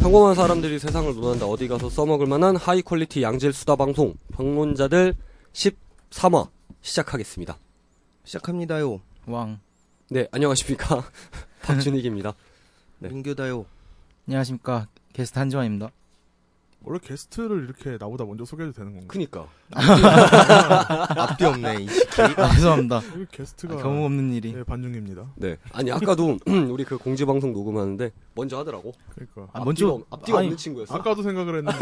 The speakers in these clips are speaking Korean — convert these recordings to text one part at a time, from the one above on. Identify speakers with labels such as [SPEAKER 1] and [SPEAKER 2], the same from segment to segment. [SPEAKER 1] 평범한 사람들이 세상을 논한다 어디 가서 써먹을 만한 하이 퀄리티 양질 수다 방송 방문자들 13화 시작하겠습니다.
[SPEAKER 2] 시작합니다요.
[SPEAKER 3] 왕
[SPEAKER 1] 네, 안녕하십니까. 박준익입니다. 네.
[SPEAKER 2] 민규다요.
[SPEAKER 3] 안녕하십니까 게스트 한지환입니다 아,
[SPEAKER 4] 원래 게스트를 이렇게 나보다 먼저 소개해도 되는 건가?
[SPEAKER 1] 그니까.
[SPEAKER 2] 앞뒤 없네. 이 새끼.
[SPEAKER 3] 아, 죄송합니다
[SPEAKER 4] 그... 게스트가
[SPEAKER 3] 아, 경우 없는 일이
[SPEAKER 4] 예, 반중입니다.
[SPEAKER 1] 네. 아니, 아까도 우리 그 공지방송 녹음하는데 먼저 하더라고.
[SPEAKER 4] 그러니까
[SPEAKER 3] 아,
[SPEAKER 1] 앞뒤가,
[SPEAKER 3] 먼저-
[SPEAKER 1] 앞뒤가
[SPEAKER 3] 아니,
[SPEAKER 1] 없는 친구였어.
[SPEAKER 4] 아까도 생각을 했는데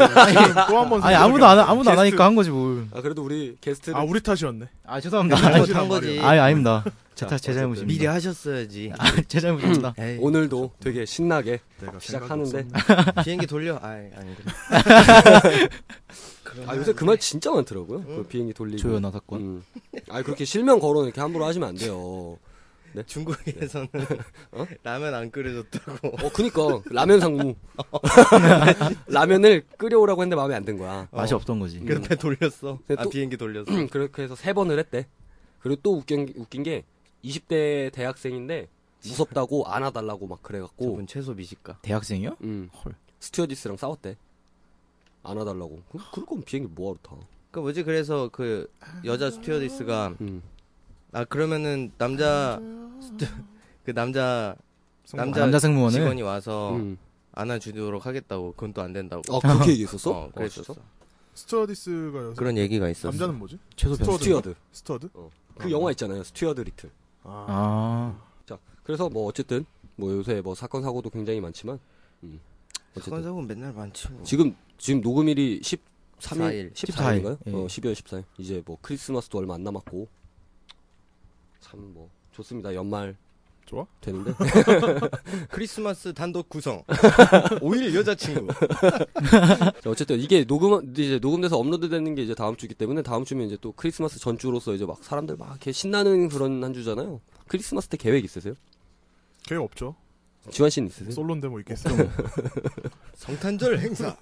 [SPEAKER 4] 또 한번
[SPEAKER 3] 아니 아무도 안 아무도 안 하니까 한 거지 뭘아
[SPEAKER 1] 아, 그래도 우리 게스트를.
[SPEAKER 4] 아 우리 탓이었네.
[SPEAKER 3] 죄송합니다
[SPEAKER 2] 잘못
[SPEAKER 4] 아니,
[SPEAKER 2] 한 거지.
[SPEAKER 3] 아니 아닙니다
[SPEAKER 1] 자,
[SPEAKER 3] 제탓제
[SPEAKER 1] 어쨌든
[SPEAKER 3] 잘못입니다
[SPEAKER 2] 미리 하셨어야지. 음.
[SPEAKER 3] 아, 제 잘못입니다
[SPEAKER 2] 에이,
[SPEAKER 1] 오늘도 되게 신나게
[SPEAKER 4] 네. 내가
[SPEAKER 1] 시작하는데.
[SPEAKER 4] 생각이 없었네.
[SPEAKER 2] 비행기 돌려. 아이, 아니. 그래. 그러면
[SPEAKER 1] 아 요새 그 말 진짜 많더라고요. 그 비행기 돌리고.
[SPEAKER 3] 조연아 사건
[SPEAKER 1] 음. 아 그렇게 실명 거론 이렇게 함부로 하시면 안 돼요.
[SPEAKER 2] 중국에서는
[SPEAKER 1] 어?
[SPEAKER 2] 라면 안 끓여줬다고.
[SPEAKER 1] 어, 그니까 라면 상무 라면을 끓여오라고 했는데 마음에 안 든 거야.
[SPEAKER 3] 맛이 없던 거지
[SPEAKER 2] 그런데 돌렸어.
[SPEAKER 1] 근데
[SPEAKER 2] 아,
[SPEAKER 1] 또- 음.
[SPEAKER 2] 비행기 돌렸어.
[SPEAKER 1] 그렇게 해서 세 번을 했대. 그리고 또 웃긴 웃긴 게 20대 대학생인데 무섭다고 안아달라고 막 그래갖고,
[SPEAKER 2] 저분 최소 미식가.
[SPEAKER 3] 대학생이요?
[SPEAKER 1] 음,
[SPEAKER 3] 헐.
[SPEAKER 1] 스튜어디스랑 싸웠대. 안아달라고. 그, 그럴 거면 비행기 뭐하러 타?
[SPEAKER 2] 그 뭐지? 그래서 그 여자 스튜어디스가
[SPEAKER 1] 음.
[SPEAKER 2] 아 그러면은 남자 스튜... 그 남자
[SPEAKER 4] 성공.
[SPEAKER 2] 남자-
[SPEAKER 3] 남자 승무원을
[SPEAKER 2] 직원이 와서
[SPEAKER 1] 음.
[SPEAKER 2] 안아주도록 하겠다고. 그건 또 안 된다고.
[SPEAKER 1] 아 그렇게 얘기했었어?
[SPEAKER 2] 어, 그랬었어.
[SPEAKER 1] 진짜?
[SPEAKER 4] 스튜어디스가 여성.
[SPEAKER 2] 그런 얘기가 있었어.
[SPEAKER 4] 남자는 뭐지?
[SPEAKER 3] 최소 변
[SPEAKER 4] 스튜어드.
[SPEAKER 1] 스튜어드.
[SPEAKER 4] 스튜어드?
[SPEAKER 1] 그 영화 있잖아요. 스튜어드 리틀.
[SPEAKER 4] 아,
[SPEAKER 3] 아
[SPEAKER 1] 그래서 뭐 어쨌든 뭐 요새 뭐 사건 사고도 굉장히 많지만 음.
[SPEAKER 2] 사건
[SPEAKER 1] 어쨌든
[SPEAKER 2] 사고 맨날 많지. 뭐.
[SPEAKER 1] 지금 지금 녹음일이 13일
[SPEAKER 2] 14일.
[SPEAKER 1] 14일인가요?
[SPEAKER 3] 예.
[SPEAKER 1] 어 12월 14일. 이제 뭐 크리스마스도 얼마 안 남았고 참 뭐 좋습니다. 연말
[SPEAKER 4] 좋아?
[SPEAKER 1] 되는데
[SPEAKER 2] 크리스마스 단독 구성. 5일 여자친구.
[SPEAKER 1] 자, 네, 어쨌든 이게 녹음 이제 녹음돼서 업로드되는 게 이제 다음 주기 때문에 다음 주면 이제 또 크리스마스 전주로서 이제 막 사람들 막 이렇게 신나는 그런 한 주잖아요. 크리스마스 때 계획 있으세요?
[SPEAKER 4] 걔 없죠.
[SPEAKER 1] 지환 씨는
[SPEAKER 3] 네.
[SPEAKER 1] 있으세요?
[SPEAKER 4] 솔로인데 뭐 있겠어요.
[SPEAKER 2] 성탄절 행사.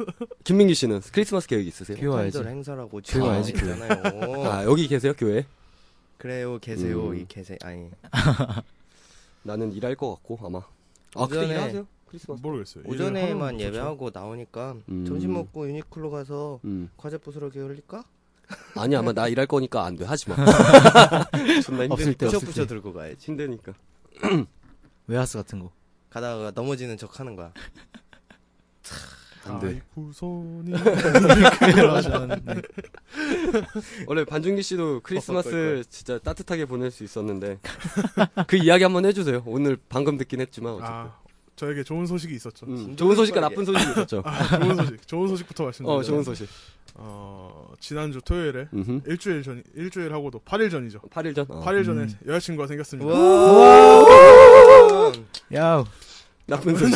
[SPEAKER 1] 김민기 씨는 크리스마스 계획 있으세요?
[SPEAKER 3] 귀여워야지
[SPEAKER 2] 성탄절 행사라고
[SPEAKER 3] 그거 알지, 그거.
[SPEAKER 2] 잖아요
[SPEAKER 1] 아 여기 계세요 교회?
[SPEAKER 2] 그래요, 계세요,
[SPEAKER 1] 음.
[SPEAKER 2] 이 계세. 아니.
[SPEAKER 1] 나는 일할 것 같고 아마. 아 그때
[SPEAKER 2] 오전에-
[SPEAKER 1] 일하세요? 크리스마스.
[SPEAKER 4] 모르겠어요. 일을 하는
[SPEAKER 2] 오전에만
[SPEAKER 4] 거죠.
[SPEAKER 2] 예배하고 나오니까
[SPEAKER 1] 음.
[SPEAKER 2] 점심 먹고 유니클로 가서
[SPEAKER 1] 음.
[SPEAKER 2] 과제 부스러기 흘릴까?
[SPEAKER 1] 아니 아마 나 일할 거니까 안 돼 하지 마. 존나 힘들.
[SPEAKER 3] 없을 때
[SPEAKER 2] 부셔
[SPEAKER 3] 없을
[SPEAKER 2] 부셔
[SPEAKER 3] 때
[SPEAKER 2] 들고 가야지.
[SPEAKER 1] 힘드니까.
[SPEAKER 3] 웨하스 같은 거
[SPEAKER 2] 가다가 넘어지는 척 하는 거야.
[SPEAKER 1] 안 돼.
[SPEAKER 4] 아이쿠 손이
[SPEAKER 3] 그런 하셨는데.
[SPEAKER 1] 원래 반준기 씨도 크리스마스
[SPEAKER 2] 헛헛거리거리.
[SPEAKER 1] 진짜 따뜻하게 보낼 수 있었는데 그 이야기 한번 해주세요. 오늘 방금 듣긴 했지만 어쨌든.
[SPEAKER 4] 아 저에게 좋은 소식이 있었죠.
[SPEAKER 1] 음, 좋은 소식과 나쁜 소식이 있었죠.
[SPEAKER 4] 아 좋은 소식. 좋은 소식부터 말씀드리면
[SPEAKER 1] 어 좋은 소식.
[SPEAKER 4] 어, 지난주 토요일에
[SPEAKER 1] 음흠.
[SPEAKER 4] 일주일 전 일주일 하고도 8일 전이죠.
[SPEAKER 1] 8일 전. 어.
[SPEAKER 4] 8일
[SPEAKER 3] 음.
[SPEAKER 4] 전에 여자친구가 생겼습니다.
[SPEAKER 2] 와.
[SPEAKER 3] 야우
[SPEAKER 1] 나쁜 소식.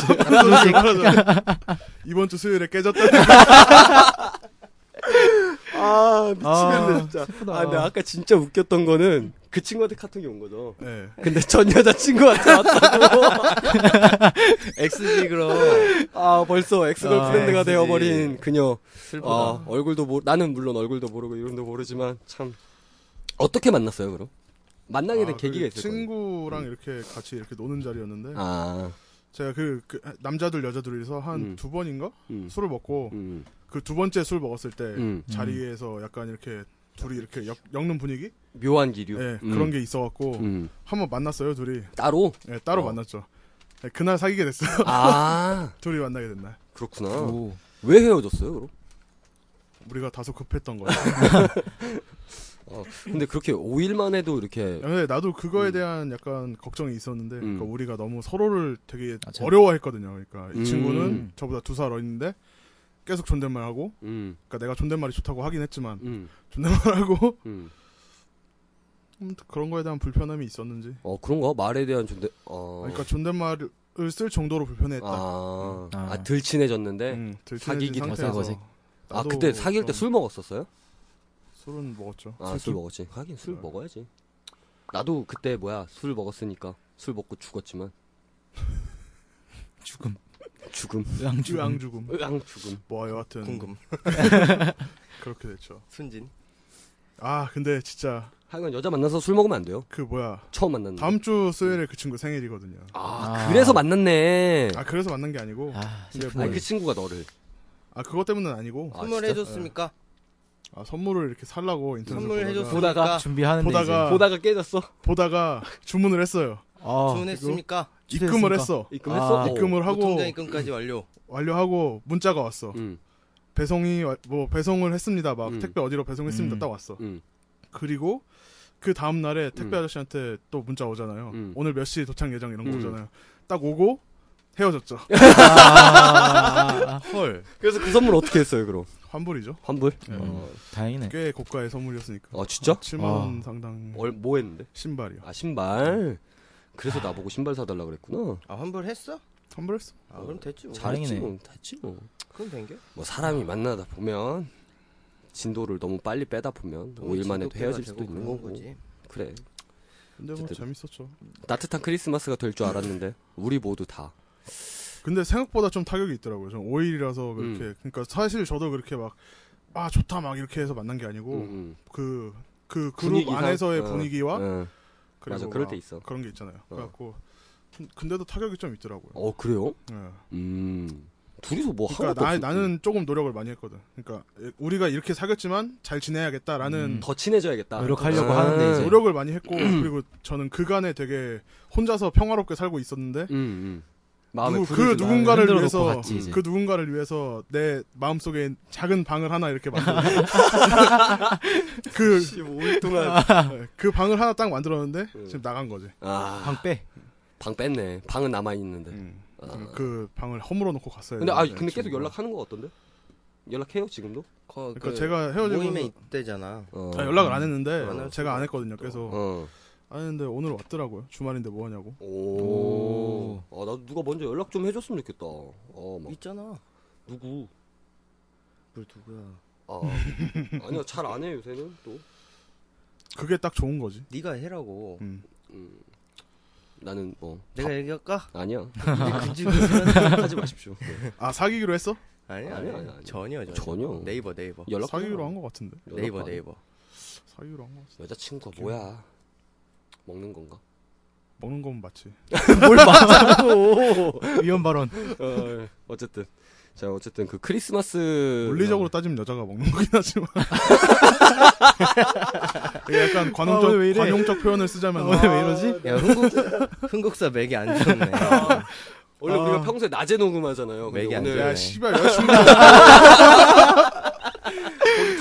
[SPEAKER 4] 이번 주 수요일에 깨졌다는
[SPEAKER 1] 아
[SPEAKER 3] 아,
[SPEAKER 1] 미치겠네 진짜. 아 근데 아까 진짜 웃겼던 거는 그 친구한테 카톡이 온 거죠.
[SPEAKER 4] 거. 네.
[SPEAKER 1] 근데 전 여자친구한테 왔다고.
[SPEAKER 2] XG 그럼
[SPEAKER 1] 아 벌써 엑스걸프렌드가
[SPEAKER 2] 아,
[SPEAKER 1] 되어버린
[SPEAKER 2] 엑스지.
[SPEAKER 1] 그녀
[SPEAKER 2] 슬프다.
[SPEAKER 1] 아, 얼굴도 모 나는 물론 얼굴도 모르고 이름도 모르지만 참 어떻게 만났어요 그럼 만나게 된
[SPEAKER 4] 아,
[SPEAKER 1] 계기가
[SPEAKER 4] 그
[SPEAKER 1] 있을 거예요
[SPEAKER 4] 친구랑 이렇게 같이 이렇게 노는 자리였는데
[SPEAKER 1] 아
[SPEAKER 4] 제가 그, 그 남자들 여자들이서 한
[SPEAKER 1] 음.
[SPEAKER 4] 두 번인가
[SPEAKER 1] 음,
[SPEAKER 4] 술을 먹고
[SPEAKER 1] 음,
[SPEAKER 4] 그 두 번째 술 먹었을 때
[SPEAKER 1] 음.
[SPEAKER 4] 자리에서 약간 이렇게 둘이 이렇게 엮, 는 분위기
[SPEAKER 1] 묘한 기류
[SPEAKER 4] 예,
[SPEAKER 1] 음,
[SPEAKER 4] 그런 게 있어갖고
[SPEAKER 1] 음.
[SPEAKER 4] 한번 만났어요 둘이
[SPEAKER 1] 따로
[SPEAKER 4] 예, 따로
[SPEAKER 1] 어.
[SPEAKER 4] 만났죠. 예, 그날 사귀게 됐어요.
[SPEAKER 1] 아
[SPEAKER 4] 둘이 만나게 된 날.
[SPEAKER 1] 그렇구나
[SPEAKER 3] 오
[SPEAKER 1] 왜 헤어졌어요 그럼
[SPEAKER 4] 우리가 다소 급했던 거예요.
[SPEAKER 1] 근데 그렇게 5일만 해도 이렇게
[SPEAKER 4] 아, 근데 나도 그거에
[SPEAKER 1] 음.
[SPEAKER 4] 대한 약간 걱정이 있었는데
[SPEAKER 1] 음.
[SPEAKER 4] 그러니까 우리가 너무 서로를 되게
[SPEAKER 3] 아, 참.
[SPEAKER 4] 어려워했거든요. 그러니까 이
[SPEAKER 1] 음.
[SPEAKER 4] 친구는 저보다 두 살 어린데 계속 존댓말 하고
[SPEAKER 1] 음,
[SPEAKER 4] 그러니까 내가 존댓말이 좋다고 하긴 했지만
[SPEAKER 1] 음,
[SPEAKER 4] 존댓말 하고
[SPEAKER 1] 음.
[SPEAKER 4] 음, 그런 거에 대한 불편함이 있었는지
[SPEAKER 1] 어 그런가 말에 대한 존대 어...
[SPEAKER 4] 그러니까 존댓말을 쓸 정도로 불편했다. 음,
[SPEAKER 1] 아,
[SPEAKER 3] 음.
[SPEAKER 1] 아, 덜 친해졌는데 사귀기 더
[SPEAKER 4] 상태에서
[SPEAKER 3] 싸거지.
[SPEAKER 1] 아
[SPEAKER 4] 나도
[SPEAKER 1] 그때 사귈 때
[SPEAKER 4] 좀
[SPEAKER 1] 술 먹었었어요?
[SPEAKER 4] 술은 먹었죠.
[SPEAKER 1] 아, 술, 먹었지. 하긴 술 먹어야지. 나도 그때 뭐야 술 먹었으니까 술 먹고 죽었지만
[SPEAKER 3] 죽음
[SPEAKER 1] 죽음,
[SPEAKER 3] 으앙 죽음
[SPEAKER 4] 쭈앙 죽음.
[SPEAKER 1] 으앙 죽음.
[SPEAKER 4] 뭐 여하튼
[SPEAKER 2] 궁금.
[SPEAKER 4] 그렇게 됐죠.
[SPEAKER 2] 순진.
[SPEAKER 4] 아 근데 진짜
[SPEAKER 1] 하여간 여자 만나서 술 먹으면 안 돼요.
[SPEAKER 4] 그 뭐야
[SPEAKER 1] 처음 만났는데.
[SPEAKER 4] 다음 주 수요일에 그 친구 생일이거든요.
[SPEAKER 1] 아,
[SPEAKER 3] 아.
[SPEAKER 1] 그래서 만났네.
[SPEAKER 4] 아 그래서 만난 게 아니고
[SPEAKER 3] 아,
[SPEAKER 4] 근데
[SPEAKER 1] 아니,
[SPEAKER 4] 뭐-
[SPEAKER 1] 그 친구가 너를.
[SPEAKER 4] 아 그것 때문은 아니고
[SPEAKER 1] 아,
[SPEAKER 2] 선물
[SPEAKER 1] 진짜?
[SPEAKER 2] 해줬습니까?
[SPEAKER 4] 아, 선물을 이렇게 살라고 인터넷
[SPEAKER 2] 선물 해줬습니까?
[SPEAKER 1] 보다가-
[SPEAKER 3] 준비하는데
[SPEAKER 4] 보다가-
[SPEAKER 3] 이제.
[SPEAKER 1] 보다가 깨졌어.
[SPEAKER 4] 보다가 주문을 했어요.
[SPEAKER 3] 아,
[SPEAKER 2] 주문했습니까?
[SPEAKER 4] 입금을
[SPEAKER 3] 취소했습니까?
[SPEAKER 4] 했어.
[SPEAKER 1] 입금했어?
[SPEAKER 3] 아,
[SPEAKER 1] 어.
[SPEAKER 4] 입금을 하고
[SPEAKER 2] 통장 입금까지 완료.
[SPEAKER 4] 완료하고 문자가 왔어.
[SPEAKER 1] 음,
[SPEAKER 4] 배송이 와- 뭐 배송을 했습니다. 막
[SPEAKER 1] 음.
[SPEAKER 4] 택배 어디로 배송했습니다.
[SPEAKER 3] 음.
[SPEAKER 4] 딱 왔어.
[SPEAKER 1] 음.
[SPEAKER 4] 그리고 그 다음 날에 택배
[SPEAKER 1] 음.
[SPEAKER 4] 아저씨한테 또 문자 오잖아요.
[SPEAKER 1] 음.
[SPEAKER 4] 오늘 몇 시 도착 예정 이런 거
[SPEAKER 1] 음.
[SPEAKER 4] 오잖아요. 딱 오고 헤어졌죠.
[SPEAKER 3] 아,
[SPEAKER 2] 헐.
[SPEAKER 1] 그래서 그 선물 어떻게 했어요, 그럼?
[SPEAKER 4] 환불이죠.
[SPEAKER 1] 환불?
[SPEAKER 4] 네.
[SPEAKER 1] 어.
[SPEAKER 3] 다행이네.
[SPEAKER 4] 꽤 고가의 선물이었으니까.
[SPEAKER 1] 아, 진짜?
[SPEAKER 4] 7만 원
[SPEAKER 3] 아.
[SPEAKER 4] 상당
[SPEAKER 1] 얼, 뭐 했는데?
[SPEAKER 4] 신발이요.
[SPEAKER 1] 아, 신발. 그래서 나보고 신발 사달라 그랬구나.
[SPEAKER 2] 아 환불했어?
[SPEAKER 4] 환불했어.
[SPEAKER 2] 아 그럼 됐지 뭐.
[SPEAKER 1] 잘했지
[SPEAKER 3] 다행이네.
[SPEAKER 1] 뭐. 됐지 뭐.
[SPEAKER 2] 그럼 된 게?
[SPEAKER 1] 뭐 사람이 만나다 보면 진도를 너무 빨리 빼다 보면 뭐 5일 만에 도 헤어질 수도 있는 거고.
[SPEAKER 2] 거지.
[SPEAKER 1] 그래.
[SPEAKER 4] 근데 뭐
[SPEAKER 1] 어쨌든.
[SPEAKER 4] 재밌었죠.
[SPEAKER 1] 따뜻한 크리스마스가 될 줄 알았는데 우리 모두 다.
[SPEAKER 4] 근데 생각보다 좀 타격이 있더라고요. 전 5일이라서
[SPEAKER 1] 음.
[SPEAKER 4] 그렇게 그러니까 사실 저도 그렇게 막 아 좋다 막 이렇게 해서 만난 게 아니고
[SPEAKER 1] 음, 음.
[SPEAKER 4] 그 그 그룹
[SPEAKER 1] 분위기상,
[SPEAKER 4] 안에서의
[SPEAKER 1] 어,
[SPEAKER 4] 분위기와
[SPEAKER 1] 예.
[SPEAKER 4] 그리고
[SPEAKER 1] 맞아, 그럴
[SPEAKER 4] 막
[SPEAKER 1] 때 있어.
[SPEAKER 4] 그런 게 있잖아요. 그래갖고 근- 근데도 타격이 좀 있더라고요.
[SPEAKER 1] 어 그래요?
[SPEAKER 4] 예.
[SPEAKER 1] 음. 둘이서 뭐
[SPEAKER 4] 그러니까
[SPEAKER 1] 하고
[SPEAKER 4] 나, 나는 조금 노력을 많이 했거든. 그러니까 우리가 이렇게 사귀었지만 잘 지내야겠다라는
[SPEAKER 3] 음.
[SPEAKER 1] 더 친해져야겠다.
[SPEAKER 3] 노력하려고
[SPEAKER 1] 아,
[SPEAKER 3] 하는데 이제.
[SPEAKER 4] 노력을 많이 했고
[SPEAKER 1] 네.
[SPEAKER 4] 그리고 저는 그간에 되게 혼자서 평화롭게 살고 있었는데
[SPEAKER 1] 음, 음. 마음에
[SPEAKER 4] 누구-
[SPEAKER 1] 불을
[SPEAKER 4] 그
[SPEAKER 1] 주나?
[SPEAKER 4] 누군가를
[SPEAKER 3] 흔들어 놓고
[SPEAKER 4] 위해서
[SPEAKER 3] 갔지, 이제.
[SPEAKER 4] 그 누군가를 위해서 내 마음속에 작은 방을 하나 이렇게 만들었 그,
[SPEAKER 1] 15일 동안
[SPEAKER 4] 그 방을 하나 딱 만들었는데
[SPEAKER 1] 음.
[SPEAKER 4] 지금 나간 거지.
[SPEAKER 1] 아,
[SPEAKER 3] 방 빼.
[SPEAKER 1] 방 뺐네. 방은 남아 있는데.
[SPEAKER 4] 음.
[SPEAKER 1] 아.
[SPEAKER 4] 그 방을 허물어 놓고 갔어요. 네.
[SPEAKER 1] 근데 아 근데 계속 연락하는 거 같던데? 연락해요 지금도?
[SPEAKER 2] 거,
[SPEAKER 4] 그러니까 제가 헤어지고
[SPEAKER 2] 모임에 있대잖아.
[SPEAKER 1] 어.
[SPEAKER 4] 아, 연락을 안 했는데
[SPEAKER 2] 안 하셨구나.
[SPEAKER 4] 제가 안 했거든요. 그래서
[SPEAKER 1] 어.
[SPEAKER 4] 안 했는데 오늘 왔더라고요. 주말인데 뭐 하냐고.
[SPEAKER 1] 오.
[SPEAKER 3] 오.
[SPEAKER 1] 아 나도 누가 먼저 연락 좀 해줬으면 좋겠다. 어, 막
[SPEAKER 2] 있잖아.
[SPEAKER 1] 누구?
[SPEAKER 2] 뭘 누구야?
[SPEAKER 1] 아 아니야 잘 안 해 요새는 또.
[SPEAKER 4] 그게 딱 좋은 거지.
[SPEAKER 2] 네가 해라고.
[SPEAKER 4] 음.
[SPEAKER 1] 음. 나는 뭐
[SPEAKER 2] 내가 얘기할까?
[SPEAKER 1] 아니야.
[SPEAKER 2] 근데 그 집에서는
[SPEAKER 1] 하지 마십시오. 네.
[SPEAKER 4] 아 사귀기로 했어?
[SPEAKER 2] 아니야
[SPEAKER 1] 아니야,
[SPEAKER 2] 아니야
[SPEAKER 1] 아니야.
[SPEAKER 2] 전혀 전혀.
[SPEAKER 1] 전혀.
[SPEAKER 2] 네이버 네이버.
[SPEAKER 1] 연락
[SPEAKER 4] 사귀기로 한 거 같은데.
[SPEAKER 2] 네이버 네이버.
[SPEAKER 4] 사귀기로 한 거 같은데.
[SPEAKER 1] 여자 친구가 뭐야? 먹는 건가?
[SPEAKER 4] 먹는 건 맞지.
[SPEAKER 3] 뭘 맞아고 위험 발언.
[SPEAKER 1] 어, 어쨌든 자 어쨌든 그 크리스마스 아,
[SPEAKER 4] 물리적으로 따지면 여자가 먹는 거긴 하지만. 이게 약간
[SPEAKER 3] 아, 오늘 왜
[SPEAKER 4] 관용적,
[SPEAKER 3] 이래?
[SPEAKER 4] 관용적 표현을 쓰자면 아,
[SPEAKER 3] 오늘 왜 이러지?
[SPEAKER 2] 야 흥국 흥국사 맥이 안 좋네.
[SPEAKER 1] 원래
[SPEAKER 3] 아.
[SPEAKER 1] 우리가 평소에 낮에 녹음하잖아요. 근데
[SPEAKER 2] 맥이 안
[SPEAKER 1] 오늘
[SPEAKER 2] 좋아요.
[SPEAKER 4] 야
[SPEAKER 3] 네.
[SPEAKER 4] 씨발 여자친구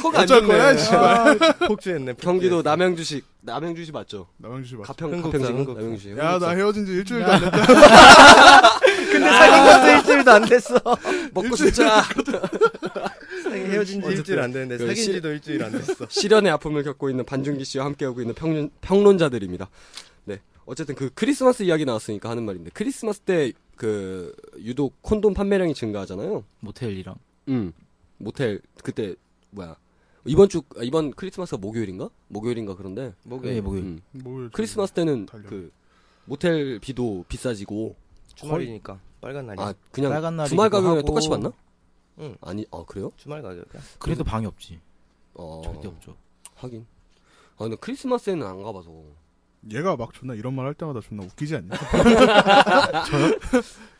[SPEAKER 1] 턱이 안
[SPEAKER 4] 어쩔
[SPEAKER 1] 좋네.
[SPEAKER 4] 거야, 씨.
[SPEAKER 2] 아, 폭주했네.
[SPEAKER 1] 경기도 남양주시 남양주시 맞죠?
[SPEAKER 4] 남양주씨 맞
[SPEAKER 1] 가평
[SPEAKER 2] 흥국사,
[SPEAKER 1] 가평
[SPEAKER 2] 흥국사.
[SPEAKER 1] 남양주시.
[SPEAKER 4] 야나 헤어진 지 일주일도 안 됐다.
[SPEAKER 1] 아.
[SPEAKER 2] 근데 사귄 것도 일주일도 안 됐어.
[SPEAKER 1] 먹고 싶자.
[SPEAKER 2] 헤어진 지 일주일 안 됐는데
[SPEAKER 1] 그
[SPEAKER 2] 사귄
[SPEAKER 1] 실-
[SPEAKER 2] 지도 일주일 안 됐어.
[SPEAKER 1] 시련의 아픔을 겪고 있는 반준기 씨와 함께하고 있는 평, 평론자들입니다. 네. 어쨌든 그 크리스마스 이야기 나왔으니까 하는 말인데 크리스마스 때 그 유독 콘돔 판매량이 증가하잖아요.
[SPEAKER 3] 모텔이랑.
[SPEAKER 1] 음. 모텔 그때 뭐야? 이번 주 아, 이번 크리스마스가 목요일인가? 목요일인가 그런데
[SPEAKER 2] 뭐,
[SPEAKER 3] 네, 목요일.
[SPEAKER 1] 음.
[SPEAKER 4] 뭐
[SPEAKER 1] 크리스마스 때는
[SPEAKER 4] 달려.
[SPEAKER 1] 그 모텔 비도 비싸지고
[SPEAKER 2] 주말이니까 빨간 날이.
[SPEAKER 1] 아
[SPEAKER 2] 야
[SPEAKER 1] 그냥
[SPEAKER 3] 빨간 날이
[SPEAKER 1] 주말 가격이랑
[SPEAKER 3] 하고.
[SPEAKER 1] 똑같이 받나?
[SPEAKER 2] 응.
[SPEAKER 1] 아니 아 그래요?
[SPEAKER 2] 주말 가격이야.
[SPEAKER 3] 그래도 방이 없지.
[SPEAKER 1] 어
[SPEAKER 3] 절대 없죠.
[SPEAKER 1] 하긴 아 근데 크리스마스에는 안 가봐서
[SPEAKER 4] 얘가 막 존나 이런 말 할 때마다 존나 웃기지 않냐?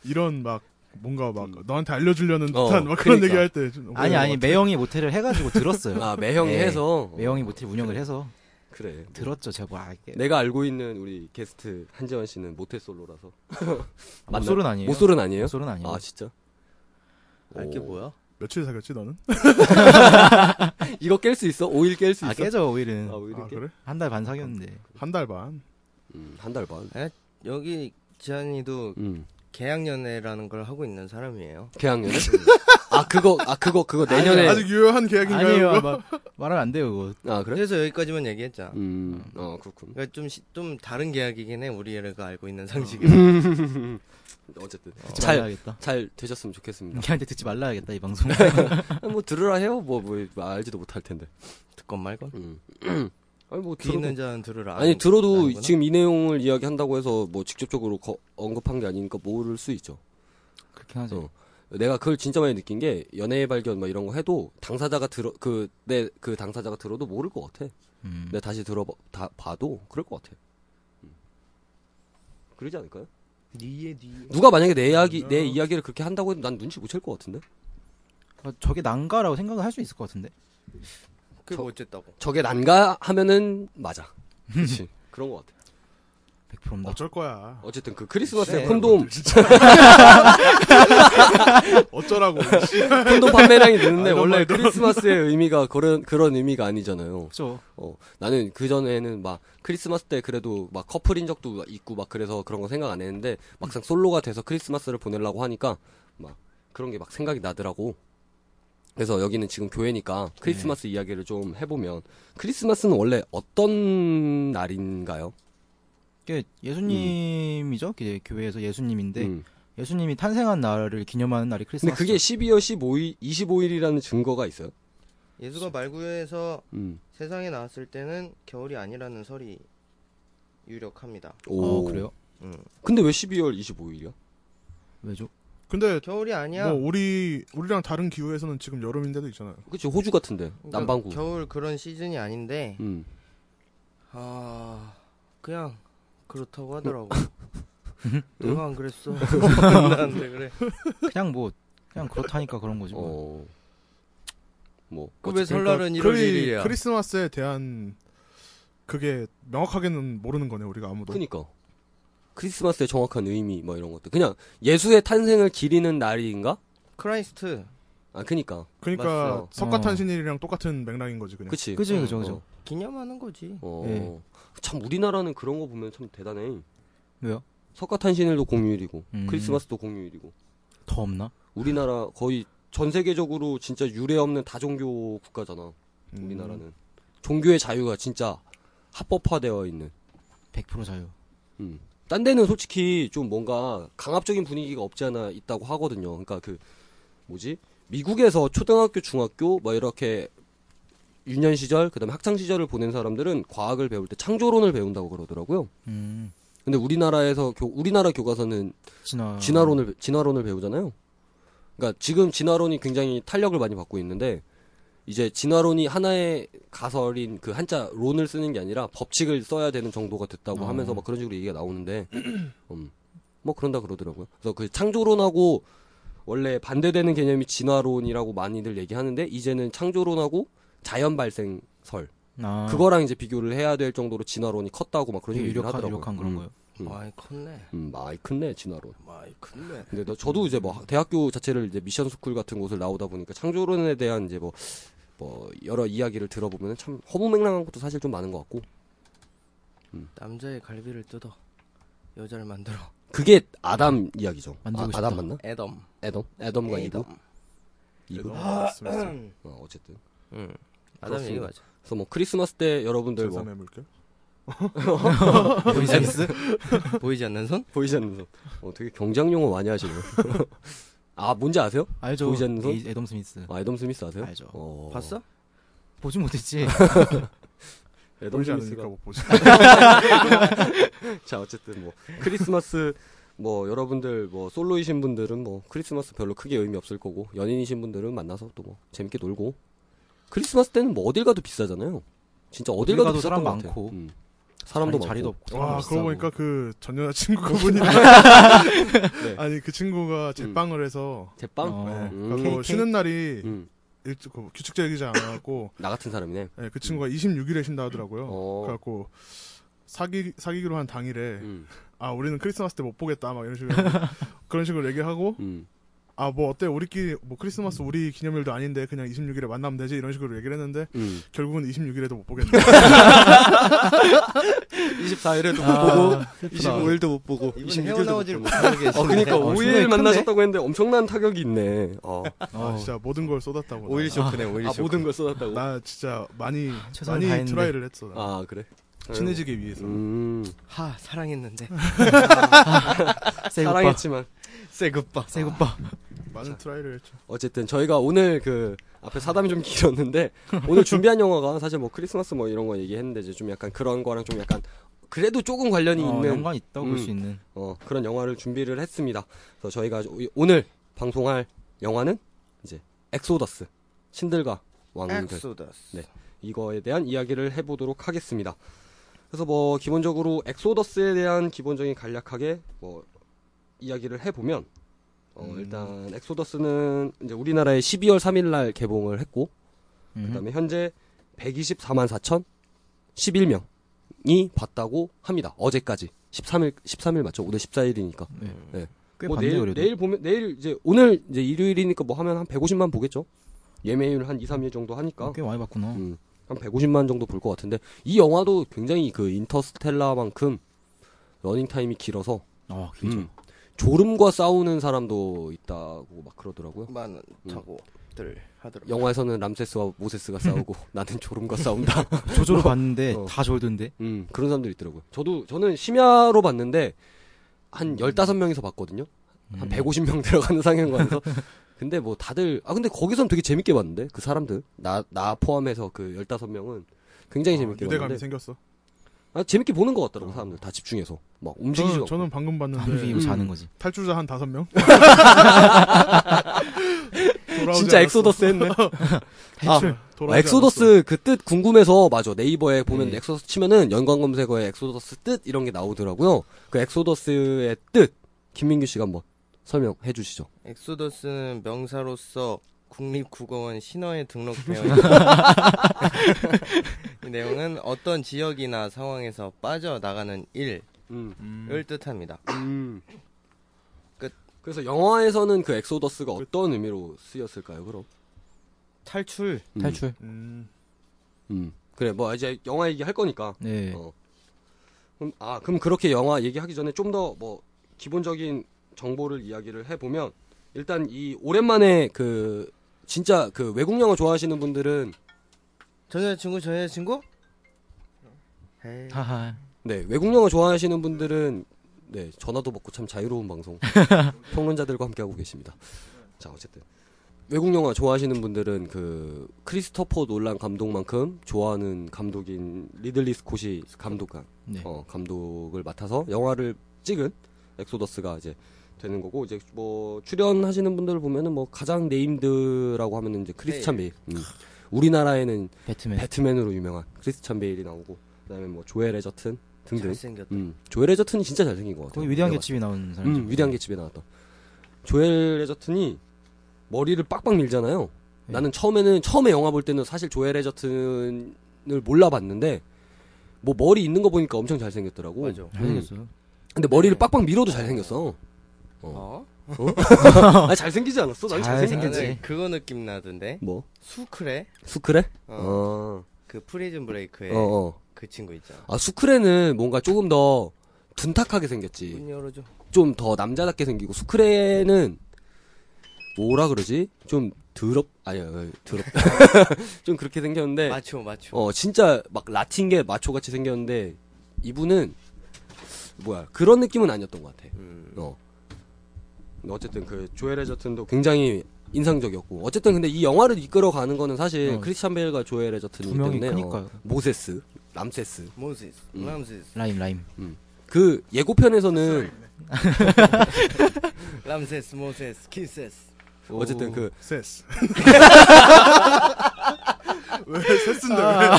[SPEAKER 4] 이런 막 뭔가 막 너한테 알려주려는
[SPEAKER 1] 어,
[SPEAKER 4] 듯한 막 그런
[SPEAKER 1] 그러니까.
[SPEAKER 4] 얘기할 때 좀
[SPEAKER 3] 음.
[SPEAKER 4] 뭐
[SPEAKER 3] 아니
[SPEAKER 4] 오해가
[SPEAKER 3] 아니 매형이 모텔을 해가지고 들었어요.
[SPEAKER 1] 뭐 아 매형이
[SPEAKER 3] 네.
[SPEAKER 1] 해서 어,
[SPEAKER 3] 매형이 모텔 운영을 해서
[SPEAKER 1] 그래
[SPEAKER 3] 들었죠. 제가 뭐 알게.
[SPEAKER 1] 내가 알고 있는 우리 게스트 한재원 씨는 모태 솔로라서 맞나요?
[SPEAKER 3] 모쏠은 뭐 아니에요.
[SPEAKER 1] 모쏠은 아니에요?
[SPEAKER 3] 모쏠은 아니에요.
[SPEAKER 1] 아 진짜?
[SPEAKER 2] 알게
[SPEAKER 1] 오.
[SPEAKER 2] 아, 뭐야?
[SPEAKER 4] 며칠 사귀었지 너는?
[SPEAKER 1] 이거 깰 수 있어? 5일 깰 수
[SPEAKER 3] 아,
[SPEAKER 1] 있어?
[SPEAKER 3] 깨져
[SPEAKER 1] 아
[SPEAKER 3] 오일은
[SPEAKER 1] 오일은
[SPEAKER 4] 아
[SPEAKER 1] 깨?
[SPEAKER 4] 그래?
[SPEAKER 3] 한 달 반 사귀었는데.
[SPEAKER 4] 한 달 반.
[SPEAKER 1] 음, 한 달 반.
[SPEAKER 2] 여기 지한이도
[SPEAKER 1] 음.
[SPEAKER 2] 계약 연애라는 걸 하고 있는 사람이에요.
[SPEAKER 1] 계약년에? 아 그거 아 그거 그거 내년에
[SPEAKER 4] 아직 유효한 계약인가요?
[SPEAKER 3] 아니에요.
[SPEAKER 4] 그거?
[SPEAKER 3] 막 말하면 안 돼요. 그거.
[SPEAKER 1] 아 그래?
[SPEAKER 2] 그래서 여기까지만 얘기했잖아.
[SPEAKER 1] 음. 어 그렇군.
[SPEAKER 2] 그러니까 좀, 시- 좀 다른 계약이긴 해. 우리 애가 알고 있는 상식이.
[SPEAKER 1] 어쨌든
[SPEAKER 3] 듣지
[SPEAKER 1] 잘 음. 잘
[SPEAKER 3] 말라야겠다.
[SPEAKER 1] 되셨으면 좋겠습니다.
[SPEAKER 3] 걔한테 듣지 말라야겠다 이 방송.
[SPEAKER 1] 아, 뭐 들으라 해요. 뭐 뭐 알지도 못할 텐데.
[SPEAKER 2] 듣건 말건.
[SPEAKER 1] 음. 아니 뭐
[SPEAKER 2] 귀 있는
[SPEAKER 1] 들어도
[SPEAKER 2] 자는 들으라.
[SPEAKER 1] 아니 들어도
[SPEAKER 2] 아는구나.
[SPEAKER 1] 지금 이 내용을 이야기한다고 해서 뭐 직접적으로 거- 언급한 게 아니니까 모를 수 있죠.
[SPEAKER 3] 그렇긴 하죠.
[SPEAKER 1] 어. 내가 그걸 진짜 많이 느낀 게 연애의 발견 막 이런 거 해도 당사자가 들어 그 내 그 당사자가 들어도 모를 것 같아.
[SPEAKER 3] 음.
[SPEAKER 1] 내가 다시 들어 다 봐도 그럴 것 같아. 음. 그러지 않을까요?
[SPEAKER 2] 니에 니.
[SPEAKER 1] 누가 만약에 내 이야기 내
[SPEAKER 4] 음.
[SPEAKER 1] 이야기를 그렇게 한다고 해도 난 눈치 못 챌 것 같은데.
[SPEAKER 3] 어, 저게 난가라고 생각을 할 수 있을 것 같은데.
[SPEAKER 2] 그게 뭐 어쨌다고?
[SPEAKER 1] 저게 난가 하면은 맞아. 그렇지. 그런 것 같아.
[SPEAKER 3] 100%입니다.
[SPEAKER 4] 어쩔 거야.
[SPEAKER 1] 어쨌든 그 크리스마스에
[SPEAKER 2] 네,
[SPEAKER 1] 콘돔
[SPEAKER 4] 어쩌라고.
[SPEAKER 3] 네.
[SPEAKER 1] 콘돔 판매량이 느는데
[SPEAKER 4] 아니,
[SPEAKER 1] 원래
[SPEAKER 4] 너무
[SPEAKER 1] 크리스마스의 의미가 그런 그런 의미가 아니잖아요.
[SPEAKER 3] 그죠.
[SPEAKER 1] 어, 나는 그 전에는 막 크리스마스 때 그래도 막 커플인 적도 있고 막 그래서 그런 거 생각 안 했는데 막상 솔로가 돼서 크리스마스를 보내려고 하니까 막 그런 게 막 생각이 나더라고. 그래서 여기는 지금 교회니까 크리스마스
[SPEAKER 3] 네.
[SPEAKER 1] 이야기를 좀 해보면 크리스마스는 원래 어떤 날인가요?
[SPEAKER 3] 이게 예수님이죠. 이제 교회에서 예수님인데
[SPEAKER 1] 음.
[SPEAKER 3] 예수님이 탄생한 날을 기념하는 날이
[SPEAKER 1] 근데
[SPEAKER 3] 네, 크리스마스.
[SPEAKER 1] 그게 12월 15일, 25일이라는 증거가 있어요.
[SPEAKER 2] 예수가 말구에서
[SPEAKER 1] 음.
[SPEAKER 2] 세상에 나왔을 때는 겨울이 아니라는 설이 유력합니다.
[SPEAKER 1] 오.
[SPEAKER 3] 어, 그래요?
[SPEAKER 2] 음.
[SPEAKER 1] 근데 왜 12월 25일이야?
[SPEAKER 3] 왜죠?
[SPEAKER 4] 근데
[SPEAKER 2] 겨울이 아니야.
[SPEAKER 4] 뭐 우리 우리랑 다른 기후에서는 지금 여름인데도 있잖아요.
[SPEAKER 1] 그치 호주 같은데
[SPEAKER 2] 그러니까
[SPEAKER 1] 남반구.
[SPEAKER 2] 겨울 그런 시즌이 아닌데
[SPEAKER 1] 음.
[SPEAKER 2] 아 그냥 그렇다고 하더라고. 내가 안 그랬어. 나한테 그래.
[SPEAKER 3] 그냥 뭐 그냥 그렇다니까 그런 거지 뭐.
[SPEAKER 1] 어. 뭐
[SPEAKER 2] 그왜
[SPEAKER 1] 어쨌든
[SPEAKER 2] 설날은
[SPEAKER 4] 그러니까
[SPEAKER 2] 1월
[SPEAKER 4] 크리-
[SPEAKER 2] 1일이야.
[SPEAKER 4] 크리스마스에 대한 그게 명확하게는 모르는 거네 우리가 아무도.
[SPEAKER 1] 그니까 그러니까. 크리스마스의 정확한 의미 뭐 이런 것들 그냥 예수의 탄생을 기리는 날인가?
[SPEAKER 2] 크라이스트.
[SPEAKER 1] 아 그니까
[SPEAKER 4] 그러니까
[SPEAKER 2] 맞죠.
[SPEAKER 4] 석가탄신일이랑 똑같은 맥락인 거지 그냥.
[SPEAKER 1] 그치
[SPEAKER 3] 그죠, 그죠, 그죠.
[SPEAKER 2] 기념하는 거지.
[SPEAKER 1] 어,
[SPEAKER 3] 예.
[SPEAKER 1] 참 우리나라는 그런 거 보면 참 대단해
[SPEAKER 3] 왜요?
[SPEAKER 1] 석가탄신일도 공휴일이고
[SPEAKER 3] 음.
[SPEAKER 1] 크리스마스도 공휴일이고
[SPEAKER 3] 더 없나?
[SPEAKER 1] 우리나라 거의 전 세계적으로 진짜 유례 없는 다종교 국가잖아
[SPEAKER 4] 음.
[SPEAKER 1] 우리나라는 종교의 자유가 진짜 합법화되어 있는
[SPEAKER 3] 100% 자유.
[SPEAKER 1] 음. 딴 데는 솔직히 좀 뭔가 강압적인 분위기가 없지 않아 있다고 하거든요. 그러니까 그 뭐지? 미국에서 초등학교, 중학교 뭐 이렇게 유년 시절, 그다음에 학창 시절을 보낸 사람들은 과학을 배울 때 창조론을 배운다고 그러더라고요.
[SPEAKER 3] 음.
[SPEAKER 1] 근데 우리나라에서 교, 우리나라 교과서는
[SPEAKER 3] 진화.
[SPEAKER 1] 진화론을 진화론을 배우잖아요. 그러니까 지금 진화론이 굉장히 탄력을 많이 받고 있는데 이제 진화론이 하나의 가설인 그 한자 론을 쓰는 게 아니라 법칙을 써야 되는 정도가 됐다고
[SPEAKER 3] 어.
[SPEAKER 1] 하면서 막 그런 식으로 얘기가 나오는데 음, 뭐 그런다 그러더라고요. 그래서 그 창조론하고 원래 반대되는 개념이 진화론이라고 많이들 얘기하는데 이제는 창조론하고 자연 발생설
[SPEAKER 3] 아,
[SPEAKER 1] 그거랑 이제 비교를 해야 될 정도로 진화론이 컸다고 막 그런 식으로
[SPEAKER 3] 되게
[SPEAKER 1] 얘기를
[SPEAKER 3] 유력한
[SPEAKER 1] 하더라고요.
[SPEAKER 3] 유력한 그런
[SPEAKER 1] 음,
[SPEAKER 3] 거예요.
[SPEAKER 1] 음.
[SPEAKER 2] 많이 컸네.
[SPEAKER 1] 음, 많이 큰네 진화론.
[SPEAKER 2] 많이 컸네.
[SPEAKER 1] 근데 너, 저도 이제 뭐 대학교 자체를 이제 미션 스쿨 같은 곳을 나오다 보니까 창조론에 대한 이제 뭐, 뭐 여러 이야기를 들어보면 참 허무맹랑한 것도 사실 좀 많은 것 같고
[SPEAKER 2] 남자의 갈비를 뜯어 여자를 만들어.
[SPEAKER 1] 그게 아담 이야기죠. 아,
[SPEAKER 3] 만들고
[SPEAKER 1] 아담
[SPEAKER 3] 싶다.
[SPEAKER 1] 맞나?
[SPEAKER 2] 애덤.
[SPEAKER 1] 에덤? 에덤과 이브?
[SPEAKER 2] 애덤.
[SPEAKER 1] 이브?
[SPEAKER 4] 맞습니다.
[SPEAKER 1] 어, 어쨌든
[SPEAKER 2] 응. 아담 얘기
[SPEAKER 1] 그렇습니다.
[SPEAKER 2] 맞아.
[SPEAKER 1] 그래서 뭐 크리스마스 때 여러분들 뭐
[SPEAKER 4] 제3의 물결.
[SPEAKER 2] 보이지 않는 보이지 않는 손?
[SPEAKER 1] 보이지 않는 손. 어, 되게 경장 용어 많이 하시네요. 아 뭔지 아세요?
[SPEAKER 3] 알죠.
[SPEAKER 1] 보이지 않는 손?
[SPEAKER 3] 에이- 에덤 스미스.
[SPEAKER 1] 아, 에덤 스미스 아세요?
[SPEAKER 3] 알죠.
[SPEAKER 1] 어,
[SPEAKER 2] 봤어?
[SPEAKER 3] 보지 못했지.
[SPEAKER 1] 에덤
[SPEAKER 4] 보이지
[SPEAKER 1] 스미스가
[SPEAKER 4] 않으니까 못 보지.
[SPEAKER 1] 자 어쨌든 뭐 크리스마스 뭐 여러분들 뭐 솔로이신 분들은 뭐 크리스마스 별로 크게 의미 없을 거고 연인이신 분들은 만나서 또 뭐 재밌게 놀고 크리스마스 때는 뭐 어딜 가도 비싸잖아요. 진짜 어딜 가도,
[SPEAKER 3] 어딜 가도
[SPEAKER 1] 비쌌던
[SPEAKER 3] 사람
[SPEAKER 1] 것 같아요.
[SPEAKER 3] 많고.
[SPEAKER 1] 음. 사람도 많고
[SPEAKER 3] 자리도 없고.
[SPEAKER 4] 와
[SPEAKER 3] 비싸고.
[SPEAKER 4] 그러고 보니까 그 전 여자친구 그분이
[SPEAKER 1] 네.
[SPEAKER 4] 아니 그 친구가 제빵을 해서
[SPEAKER 1] 제빵
[SPEAKER 3] 어.
[SPEAKER 4] 네,
[SPEAKER 1] 음.
[SPEAKER 4] 그러니까 뭐
[SPEAKER 3] 케이크?
[SPEAKER 4] 쉬는 날이
[SPEAKER 1] 음.
[SPEAKER 4] 일, 그 규칙적이지 않았고
[SPEAKER 1] 나 같은 사람이네.
[SPEAKER 4] 네, 그 친구가 26일에 쉰다 하더라고요.
[SPEAKER 1] 어.
[SPEAKER 4] 그래갖고 사기 사기기로 한 당일에
[SPEAKER 1] 음.
[SPEAKER 4] 아 우리는 크리스마스 때 못 보겠다 막 이런 식으로 그런 식으로 얘기하고
[SPEAKER 1] 음.
[SPEAKER 4] 아 뭐 어때 우리끼리 뭐 크리스마스 우리 기념일도 아닌데 그냥 26일에 만나면 되지 이런 식으로 얘기를 했는데
[SPEAKER 1] 음.
[SPEAKER 4] 결국은 26일에도 못 보겠네.
[SPEAKER 1] 어. 24일에도
[SPEAKER 3] 아,
[SPEAKER 1] 못 보고 25일도 못 보고
[SPEAKER 2] 이분
[SPEAKER 1] 26일도 못
[SPEAKER 2] 헤어나오질
[SPEAKER 1] 보고.
[SPEAKER 2] 못하고 계시.
[SPEAKER 1] 어 그러니까
[SPEAKER 3] 어,
[SPEAKER 1] 5일
[SPEAKER 3] 충분히
[SPEAKER 1] 만나셨다고 했는데 엄청난 타격이 있네. 어.
[SPEAKER 4] 아 진짜 모든 걸 쏟았다고. 나.
[SPEAKER 2] 쇼크네. 5일
[SPEAKER 1] 아 모든 걸 쏟았다고.
[SPEAKER 4] 나 진짜 많이
[SPEAKER 3] 최선을
[SPEAKER 4] 많이
[SPEAKER 3] 다했는데.
[SPEAKER 4] 트라이를 했어. 나.
[SPEAKER 1] 아 그래.
[SPEAKER 4] 친해지기 위해서.
[SPEAKER 1] 음.
[SPEAKER 2] 하 사랑했는데.
[SPEAKER 1] 네,
[SPEAKER 3] 세구빠.
[SPEAKER 2] 세굿바.
[SPEAKER 3] 세구빠.
[SPEAKER 4] 많은 트라이를 했죠.
[SPEAKER 1] 어쨌든 저희가 오늘 그 앞에 사담이 좀 길었는데 오늘 준비한 영화가 사실 뭐 크리스마스 뭐 이런 거 얘기했는데 이제 좀 약간 그런 거랑 좀 약간 그래도 조금 관련이
[SPEAKER 3] 어,
[SPEAKER 1] 있는
[SPEAKER 3] 연관 있다고
[SPEAKER 1] 음.
[SPEAKER 3] 볼 수 있는.
[SPEAKER 1] 어, 그런 영화를 준비를 했습니다. 그래서 저희가 오- 오늘 방송할 영화는 이제 엑소더스 신들과 왕들
[SPEAKER 2] 엑소더스.
[SPEAKER 1] 네. 이거에 대한 이야기를 해보도록 하겠습니다. 그래서 뭐 기본적으로 엑소더스에 대한 기본적인 간략하게 뭐 이야기를 해보면 어,
[SPEAKER 3] 음.
[SPEAKER 1] 일단 엑소더스는 이제 우리나라에 12월 3일날 개봉을 했고
[SPEAKER 3] 음.
[SPEAKER 1] 그다음에 현재 124만 4천 11명이 봤다고 합니다. 어제까지 13일 13일 맞죠? 오늘 14일이니까.
[SPEAKER 3] 네.
[SPEAKER 1] 네.
[SPEAKER 3] 꽤
[SPEAKER 1] 뭐
[SPEAKER 3] 봤네요,
[SPEAKER 1] 내일
[SPEAKER 3] 그래도.
[SPEAKER 1] 내일 보면 내일 이제 오늘 이제 일요일이니까 뭐 하면 한 150만 보겠죠? 예매율 한 2, 3일 정도 하니까.
[SPEAKER 3] 꽤 많이 봤구나.
[SPEAKER 1] 음, 한 150만 정도 볼 것 같은데 이 영화도 굉장히 그 인터스텔라만큼 러닝 타임이 길어서
[SPEAKER 3] 아, 길죠.
[SPEAKER 1] 음, 졸음과 싸우는 사람도 있다고 막 그러더라고요. 음.
[SPEAKER 2] 많다고들 하더라고. 요
[SPEAKER 1] 영화에서는 람세스와 모세스가 싸우고 나는 졸음과 싸운다.
[SPEAKER 3] 조조로 봤는데
[SPEAKER 1] 어.
[SPEAKER 3] 다 졸던데.
[SPEAKER 1] 음, 그런 사람들 있더라고요. 저도 저는 심야로 봤는데
[SPEAKER 4] 음.
[SPEAKER 1] 한 15명이서 봤거든요. 한 150명 들어가는 상영관에서. 근데 뭐 다들 아 근데 거기선 되게 재밌게 봤는데 그 사람들 나 나 포함해서 그 15명은 굉장히 재밌게
[SPEAKER 4] 아, 유대감이
[SPEAKER 1] 봤는데
[SPEAKER 4] 생겼어.
[SPEAKER 1] 아, 재밌게 보는 것 같더라고 사람들 다 집중해서 막 움직이죠.
[SPEAKER 4] 어. 저는, 저는 방금
[SPEAKER 3] 하루
[SPEAKER 4] 봤는데
[SPEAKER 3] 종일
[SPEAKER 1] 음.
[SPEAKER 3] 자는 거지.
[SPEAKER 4] 탈출자 한 다섯 명. 돌아오지
[SPEAKER 1] 진짜
[SPEAKER 4] 않았어.
[SPEAKER 1] 엑소더스 했네.
[SPEAKER 4] 아,
[SPEAKER 1] 아,
[SPEAKER 4] 돌아오지 음. 않았어.
[SPEAKER 1] 엑소더스 그 뜻 궁금해서 맞아 네이버에 보면
[SPEAKER 3] 네.
[SPEAKER 1] 엑소더스 치면은 연관 검색어에 엑소더스 뜻 이런 게 나오더라고요. 그 엑소더스의 뜻 김민규 씨가 한번 설명해 주시죠.
[SPEAKER 2] 엑소더스는 명사로서 국립국어원 신화에 등록되어 있고 이 내용은 어떤 지역이나 상황에서 빠져나가는 일을
[SPEAKER 1] 음.
[SPEAKER 2] 뜻합니다.
[SPEAKER 4] 음.
[SPEAKER 2] 끝.
[SPEAKER 1] 그래서 영화에서는 그 엑소더스가 어떤 의미로 쓰였을까요? 그럼
[SPEAKER 2] 탈출.
[SPEAKER 1] 음.
[SPEAKER 3] 탈출.
[SPEAKER 4] 음,
[SPEAKER 1] 음. 그래 뭐 이제 영화 얘기 할 거니까
[SPEAKER 3] 네.
[SPEAKER 1] 어. 그럼, 아, 그럼 그렇게 영화 얘기하기 전에 좀 더 뭐 기본적인 정보를 이야기를 해보면 일단 이 오랜만에 그 진짜 그 외국 영화 좋아하시는 분들은
[SPEAKER 2] 전 여자친구 전 여자친구? 에이.
[SPEAKER 3] 하하.
[SPEAKER 1] 네 외국 영화 좋아하시는 분들은 네 전화도 먹고 참 자유로운 방송 평론자들과 함께 하고 계십니다. 자 어쨌든 외국 영화 좋아하시는 분들은 그 크리스토퍼 놀란 감독만큼 좋아하는 감독인 리들리 스콧이 감독한
[SPEAKER 3] 네.
[SPEAKER 1] 어, 감독을 맡아서 영화를 찍은 엑소더스가 이제 되는 거고 이제 뭐 출연하시는 분들을 보면은 뭐 가장 네임드라고 하면은 이제 크리스찬 베일. 음. 우리나라에는
[SPEAKER 3] 배트맨.
[SPEAKER 1] 배트맨으로 유명한 크리스찬 베일이 나오고 그다음에 뭐 조엘 에저튼 등등.
[SPEAKER 2] 잘생겼다.
[SPEAKER 1] 음. 조엘 에저튼이 진짜 잘생긴 것 같아요.
[SPEAKER 3] 거기 위대한
[SPEAKER 1] 내가
[SPEAKER 3] 개집이 나온
[SPEAKER 1] 봤을
[SPEAKER 3] 사람.
[SPEAKER 1] 때. 음, 위대한 개집에 나왔던 조엘 에저튼이 머리를 빡빡 밀잖아요.
[SPEAKER 3] 네.
[SPEAKER 1] 나는 처음에는 처음에 영화 볼 때는 사실 조엘 에저튼을 몰라봤는데 뭐 머리 있는 거 보니까 엄청 잘생겼더라고. 음.
[SPEAKER 2] 맞아.
[SPEAKER 3] 잘생겼어.
[SPEAKER 1] 근데 머리를
[SPEAKER 2] 네.
[SPEAKER 1] 빡빡 밀어도 잘생겼어.
[SPEAKER 2] 어?
[SPEAKER 1] 아, 잘생기지 않았어? 난
[SPEAKER 3] 잘
[SPEAKER 1] 잘생겼지.
[SPEAKER 3] 생겼지.
[SPEAKER 2] 나는 네. 그거 느낌 나던데.
[SPEAKER 1] 뭐?
[SPEAKER 2] 수크레?
[SPEAKER 1] 수크레?
[SPEAKER 2] 어.
[SPEAKER 1] 어.
[SPEAKER 2] 그 프리즌 브레이크에
[SPEAKER 1] 어, 어.
[SPEAKER 2] 그 친구 있잖아.
[SPEAKER 1] 아, 수크레는 뭔가 조금 더 둔탁하게 생겼지.
[SPEAKER 2] 문 열어줘.
[SPEAKER 1] 좀 더 남자답게 생기고, 수크레는 뭐라 그러지? 좀 더럽, 아니, 아니, 더럽. 좀 그렇게 생겼는데,
[SPEAKER 2] 마초 마초.
[SPEAKER 1] 어, 진짜 막 라틴계 마초같이 생겼는데, 이분은, 뭐야, 그런 느낌은 아니었던 것 같아.
[SPEAKER 2] 음.
[SPEAKER 1] 어. 근데 어쨌든 그 조엘 에저튼도 굉장히 인상적이었고 어쨌든 근데 이 영화를 이끌어가는 거는 사실
[SPEAKER 3] 어.
[SPEAKER 1] 크리스찬 베일과 조엘 에저튼이기
[SPEAKER 3] 두 명이
[SPEAKER 1] 때문에 어,
[SPEAKER 3] 크니까요.
[SPEAKER 1] 모세스, 람세스
[SPEAKER 2] 모세스,
[SPEAKER 1] 음.
[SPEAKER 2] 람세스,
[SPEAKER 3] 라임 라임.
[SPEAKER 1] 그 예고편에서는
[SPEAKER 3] 네.
[SPEAKER 2] 람세스, 모세스, 킨세스.
[SPEAKER 1] 어쨌든 그
[SPEAKER 4] 세스. 왜 세스인데
[SPEAKER 1] 아.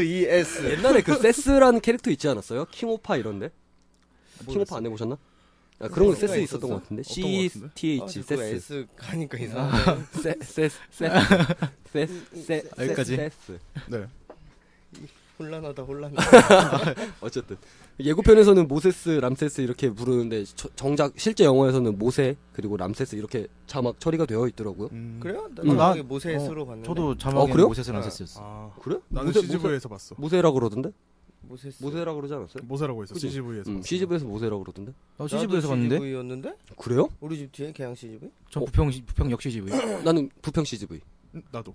[SPEAKER 2] S E S.
[SPEAKER 1] 옛날에 그 세스라는 캐릭터 있지 않았어요? 킹오파 이런데 킹오파 안 해보셨나? 아, 그런 거
[SPEAKER 2] 그런
[SPEAKER 1] 세스
[SPEAKER 2] 거가
[SPEAKER 1] 있었던 것
[SPEAKER 2] 있었어?
[SPEAKER 1] 같은데
[SPEAKER 4] 어떤 거
[SPEAKER 1] C
[SPEAKER 4] 같은데?
[SPEAKER 1] T
[SPEAKER 2] 아,
[SPEAKER 1] H
[SPEAKER 2] 자꾸
[SPEAKER 1] 세스
[SPEAKER 2] S 가니까 이상해.
[SPEAKER 1] 세- 세스 세스 세스 세스
[SPEAKER 3] 아, 여기까지?
[SPEAKER 1] 세스
[SPEAKER 4] 네.
[SPEAKER 2] 혼란하다 혼란해.
[SPEAKER 1] 어쨌든 예고편에서는 모세스, 람세스 이렇게 부르는데 저- 정작 실제 영화에서는 모세 그리고 람세스 이렇게 자막 처리가 되어 있더라고요.
[SPEAKER 4] 음.
[SPEAKER 2] 그래요? 나
[SPEAKER 1] 음.
[SPEAKER 2] 나중에
[SPEAKER 3] 난-
[SPEAKER 2] 모세스로 봤는데.
[SPEAKER 3] 저도
[SPEAKER 1] 어,
[SPEAKER 3] 자막에
[SPEAKER 1] 그래요?
[SPEAKER 3] 모세스랑
[SPEAKER 2] 네.
[SPEAKER 3] 세스였어.
[SPEAKER 4] 아,
[SPEAKER 1] 그래?
[SPEAKER 4] 나는
[SPEAKER 1] 모세,
[SPEAKER 4] CGV에서 봤어.
[SPEAKER 1] 모세, 라 그러던데?
[SPEAKER 2] 모세스.
[SPEAKER 1] 모세라 그러지 않았어요?
[SPEAKER 4] 모세라고
[SPEAKER 1] 네.
[SPEAKER 4] 했어.
[SPEAKER 1] 그치?
[SPEAKER 4] CGV에서.
[SPEAKER 1] 음, CGV에서 모세라 그러던데?
[SPEAKER 3] 나 CGV에서 봤는데.
[SPEAKER 2] CGV였는데?
[SPEAKER 1] 그래요?
[SPEAKER 2] 우리 집 뒤에 개양 CGV?
[SPEAKER 3] 저
[SPEAKER 1] 어.
[SPEAKER 3] 부평 부평 역 CGV.
[SPEAKER 1] 나는 부평 CGV.
[SPEAKER 4] 음, 나도.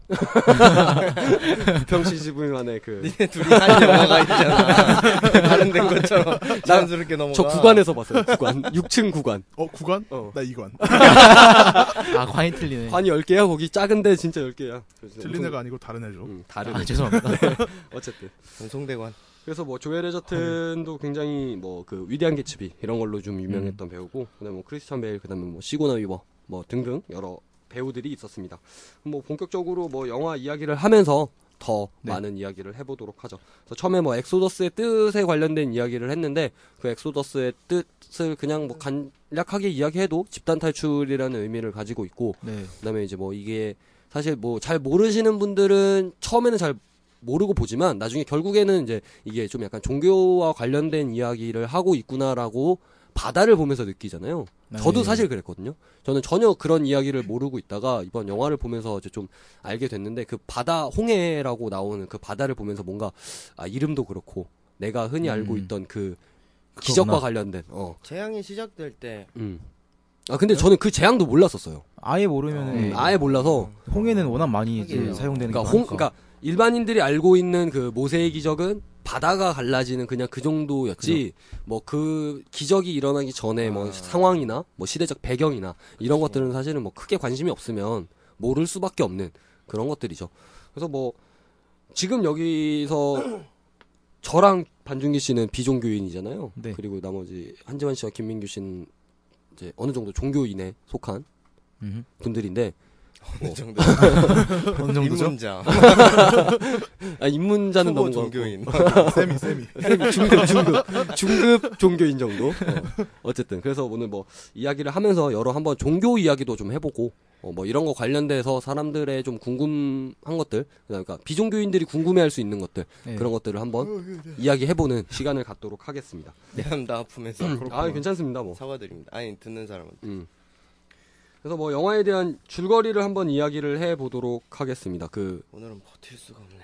[SPEAKER 1] 부평 CGV만의 그.
[SPEAKER 2] 니네 둘이 한 영화가 있잖아. 다른 된 것처럼 자연스럽게 넘어가.
[SPEAKER 1] 저 구간에서 봤어요, 구간. 6층 구간.
[SPEAKER 4] 어 구간?
[SPEAKER 1] 어.
[SPEAKER 4] 나 이관.
[SPEAKER 3] 아 관이 틀리네.
[SPEAKER 1] 관이 10개야, 거기 작은데 진짜 10개야.
[SPEAKER 4] 틀린 애가 아니고 다른 애죠.
[SPEAKER 1] 네. 음,
[SPEAKER 3] 아
[SPEAKER 1] 다르네.
[SPEAKER 3] 죄송합니다. 아.
[SPEAKER 1] 어쨌든.
[SPEAKER 2] 음, 송대관.
[SPEAKER 1] 그래서 뭐 조엘 에저튼도 굉장히 뭐 그 위대한
[SPEAKER 3] 음.
[SPEAKER 1] 개츠비 이런 걸로 좀 유명했던 배우고 그다음에 뭐 크리스찬 베일 그다음에 뭐 시고나 위버 뭐 등등 여러 배우들이 있었습니다. 뭐 본격적으로 뭐 영화 이야기를 하면서 더
[SPEAKER 3] 네.
[SPEAKER 1] 많은 이야기를 해보도록 하죠. 그래서 처음에 뭐 엑소더스의 뜻에 관련된 이야기를 했는데 그 엑소더스의 뜻을 그냥 뭐 간략하게 이야기해도 집단 탈출이라는 의미를 가지고 있고
[SPEAKER 3] 네.
[SPEAKER 1] 그다음에 이제 뭐 이게 사실 뭐 잘 모르시는 분들은 처음에는 잘 모르고 보지만 나중에 결국에는 이제 이게 좀 약간 종교와 관련된 이야기를 하고 있구나라고 바다를 보면서 느끼잖아요. 저도
[SPEAKER 3] 네.
[SPEAKER 1] 사실 그랬거든요. 저는 전혀 그런 이야기를 모르고 있다가 이번 영화를 보면서 이제 좀 알게 됐는데 그 바다 홍해라고 나오는 그 바다를 보면서 뭔가 아 이름도 그렇고 내가 흔히 알고
[SPEAKER 3] 음.
[SPEAKER 1] 있던 그
[SPEAKER 3] 그거구나.
[SPEAKER 1] 기적과 관련된 어.
[SPEAKER 2] 재앙이 시작될 때
[SPEAKER 1] 음. 아 근데 저는 그 재앙도 몰랐었어요.
[SPEAKER 3] 아예 모르면
[SPEAKER 1] 음,
[SPEAKER 3] 은
[SPEAKER 1] 아예 몰라서
[SPEAKER 3] 홍해는 워낙 많이 이제
[SPEAKER 2] 하긴 해요.
[SPEAKER 3] 사용되는
[SPEAKER 1] 그러니까
[SPEAKER 3] 거
[SPEAKER 1] 홍 그러니까 일반인들이 알고 있는 그 모세의 기적은 바다가 갈라지는 그냥 그 정도였지 뭐 그 기적이 일어나기 전에 뭐
[SPEAKER 2] 아.
[SPEAKER 1] 상황이나 뭐 시대적 배경이나 이런 것들은 사실은 뭐 크게 관심이 없으면 모를 수밖에 없는 그런 것들이죠. 그래서 뭐 지금 여기서 저랑 반준기 씨는 비종교인이잖아요.
[SPEAKER 3] 네.
[SPEAKER 1] 그리고 나머지 한지원 씨와 김민규 씨는 이제 어느 정도 종교인에 속한
[SPEAKER 3] 음흠.
[SPEAKER 1] 분들인데
[SPEAKER 2] 어느 그 정도
[SPEAKER 3] 어느 그 정도죠?
[SPEAKER 2] 입문자
[SPEAKER 1] 아 입문자는
[SPEAKER 2] 초보
[SPEAKER 1] 너무
[SPEAKER 2] 종교인
[SPEAKER 4] 세미 세미.
[SPEAKER 1] 중급 중급 중급 종교인 정도. 어. 쨌든 그래서 오늘 뭐 이야기를 하면서 여러 한번 종교 이야기도 좀 해보고 어, 뭐 이런 거 관련돼서 사람들의 좀 궁금한 것들 그러니까 비종교인들이 궁금해할 수 있는 것들
[SPEAKER 3] 네.
[SPEAKER 1] 그런 것들을 한번 이야기해보는 시간을 갖도록 하겠습니다.
[SPEAKER 2] 미안 나 네, 아프면서
[SPEAKER 1] 아 괜찮습니다 뭐.
[SPEAKER 2] 사과드립니다 아니 듣는 사람은
[SPEAKER 1] 음. 그래서 뭐 영화에 대한 줄거리를 한번 이야기를 해보도록 하겠습니다. 그
[SPEAKER 2] 오늘은 버틸 수가 없네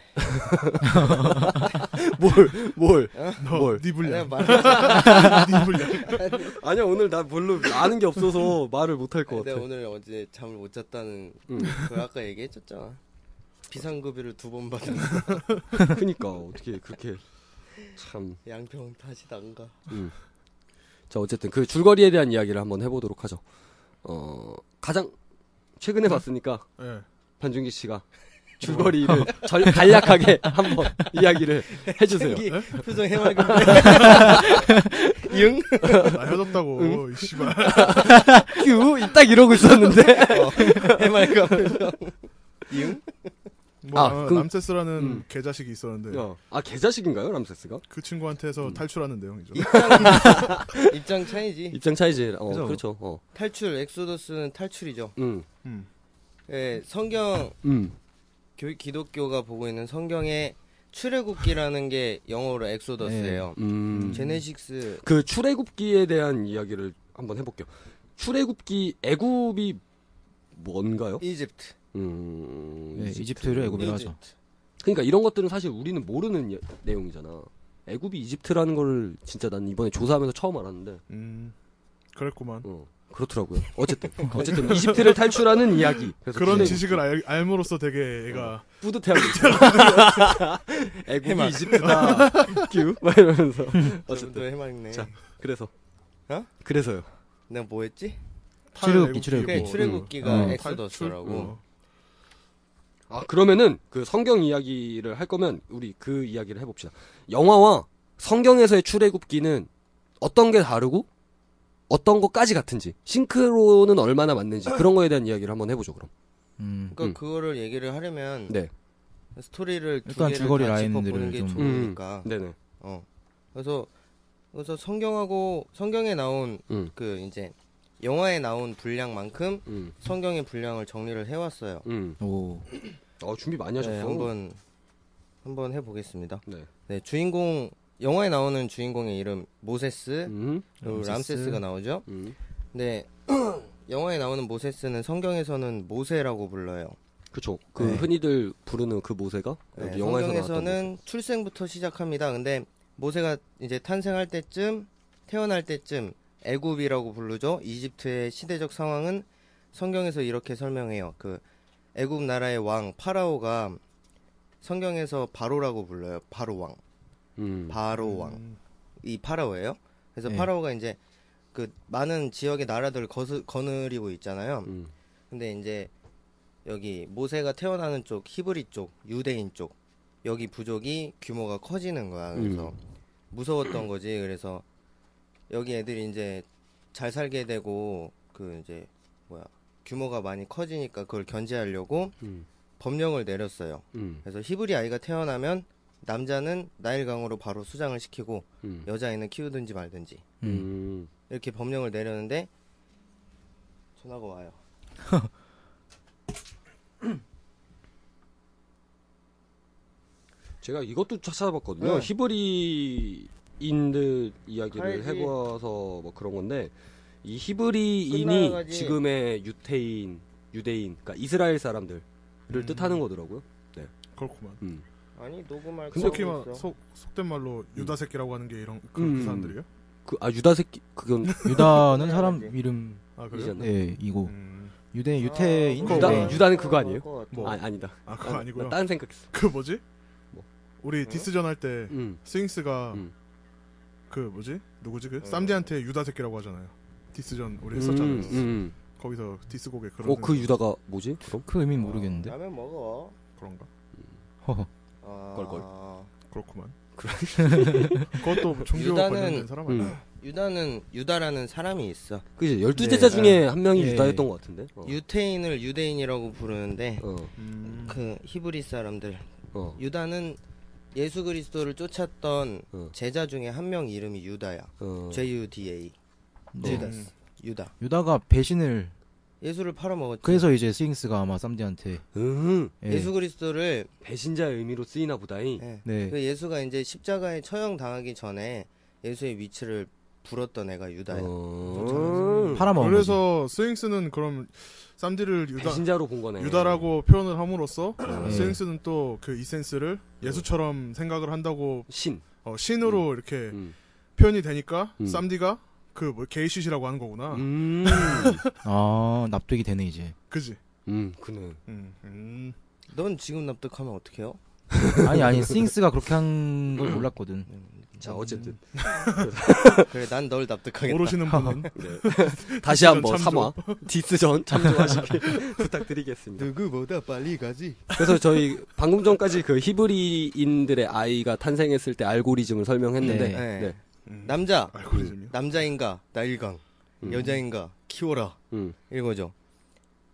[SPEAKER 1] 뭘? 아,
[SPEAKER 4] 너,
[SPEAKER 2] 아,
[SPEAKER 4] 네
[SPEAKER 2] 내가
[SPEAKER 4] 분량.
[SPEAKER 2] 말을
[SPEAKER 4] 네 분량.
[SPEAKER 1] 아니야 오늘 나 별로 아는 게 없어서 말을 못 할 것
[SPEAKER 2] 내가
[SPEAKER 1] 같아.
[SPEAKER 2] 오늘 어제 잠을 못 잤다는
[SPEAKER 1] 음.
[SPEAKER 2] 그걸 아까 얘기했었잖아 비상급여를 두 번 받은
[SPEAKER 1] 그니까 어떻게 그렇게 참.
[SPEAKER 2] 양평 다시 난가
[SPEAKER 1] 자 어쨌든 그 줄거리에 대한 이야기를 한번 해보도록 하죠. 어 가장 최근에 봤으니까
[SPEAKER 4] 예.
[SPEAKER 1] 반준기 씨가 줄거리를 절, 간략하게 한번 이야기를 해주세요.
[SPEAKER 2] 생기 표정 해맑은 이응
[SPEAKER 4] 나 헤어졌다고 이 씨발.
[SPEAKER 1] 큐 딱 이러고 있었는데
[SPEAKER 2] 해맑은 표정 이응
[SPEAKER 4] 뭐
[SPEAKER 1] 아, 그-
[SPEAKER 4] 람세스라는
[SPEAKER 1] 음.
[SPEAKER 4] 개자식이 있었는데
[SPEAKER 1] 어. 아 개자식인가요 람세스가?
[SPEAKER 4] 그 친구한테서
[SPEAKER 1] 음.
[SPEAKER 4] 탈출하는 내용이죠.
[SPEAKER 2] 입장 입장 차이지
[SPEAKER 1] 입장 차이지. 어
[SPEAKER 3] 그죠.
[SPEAKER 1] 그렇죠. 어.
[SPEAKER 2] 탈출 엑소더스는 탈출이죠
[SPEAKER 1] 음.
[SPEAKER 4] 음.
[SPEAKER 2] 예 성경
[SPEAKER 1] 음.
[SPEAKER 2] 교, 기독교가 보고 있는 성경의 출애굽기라는 게 영어로 엑소더스예요.
[SPEAKER 1] 음.
[SPEAKER 2] 제네식스
[SPEAKER 1] 그 출애굽기에 대한 이야기를 한번 해볼게요. 출애굽기 애굽이 뭔가요?
[SPEAKER 2] 이집트.
[SPEAKER 1] 음.
[SPEAKER 3] 네, 이집트를 애굽이라 하죠.
[SPEAKER 1] 그러니까 이런 것들은 사실 우리는 모르는 예- 내용이잖아. 애굽이 이집트라는 걸 진짜 난 이번에 조사하면서 처음 알았는데
[SPEAKER 4] 음. 그랬구만.
[SPEAKER 1] 어, 그렇더라고요. 어쨌든 어쨌든 이집트를 탈출하는 이야기. 어, 그래서
[SPEAKER 4] 그런
[SPEAKER 1] 굉장히
[SPEAKER 4] 지식을 알, 알므로써 되게 애가
[SPEAKER 1] 뿌듯해하고 있잖아. 애굽이 이집트다. 큐. 막 이러면서
[SPEAKER 2] 어쨌든
[SPEAKER 1] 어쨌든
[SPEAKER 2] 해맑네.
[SPEAKER 1] 자. 그래서
[SPEAKER 2] 어?
[SPEAKER 1] 그래서요.
[SPEAKER 2] 내가 뭐 했지?
[SPEAKER 3] 출애굽기,
[SPEAKER 4] 탈애굽기고
[SPEAKER 3] 출애굽기.
[SPEAKER 2] 그게
[SPEAKER 3] 뭐,
[SPEAKER 2] 출애굽기가
[SPEAKER 3] 음. 어,
[SPEAKER 2] 엑소더스라고.
[SPEAKER 4] 탈출?
[SPEAKER 1] 음,
[SPEAKER 4] 어.
[SPEAKER 1] 아 그러면은 그 성경 이야기를 할 거면 우리 그 이야기를 해봅시다. 영화와 성경에서의 출애굽기는 어떤 게 다르고 어떤 것까지 같은지 싱크로는 얼마나 맞는지 그런 거에 대한 이야기를 한번 해보죠 그럼.
[SPEAKER 3] 음.
[SPEAKER 2] 그러니까
[SPEAKER 1] 음.
[SPEAKER 2] 그거를 얘기를 하려면
[SPEAKER 1] 네.
[SPEAKER 2] 스토리를 두
[SPEAKER 3] 일단
[SPEAKER 2] 개를
[SPEAKER 3] 줄거리
[SPEAKER 2] 다
[SPEAKER 3] 라인들을
[SPEAKER 2] 짚어보는 게
[SPEAKER 3] 좀- 음.
[SPEAKER 2] 좋으니까.
[SPEAKER 1] 네네.
[SPEAKER 2] 어. 그래서 그래서 성경하고 성경에 나온
[SPEAKER 1] 음.
[SPEAKER 2] 그 이제 영화에 나온 분량만큼
[SPEAKER 1] 음.
[SPEAKER 2] 성경의 분량을 정리를 해왔어요.
[SPEAKER 1] 음.
[SPEAKER 3] 오.
[SPEAKER 1] 아 준비 많이 하셨어.
[SPEAKER 2] 네, 한번 한번 해보겠습니다.
[SPEAKER 1] 네.
[SPEAKER 2] 네, 주인공 영화에 나오는 주인공의 이름 모세스,
[SPEAKER 1] 음.
[SPEAKER 2] 그리고
[SPEAKER 3] 람세스.
[SPEAKER 2] 람세스. 가 나오죠.
[SPEAKER 1] 음.
[SPEAKER 2] 네, 영화에 나오는 모세스는 성경에서는 모세라고 불러요.
[SPEAKER 1] 그쵸. 그
[SPEAKER 3] 네.
[SPEAKER 1] 흔히들 부르는 그 모세가
[SPEAKER 2] 네,
[SPEAKER 1] 여기 영화에서 나왔던 모세.
[SPEAKER 2] 성경에서는 출생부터 시작합니다. 근데 모세가 이제 탄생할 때쯤, 태어날 때쯤 애굽이라고 부르죠. 이집트의 시대적 상황은 성경에서 이렇게 설명해요. 그 애굽 나라의 왕 파라오가 성경에서 바로라고 불러요. 바로 왕,
[SPEAKER 1] 음.
[SPEAKER 2] 바로 왕. 이 파라오예요. 그래서
[SPEAKER 3] 네.
[SPEAKER 2] 파라오가 이제 그 많은 지역의 나라들을 거스, 거느리고 있잖아요.
[SPEAKER 1] 음.
[SPEAKER 2] 근데 이제 여기 모세가 태어나는 쪽 히브리 쪽 유대인 쪽 여기 부족이 규모가 커지는 거야. 그래서
[SPEAKER 1] 음.
[SPEAKER 2] 무서웠던 거지. 그래서 여기 애들이 이제 잘 살게 되고 그 이제 뭐야 규모가 많이 커지니까 그걸 견제하려고
[SPEAKER 1] 음.
[SPEAKER 2] 법령을 내렸어요.
[SPEAKER 1] 음.
[SPEAKER 2] 그래서 히브리 아이가 태어나면 남자는 나일강으로 바로 수장을 시키고
[SPEAKER 1] 음.
[SPEAKER 2] 여자아이는 키우든지 말든지
[SPEAKER 3] 음.
[SPEAKER 1] 음.
[SPEAKER 2] 이렇게 법령을 내렸는데 전화가 와요.
[SPEAKER 1] 제가 이것도 찾아봤거든요.
[SPEAKER 2] 네.
[SPEAKER 1] 히브리인들 이야기를
[SPEAKER 2] 가야지.
[SPEAKER 1] 해봐서 뭐 그런 건데 이 히브리인이
[SPEAKER 2] 끝나가지.
[SPEAKER 1] 지금의 유태인, 유대인, 그러니까 이스라엘 사람들을
[SPEAKER 4] 음.
[SPEAKER 1] 뜻하는 거더라고요.
[SPEAKER 4] 그렇구만.
[SPEAKER 1] 음.
[SPEAKER 2] 아니 녹음할 거
[SPEAKER 1] 근데
[SPEAKER 2] 하고
[SPEAKER 4] 속히
[SPEAKER 2] 있어.
[SPEAKER 4] 막 속, 속된 말로 유다 새끼라고 하는 게 이런 그,
[SPEAKER 1] 음.
[SPEAKER 4] 그 사람들이에요?
[SPEAKER 1] 그 아 유다 새끼 그건
[SPEAKER 3] 유다는 사람
[SPEAKER 2] 그래야지.
[SPEAKER 3] 이름
[SPEAKER 4] 아 그래요?
[SPEAKER 1] 이잖아.
[SPEAKER 3] 네 이고
[SPEAKER 4] 음.
[SPEAKER 3] 유대 네, 유태인
[SPEAKER 1] 유다-
[SPEAKER 3] 유대인.
[SPEAKER 1] 유다- 유다는 그거 아니에요?
[SPEAKER 2] 아, 뭐 그거 같아.
[SPEAKER 4] 뭐.
[SPEAKER 1] 아 아니다.
[SPEAKER 4] 아 그거 아니고요.
[SPEAKER 1] 딴 생각했어.
[SPEAKER 4] 그 뭐지?
[SPEAKER 1] 뭐?
[SPEAKER 4] 우리
[SPEAKER 2] 응?
[SPEAKER 4] 디스전 할 때
[SPEAKER 1] 음.
[SPEAKER 4] 스윙스가
[SPEAKER 1] 음.
[SPEAKER 4] 그 뭐지? 누구지? 그
[SPEAKER 2] 어.
[SPEAKER 4] 쌈디한테 유다 새끼라고 하잖아요. 디스전 우리 했었잖아요.
[SPEAKER 1] 음, 음.
[SPEAKER 4] 거기서 디스곡에 그런
[SPEAKER 1] 어그
[SPEAKER 4] 생각-
[SPEAKER 1] 유다가 뭐지? 그럼
[SPEAKER 3] 그 의미 는 모르겠는데.
[SPEAKER 2] 라면 먹어.
[SPEAKER 4] 그런가?
[SPEAKER 3] 허허.
[SPEAKER 2] 아,
[SPEAKER 4] 그렇구만. 그것도 종교
[SPEAKER 2] 유다는-
[SPEAKER 4] 관련된 사람 아니야?
[SPEAKER 1] 음.
[SPEAKER 2] 유다는 유다라는 사람이 있어.
[SPEAKER 1] 그지 열두
[SPEAKER 3] 네.
[SPEAKER 1] 제자 중에 한 명이
[SPEAKER 3] 예.
[SPEAKER 1] 유다였던 것 같은데. 어.
[SPEAKER 2] 유태인을 유대인이라고 부르는데
[SPEAKER 1] 어.
[SPEAKER 4] 음.
[SPEAKER 2] 그 히브리 사람들
[SPEAKER 1] 어.
[SPEAKER 2] 유다는 예수 그리스도를 쫓았던
[SPEAKER 1] 어.
[SPEAKER 2] 제자 중에 한 명 이름이 유다야.
[SPEAKER 1] 어.
[SPEAKER 2] JUDA.
[SPEAKER 3] 네.
[SPEAKER 2] 유다스. 유다.
[SPEAKER 3] 유다가 배신을
[SPEAKER 2] 예수를 팔아먹었지.
[SPEAKER 3] 그래서 이제 스윙스가 아마 쌈디한테
[SPEAKER 1] 음.
[SPEAKER 3] 예.
[SPEAKER 2] 예수 그리스도를
[SPEAKER 1] 배신자의 의미로 쓰이나 보다잉.
[SPEAKER 2] 예.
[SPEAKER 3] 네.
[SPEAKER 2] 그 예수가 이제 십자가에 처형 당하기 전에 예수의 위치를 불었던 애가 유다야.
[SPEAKER 3] 어.
[SPEAKER 1] 어...
[SPEAKER 3] 팔아먹은 거지.
[SPEAKER 4] 그래서 스윙스는 그럼 쌈디를 유다
[SPEAKER 1] 배신자로 본 거네.
[SPEAKER 4] 유다라고 표현을 함으로써
[SPEAKER 1] 네.
[SPEAKER 4] 스윙스는 또 그 이센스를 예수처럼 생각을 한다고
[SPEAKER 1] 신.
[SPEAKER 4] 어, 신으로 이렇게
[SPEAKER 1] 음.
[SPEAKER 4] 표현이 되니까
[SPEAKER 1] 음.
[SPEAKER 4] 쌈디가 그 뭐 게이시시라고 하는 거구나.
[SPEAKER 1] 음.
[SPEAKER 3] 아 납득이 되네 이제.
[SPEAKER 4] 그지?
[SPEAKER 1] 음, 그는.
[SPEAKER 4] 음. 음.
[SPEAKER 2] 넌 지금 납득하면 어떡해요?
[SPEAKER 3] 아니 아니 스윙스가 그렇게 한 걸 몰랐거든.
[SPEAKER 1] 자, 어쨌든.
[SPEAKER 2] 그래, 난 널 납득하겠다.
[SPEAKER 4] 모르시는 분은
[SPEAKER 1] 네. 다시 한번
[SPEAKER 4] 디스전
[SPEAKER 1] 삼화 디스전 참조하시길 부탁드리겠습니다.
[SPEAKER 2] 누구보다 빨리 가지.
[SPEAKER 1] 음. 그래서 저희 방금 전까지 그 히브리인들의 아이가 탄생했을 때 알고리즘을 설명했는데
[SPEAKER 3] 네.
[SPEAKER 1] 네.
[SPEAKER 2] 네.
[SPEAKER 4] 음.
[SPEAKER 2] 남자,
[SPEAKER 4] 알고리즘이요.
[SPEAKER 2] 남자인가, 나일강.
[SPEAKER 1] 음.
[SPEAKER 2] 여자인가, 키워라.
[SPEAKER 1] 음.
[SPEAKER 2] 이거죠.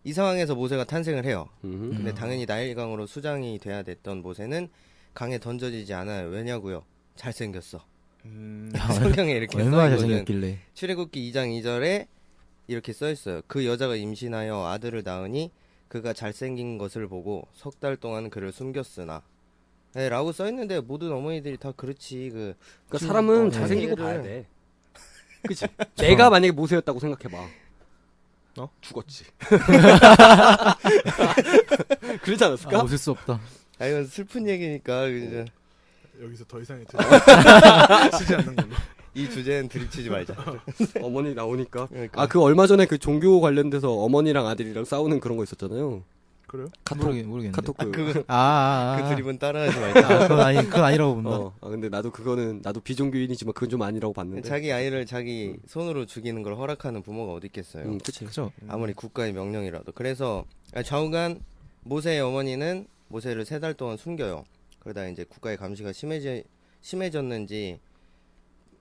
[SPEAKER 2] 이 상황에서 모세가 탄생을 해요.
[SPEAKER 1] 음.
[SPEAKER 2] 근데
[SPEAKER 3] 음.
[SPEAKER 2] 당연히 나일강으로 수장이 돼야 됐던 모세는 강에 던져지지 않아요. 왜냐고요? 잘생겼어.
[SPEAKER 4] 음.
[SPEAKER 2] 성경에 이렇게
[SPEAKER 3] 아, 얼마나 아,
[SPEAKER 2] 써있거든.
[SPEAKER 3] 잘생겼길래.
[SPEAKER 2] 출애굽기 2장 2절에 이렇게 써 있어요. 그 여자가 임신하여 아들을 낳으니 그가 잘생긴 것을 보고 석 달 동안 그를 숨겼으나 네, 라고 써 있는데 모든 어머니들이 다 그렇지 그
[SPEAKER 1] 그러니까 사람은
[SPEAKER 2] 어,
[SPEAKER 1] 잘생기고
[SPEAKER 2] 자기를-
[SPEAKER 1] 봐야 돼. 그치? 내가 만약에 모세였다고 생각해봐.
[SPEAKER 4] 어?
[SPEAKER 1] 죽었지. 그러지 않았을까?
[SPEAKER 3] 아, 웃을 수 없다.
[SPEAKER 2] 아 이건 슬픈 얘기니까
[SPEAKER 1] 어.
[SPEAKER 2] 이제
[SPEAKER 4] 여기서 더 이상의 드립을 쓰지 않는 걸로.
[SPEAKER 2] 이 주제는 들이치지 말자.
[SPEAKER 1] 어머니 나오니까.
[SPEAKER 2] 그러니까.
[SPEAKER 1] 아, 그 얼마 전에 그 종교 관련돼서 어머니랑 아들이랑 싸우는 그런 거 있었잖아요.
[SPEAKER 4] 그래요?
[SPEAKER 1] 카톡,
[SPEAKER 3] 모르겠 모르겠는데.
[SPEAKER 1] 카톡 그.
[SPEAKER 2] 그거
[SPEAKER 3] 아, 아, 아.
[SPEAKER 2] 그 드립은 따라하지 말자.
[SPEAKER 3] 아, 그건 아니 그건 아니라고 본다.
[SPEAKER 1] 어, 아, 근데 나도 그거는, 나도 비종교인이지만 그건 좀 아니라고 봤는데.
[SPEAKER 2] 자기 아이를 자기 손으로 죽이는 걸 허락하는 부모가 어디 있겠어요.
[SPEAKER 1] 음, 그치.
[SPEAKER 3] 그죠?
[SPEAKER 2] 아무리 국가의 명령이라도. 그래서 아, 좌우간 모세의 어머니는 모세를 세 달 동안 숨겨요. 그러다 이제 국가의 감시가 심해지, 심해졌는지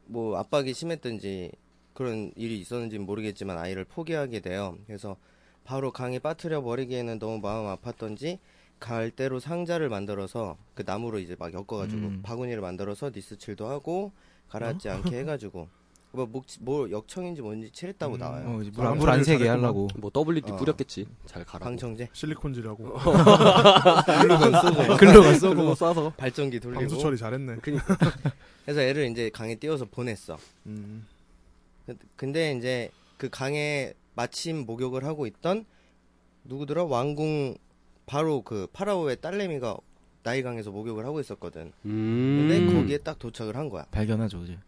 [SPEAKER 2] 뭐 압박이 심했든지 그런 일이 있었는지는 모르겠지만 아이를 포기하게 돼요. 그래서 바로 강에 빠뜨려 버리기에는 너무 마음 아팠던지 갈대로 상자를 만들어서 그 나무로 이제 막 엮어가지고
[SPEAKER 3] 음. 어?
[SPEAKER 2] 바구니를 만들어서 니스칠도 하고 가라앉지 않게 해가지고 뭐, 목, 뭐 역청인지 뭔지 칠했다고
[SPEAKER 4] 음.
[SPEAKER 2] 나와요.
[SPEAKER 3] 어, 이제 물, 안- 물안 새게 하려고.
[SPEAKER 1] 뭐, WD
[SPEAKER 2] 어.
[SPEAKER 1] 뿌렸겠지. 잘 가라.
[SPEAKER 2] 방청제
[SPEAKER 4] 실리콘질하고
[SPEAKER 1] 어,
[SPEAKER 4] 아,
[SPEAKER 2] 글루건 아, 쓰고
[SPEAKER 3] 글로가
[SPEAKER 1] 그거
[SPEAKER 3] 쏘고.
[SPEAKER 1] 싸서.
[SPEAKER 2] 발전기 돌리고
[SPEAKER 1] 어,
[SPEAKER 4] 방수 처리 잘했네.
[SPEAKER 2] 그래서 애를 이제 강에 띄워서 보냈어
[SPEAKER 4] 음.
[SPEAKER 2] 그- 근데 이제 그 강에 마침 목욕을 하고 있던 누구더라 왕궁 바로 그 파라오의 딸내미가 나이강에서 목욕을 하고 있었거든
[SPEAKER 1] 음.
[SPEAKER 2] 근데 거기에 딱 도착을 한 거야
[SPEAKER 3] 발견하죠 이제.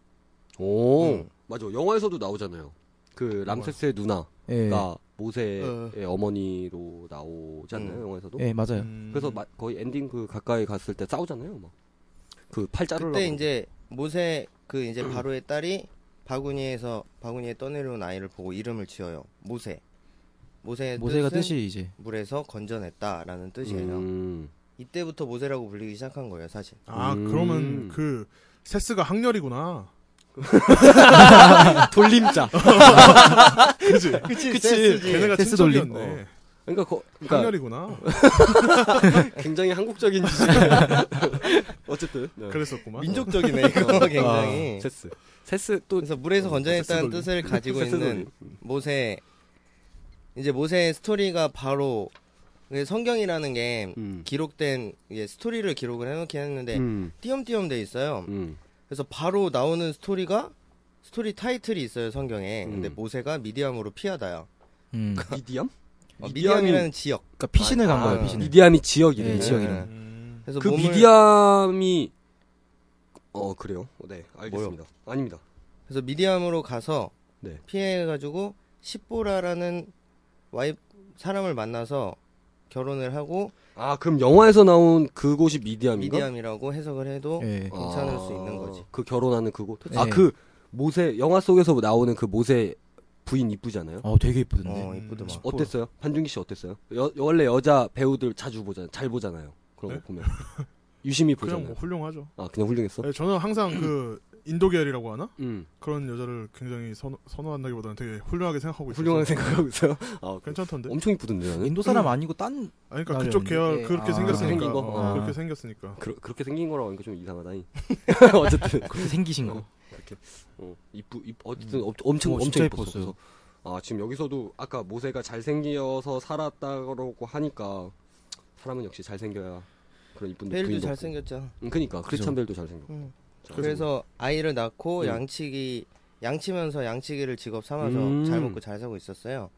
[SPEAKER 1] 오.
[SPEAKER 2] 음.
[SPEAKER 1] 맞아. 영화에서도 나오잖아요. 그, 람세스의 누나.
[SPEAKER 3] 예.
[SPEAKER 1] 가 모세의
[SPEAKER 4] 어.
[SPEAKER 1] 어머니로 나오지 않나요
[SPEAKER 2] 음.
[SPEAKER 1] 영화에서도?
[SPEAKER 3] 예 맞아요.
[SPEAKER 1] 그래서 마- 거의 엔딩 그 가까이 갔을 때 싸우잖아요. 막. 그 팔자를
[SPEAKER 2] 그때 이제 모세 그 이제 바로의 딸이 바구니에서 바구니에 떠내려온 아이를 보고 이름을 지어요 모세 모세의
[SPEAKER 3] 음. 모세가
[SPEAKER 2] 뜻은
[SPEAKER 3] 뜻이 이제
[SPEAKER 2] 물에서 건져냈다라는 뜻이에요
[SPEAKER 1] 음.
[SPEAKER 2] 이때부터 모세라고 불리기 시작한 거예요 사실
[SPEAKER 4] 아
[SPEAKER 1] 음.
[SPEAKER 4] 그러면 그 세스가 학렬이구나.
[SPEAKER 1] 돌림자.
[SPEAKER 4] 그지?
[SPEAKER 2] 그치,
[SPEAKER 1] 그치.
[SPEAKER 4] 걔네가
[SPEAKER 3] 테스
[SPEAKER 4] 친척이었네.
[SPEAKER 1] 그러니까 거, 그러니까
[SPEAKER 4] 한결이구나.
[SPEAKER 1] 굉장히 한국적인 짓이 어쨌든 네.
[SPEAKER 4] 그랬었구만.
[SPEAKER 2] 민족적이네 이거 뭐? 굉장히.
[SPEAKER 1] 세스. 세스 또
[SPEAKER 2] 그래서 물에서 건져냈다는
[SPEAKER 4] 세스
[SPEAKER 2] 뜻을 가지고
[SPEAKER 1] 세스
[SPEAKER 2] 있는 모세 이제 모세의 스토리가 바로 그 성경이라는 게
[SPEAKER 1] 음.
[SPEAKER 2] 기록된 네. 이게 스토리를 기록을 해놓긴 했는데
[SPEAKER 1] 음.
[SPEAKER 2] 띄엄띄엄 돼 있어요.
[SPEAKER 1] 음.
[SPEAKER 2] 그래서 바로 나오는 스토리가 스토리 타이틀이 있어요 성경에. 근데
[SPEAKER 1] 음.
[SPEAKER 2] 모세가 미디엄으로 피하다요.
[SPEAKER 3] 음.
[SPEAKER 1] 미디엄?
[SPEAKER 2] 어,
[SPEAKER 1] 미디엄이-
[SPEAKER 2] 미디엄이라는 지역.
[SPEAKER 3] 그러니까 피신을 간
[SPEAKER 2] 아,
[SPEAKER 3] 거예요.
[SPEAKER 2] 아.
[SPEAKER 3] 피신을.
[SPEAKER 1] 미디엄이 지역이래.
[SPEAKER 3] 예, 지역이래.
[SPEAKER 2] 네.
[SPEAKER 4] 음.
[SPEAKER 2] 그래서
[SPEAKER 1] 그
[SPEAKER 2] 몸을-
[SPEAKER 1] 미디엄이 어 그래요? 네 알겠습니다. 아닙니다.
[SPEAKER 2] 그래서 미디엄으로 가서
[SPEAKER 1] 네.
[SPEAKER 2] 피해가지고 십보라라는 와이 사람을 만나서 결혼을 하고
[SPEAKER 1] 아 그럼 영화에서 나온 그곳이 미디엄인가?
[SPEAKER 2] 미디엄이라고 해석을 해도
[SPEAKER 3] 예.
[SPEAKER 1] 아,
[SPEAKER 2] 괜찮을 수 있는 거지. 네.
[SPEAKER 1] 그 결혼하는 그곳.
[SPEAKER 3] 그치.
[SPEAKER 1] 아 그 모세 영화 속에서 나오는 그 모세 부인 이쁘잖아요.
[SPEAKER 3] 어, 되게 이쁘던데.
[SPEAKER 2] 어 이쁘더만.
[SPEAKER 1] 어, 땠어요 반준기 씨 어땠어요? 여- 원래 여자 배우들 자주 보잖아요. 잘 보잖아요. 그런
[SPEAKER 4] 네?
[SPEAKER 1] 거 보면 유심히
[SPEAKER 4] 그냥
[SPEAKER 1] 보잖아요.
[SPEAKER 4] 뭐 훌륭하죠.
[SPEAKER 1] 아 그냥 훌륭했어.
[SPEAKER 4] 네, 저는 항상 그 인도 계열이라고 하나
[SPEAKER 1] 음
[SPEAKER 4] 그런 여자를 굉장히 선호, 선호한다기보다는 되게 훌륭하게 생각하고 있어요.
[SPEAKER 1] 훌륭한 생각하고 있어요. 아 그-
[SPEAKER 4] 괜찮던데.
[SPEAKER 1] 엄청 이쁘던데 나는.
[SPEAKER 3] 음. 인도 사람 아니고 딴
[SPEAKER 4] 아니, 그러니까 그쪽
[SPEAKER 3] 나는-
[SPEAKER 4] 계열
[SPEAKER 3] 예.
[SPEAKER 4] 그렇게
[SPEAKER 3] 아,
[SPEAKER 4] 생겼으니까.
[SPEAKER 1] 생긴 거?
[SPEAKER 4] 어,
[SPEAKER 3] 아.
[SPEAKER 4] 그렇게 생겼으니까.
[SPEAKER 1] 그, 그렇게 생긴 거라고 하니까 좀 이상하다니. 어쨌든
[SPEAKER 3] 그렇게 생기신 거.
[SPEAKER 1] 어, 이쁘 이- 어쨌든 엄- 엄청
[SPEAKER 3] 어,
[SPEAKER 1] 엄청
[SPEAKER 3] 진짜
[SPEAKER 1] 이뻤어.
[SPEAKER 3] 이뻤어요.
[SPEAKER 1] 그래서 아 지금 여기서도 아까 모세가 잘생겨서 살았다고 하니까 사람은 역시 잘생겨야 음. 그런 이쁜
[SPEAKER 2] 베일도
[SPEAKER 1] 부인도
[SPEAKER 2] 잘생겼죠.
[SPEAKER 1] 없고. 응, 그니까 크리스찬 벨도 잘생겼고.
[SPEAKER 2] 응.
[SPEAKER 1] 자,
[SPEAKER 2] 그래서 아이를 낳고
[SPEAKER 1] 음.
[SPEAKER 2] 양치기 양치면서 양치기를 직업 삼아서
[SPEAKER 1] 음.
[SPEAKER 2] 잘 먹고 잘 살고 있었어요.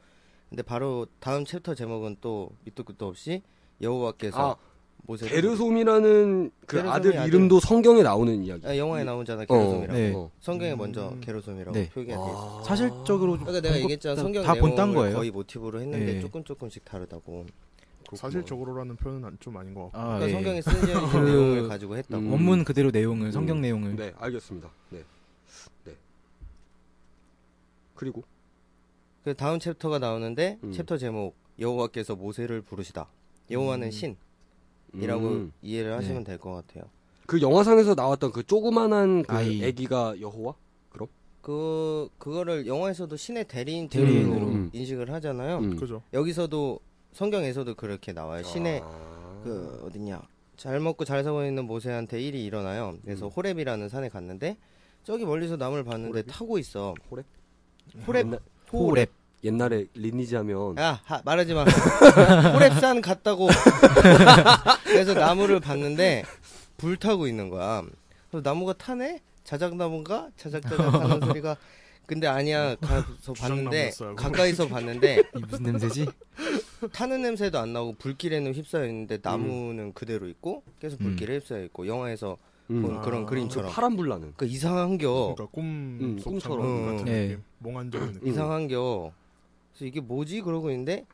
[SPEAKER 2] 근데 바로 다음 챕터 제목은 또 밑도 끝도 없이
[SPEAKER 1] 아
[SPEAKER 2] 여호와께서 모세
[SPEAKER 1] 게르솜이라는 그
[SPEAKER 2] 게르솜이
[SPEAKER 1] 아들
[SPEAKER 2] 아들.
[SPEAKER 1] 이름도 성경에 나오는 이야기.
[SPEAKER 2] 아, 영화에 나오잖아
[SPEAKER 1] 어,
[SPEAKER 2] 게르솜이라고
[SPEAKER 3] 네.
[SPEAKER 1] 어.
[SPEAKER 2] 성경에
[SPEAKER 4] 음.
[SPEAKER 2] 먼저 게르솜이라고
[SPEAKER 3] 네.
[SPEAKER 2] 표기가 돼 있어.
[SPEAKER 1] 아.
[SPEAKER 3] 사실적으로 좀
[SPEAKER 2] 그러니까 내가
[SPEAKER 3] 본것
[SPEAKER 2] 얘기했잖아
[SPEAKER 3] 다-
[SPEAKER 2] 성경
[SPEAKER 3] 다
[SPEAKER 2] 내용을
[SPEAKER 3] 본딴 거예요.
[SPEAKER 2] 거의 모티브로 했는데
[SPEAKER 3] 예.
[SPEAKER 2] 조금 조금씩 다르다고.
[SPEAKER 1] 그렇구나.
[SPEAKER 4] 사실적으로라는 표현은 안- 좀 아닌 것 같고.
[SPEAKER 3] 아,
[SPEAKER 2] 그러니까
[SPEAKER 3] 예.
[SPEAKER 2] 성경에 쓰여져 있는 내용을 가지고 했다고.
[SPEAKER 1] 음.
[SPEAKER 3] 원문 그대로 내용을
[SPEAKER 1] 음.
[SPEAKER 3] 성경 내용을
[SPEAKER 1] 네, 알겠습니다. 네. 네. 그리고
[SPEAKER 2] 그 다음 챕터가 나오는데
[SPEAKER 1] 음.
[SPEAKER 2] 챕터 제목 여호와께서 모세를 부르시다. 여호와는 신이라고
[SPEAKER 1] 음,
[SPEAKER 2] 이해를 하시면 될 것 같아요.
[SPEAKER 1] 그 영화상에서 나왔던 그 조그만한 그
[SPEAKER 3] 아이.
[SPEAKER 1] 애기가 여호와?
[SPEAKER 2] 그 그거를 영화에서도 신의 대리인
[SPEAKER 3] 대리인으로.
[SPEAKER 2] 대리인으로 인식을 하잖아요.
[SPEAKER 1] 음.
[SPEAKER 4] 그죠?
[SPEAKER 2] 여기서도 성경에서도 그렇게 나와요. 신의
[SPEAKER 1] 아.
[SPEAKER 2] 그 어딨냐 잘 먹고 잘 살고 있는 모세한테 일이 일어나요. 그래서
[SPEAKER 1] 음.
[SPEAKER 2] 호렙이라는 산에 갔는데 저기 멀리서 나무를 봤는데
[SPEAKER 1] 호렙이?
[SPEAKER 2] 타고 있어.
[SPEAKER 1] 호렙?
[SPEAKER 2] 호렙
[SPEAKER 1] 옛날-
[SPEAKER 3] 호랩
[SPEAKER 1] 옛날에 리니지 하면
[SPEAKER 2] 야 아, 하, 말하지 마. 호랩산 갔다고. 그래서 나무를 봤는데 불 타고 있는 거야. 그래서 나무가 타네? 자작나무인가? 자작자작 하는 소리가. 근데 아니야. 가서 봤는데
[SPEAKER 4] 주작나무였어요, 그거.
[SPEAKER 2] 가까이서 봤는데
[SPEAKER 3] 이 무슨 냄새지?
[SPEAKER 2] 타는 냄새도 안 나고 불길에는 휩싸여 있는데 나무는
[SPEAKER 4] 음.
[SPEAKER 2] 그대로 있고 계속
[SPEAKER 3] 음.
[SPEAKER 2] 불길에 휩싸여 있고 영화에서 본
[SPEAKER 1] 음.
[SPEAKER 4] 아,
[SPEAKER 2] 그런
[SPEAKER 1] 그
[SPEAKER 2] 그림처럼.
[SPEAKER 1] 파란 불 나는
[SPEAKER 2] 그 이상한 겨.
[SPEAKER 4] 그러니까 꿈
[SPEAKER 1] 음,
[SPEAKER 4] 속처럼
[SPEAKER 2] 꿈처럼.
[SPEAKER 4] 같은
[SPEAKER 3] 예.
[SPEAKER 4] 느낌. 몽환적인 느낌.
[SPEAKER 2] 이상한 겨. 그래서 이게 뭐지? 그러고 있는데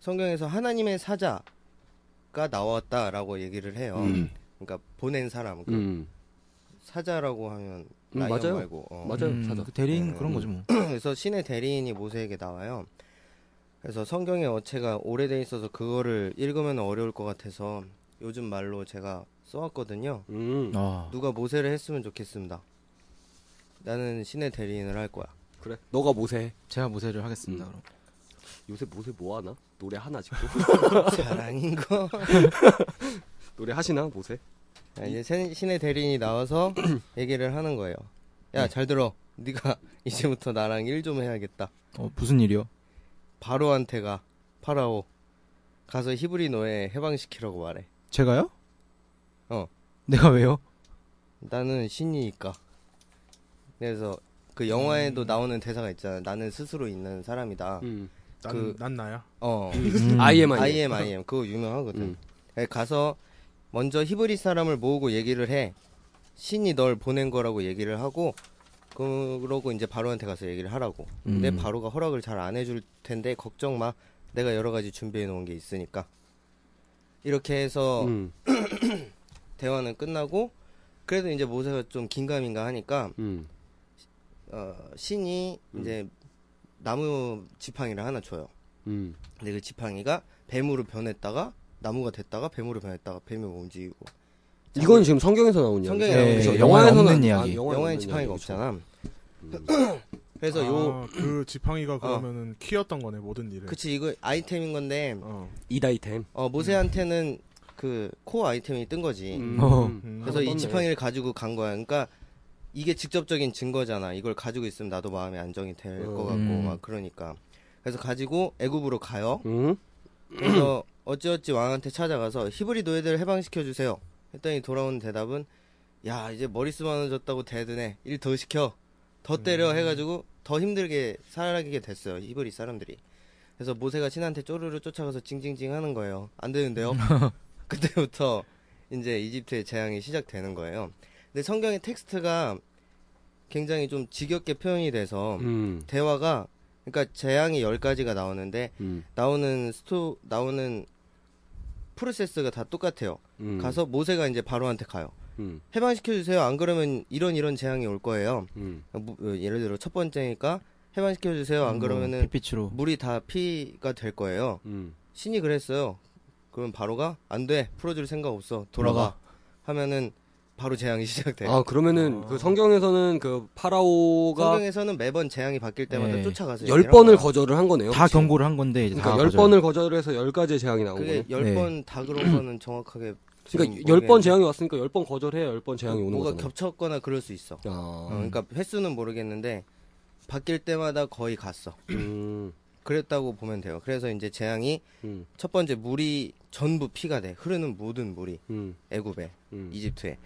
[SPEAKER 2] 성경에서 하나님의 사자가 나왔다라고 얘기를 해요.
[SPEAKER 1] 음.
[SPEAKER 2] 그러니까 보낸 사람 그
[SPEAKER 1] 음.
[SPEAKER 2] 사자라고 하면
[SPEAKER 1] 음,
[SPEAKER 2] 라이언
[SPEAKER 1] 맞아요.
[SPEAKER 2] 말고 어.
[SPEAKER 1] 맞아요,
[SPEAKER 3] 음,
[SPEAKER 1] 사자.
[SPEAKER 3] 그 대리인
[SPEAKER 2] 음.
[SPEAKER 3] 그런 거지 뭐.
[SPEAKER 2] 그래서 신의 대리인이 모세에게 나와요. 그래서 성경의 어체가 오래돼 있어서 그거를 읽으면 어려울 것 같아서 요즘 말로 제가 써왔거든요.
[SPEAKER 1] 음.
[SPEAKER 3] 아,
[SPEAKER 2] 누가 모세를 했으면 좋겠습니다. 나는 신의 대리인을 할 거야.
[SPEAKER 1] 그래. 너가 모세.
[SPEAKER 3] 제가 모세를 하겠습니다.
[SPEAKER 1] 음.
[SPEAKER 3] 그럼.
[SPEAKER 1] 요새 모세 뭐 하나? 노래 하나 지금?
[SPEAKER 2] 사랑인 거.
[SPEAKER 1] 노래 하시나 모세?
[SPEAKER 2] 아, 이제 신- 신의 대리인이 나와서 얘기를 하는 거예요. 야, 잘 들어. 네가 이제부터 나랑 일 좀 해야겠다.
[SPEAKER 3] 어, 무슨 일이요?
[SPEAKER 2] 바로한테 가 파라오 가서 히브리 노예 해방시키라고 말해
[SPEAKER 3] 제가요?
[SPEAKER 2] 어.
[SPEAKER 3] 내가 왜요?
[SPEAKER 2] 나는 신이니까 그래서 그 영화에도 나오는 대사가 있잖아 나는 스스로 있는 사람이다
[SPEAKER 1] 음.
[SPEAKER 4] 난,
[SPEAKER 2] 그-
[SPEAKER 4] 난 나야.
[SPEAKER 2] 어
[SPEAKER 3] 음.
[SPEAKER 1] I am
[SPEAKER 2] I
[SPEAKER 1] I.
[SPEAKER 2] am I am 그거 유명하거든
[SPEAKER 1] 음.
[SPEAKER 2] 에, 가서 먼저 히브리 사람을 모으고 얘기를 해 신이 널 보낸 거라고 얘기를 하고 그러고 이제 바로한테 가서 얘기를 하라고 근데
[SPEAKER 3] 음.
[SPEAKER 2] 바로가 허락을 잘 안 해줄 텐데 걱정 마 내가 여러 가지 준비해 놓은 게 있으니까 이렇게 해서
[SPEAKER 1] 음.
[SPEAKER 2] 대화는 끝나고 그래도 이제 모세가 좀 긴가민가 하니까
[SPEAKER 1] 음.
[SPEAKER 2] 어, 신이
[SPEAKER 1] 음.
[SPEAKER 2] 이제 나무 지팡이를 하나 줘요.
[SPEAKER 1] 음.
[SPEAKER 2] 근데 뭐 그 지팡이가 뱀으로 변했다가 나무가 됐다가 뱀으로 변했다가 뱀이 움직이고
[SPEAKER 1] 이건 지금 성경에서 나온 이야기.
[SPEAKER 2] 성경에
[SPEAKER 3] 나온
[SPEAKER 1] 그렇죠.
[SPEAKER 3] 이야기.
[SPEAKER 1] 영화에서는
[SPEAKER 3] 영화에 없는
[SPEAKER 1] 아,
[SPEAKER 3] 이야기.
[SPEAKER 1] 영화에
[SPEAKER 2] 영화엔
[SPEAKER 1] 없는 이야기죠.
[SPEAKER 2] 지팡이가 없잖아.
[SPEAKER 1] 음.
[SPEAKER 2] 그래서
[SPEAKER 4] 아,
[SPEAKER 2] 요
[SPEAKER 4] 그 지팡이가 그러면은 키였던 거네 모든 일에.
[SPEAKER 2] 그치 이거 아이템인 건데
[SPEAKER 4] 어.
[SPEAKER 1] 이다이템.
[SPEAKER 2] 어, 모세한테는 그 코 아이템이 뜬 거지.
[SPEAKER 1] 음.
[SPEAKER 3] 어.
[SPEAKER 4] 음.
[SPEAKER 2] 그래서 이
[SPEAKER 1] 떴네.
[SPEAKER 2] 지팡이를 가지고 간 거야. 그러니까 이게 직접적인 증거잖아. 이걸 가지고 있으면 나도 마음이 안정이 될 것 같고
[SPEAKER 3] 음.
[SPEAKER 2] 막 그러니까. 그래서 가지고 애굽으로 가요.
[SPEAKER 1] 음.
[SPEAKER 2] 그래서 어찌어찌 왕한테 찾아가서 히브리 노예들 해방시켜 주세요. 했더니 돌아온 대답은 야 이제 머리 쓰만해졌다고 대드네 일 더 시켜 더 때려 해가지고 더 힘들게 살아가게 됐어요 히브리 사람들이. 그래서 모세가 신한테 쪼르르 쫓아가서 징징징 하는 거예요. 안 되는데요. 그때부터 이제 이집트의 재앙이 시작되는 거예요. 근데 성경의 텍스트가 굉장히 좀 지겹게 표현이 돼서
[SPEAKER 1] 음.
[SPEAKER 2] 대화가 그러니까 재앙이 열 가지가 나오는데
[SPEAKER 1] 음.
[SPEAKER 2] 나오는 스토 나오는 프로세스가 다 똑같아요.
[SPEAKER 1] 음.
[SPEAKER 2] 가서 모세가 이제 바로한테 가요.
[SPEAKER 1] 음.
[SPEAKER 2] 해방시켜 주세요. 안 그러면 이런 이런 재앙이 올 거예요.
[SPEAKER 1] 음.
[SPEAKER 2] 뭐, 어, 예를 들어 첫 번째니까 해방시켜 주세요. 안
[SPEAKER 3] 뭐
[SPEAKER 2] 그러면은
[SPEAKER 3] 핏빛으로
[SPEAKER 2] 물이 다 피가 될 거예요.
[SPEAKER 1] 음.
[SPEAKER 2] 신이 그랬어요. 그럼 바로가 안 돼. 풀어줄 생각 없어. 돌아가. 하면은 바로 재앙이 시작돼. 요
[SPEAKER 1] 아 그러면은 그 성경에서는 그 파라오가
[SPEAKER 2] 네. 성경에서는 매번 재앙이 바뀔 때마다
[SPEAKER 3] 네.
[SPEAKER 2] 쫓아가서
[SPEAKER 1] 열
[SPEAKER 2] 얘기를
[SPEAKER 1] 번을
[SPEAKER 2] 하는 거야.
[SPEAKER 1] 거절을 한 거네요.
[SPEAKER 3] 다 경고를 한 건데 이제
[SPEAKER 1] 그러니까
[SPEAKER 3] 다
[SPEAKER 1] 열
[SPEAKER 3] 거절.
[SPEAKER 1] 번을 거절을 해서 열 가지 재앙이 나온 거네.
[SPEAKER 2] 그게 열 번 다 그런 거는 정확하게
[SPEAKER 1] 그러니까 열 번 재앙이 왔으니까 열 번 거절해야 열 번 재앙이 오는
[SPEAKER 2] 뭐가
[SPEAKER 1] 거잖아.
[SPEAKER 2] 겹쳤거나 그럴 수 있어. 어,
[SPEAKER 1] 아,
[SPEAKER 2] 그러니까 횟수는 모르겠는데 바뀔 때마다 거의 갔어.
[SPEAKER 1] 음,
[SPEAKER 2] 그랬다고 보면 돼요. 그래서 이제 재앙이
[SPEAKER 1] 음,
[SPEAKER 2] 첫 번째 물이 전부 피가 돼. 흐르는 모든 물이
[SPEAKER 1] 음,
[SPEAKER 2] 애굽에,
[SPEAKER 1] 음.
[SPEAKER 2] 이집트에.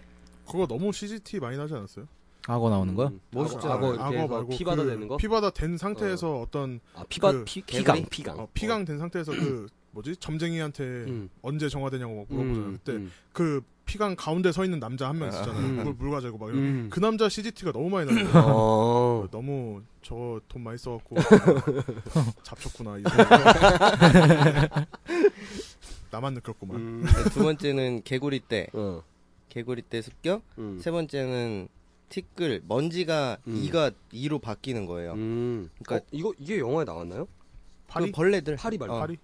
[SPEAKER 4] 그거 너무 CGT 많이 나지 않았어요?
[SPEAKER 3] 악어 나오는 거야?
[SPEAKER 1] 음. 뭐 멋있죠.
[SPEAKER 4] 악어,
[SPEAKER 1] 악어
[SPEAKER 4] 악어
[SPEAKER 1] 이렇게 해서
[SPEAKER 4] 말고
[SPEAKER 1] 피바다
[SPEAKER 4] 그
[SPEAKER 1] 되는 거.
[SPEAKER 4] 피바다 된 상태에서 어. 떤
[SPEAKER 1] 아 피바
[SPEAKER 4] 그
[SPEAKER 1] 피,
[SPEAKER 2] 개구리?
[SPEAKER 1] 피강 피강.
[SPEAKER 4] 피강 된 상태에서 그 뭐지 점쟁이한테
[SPEAKER 1] 어. 음.
[SPEAKER 4] 언제 정화되냐고 막 예. 물어보잖아요. 그때
[SPEAKER 1] 음,
[SPEAKER 4] 그 피강 가운데 서 있는 남자 한 명 있었잖아요.
[SPEAKER 1] 음.
[SPEAKER 4] 그걸 물 가지고 막 이러고.
[SPEAKER 1] 음.
[SPEAKER 4] 그 남자 CGT가 너무 많이 나는 거예요.
[SPEAKER 1] 어.
[SPEAKER 4] 너무 저거 돈 많이 써갖고 잡쳤구나 이 나만 느꼈구만.
[SPEAKER 1] 음.
[SPEAKER 2] 네, 두 번째는 개구리 때,
[SPEAKER 1] 어.
[SPEAKER 2] 개구리 때 습격.
[SPEAKER 1] 음.
[SPEAKER 2] 세 번째는 티끌, 먼지가
[SPEAKER 1] 음.
[SPEAKER 2] 이가 이로 바뀌는 거예요.
[SPEAKER 1] 음.
[SPEAKER 2] 그러니까-
[SPEAKER 1] 어, 이거 이게 영화에 나왔나요?
[SPEAKER 4] 파리
[SPEAKER 2] 그 벌레들.
[SPEAKER 1] 파리 말고
[SPEAKER 4] 파리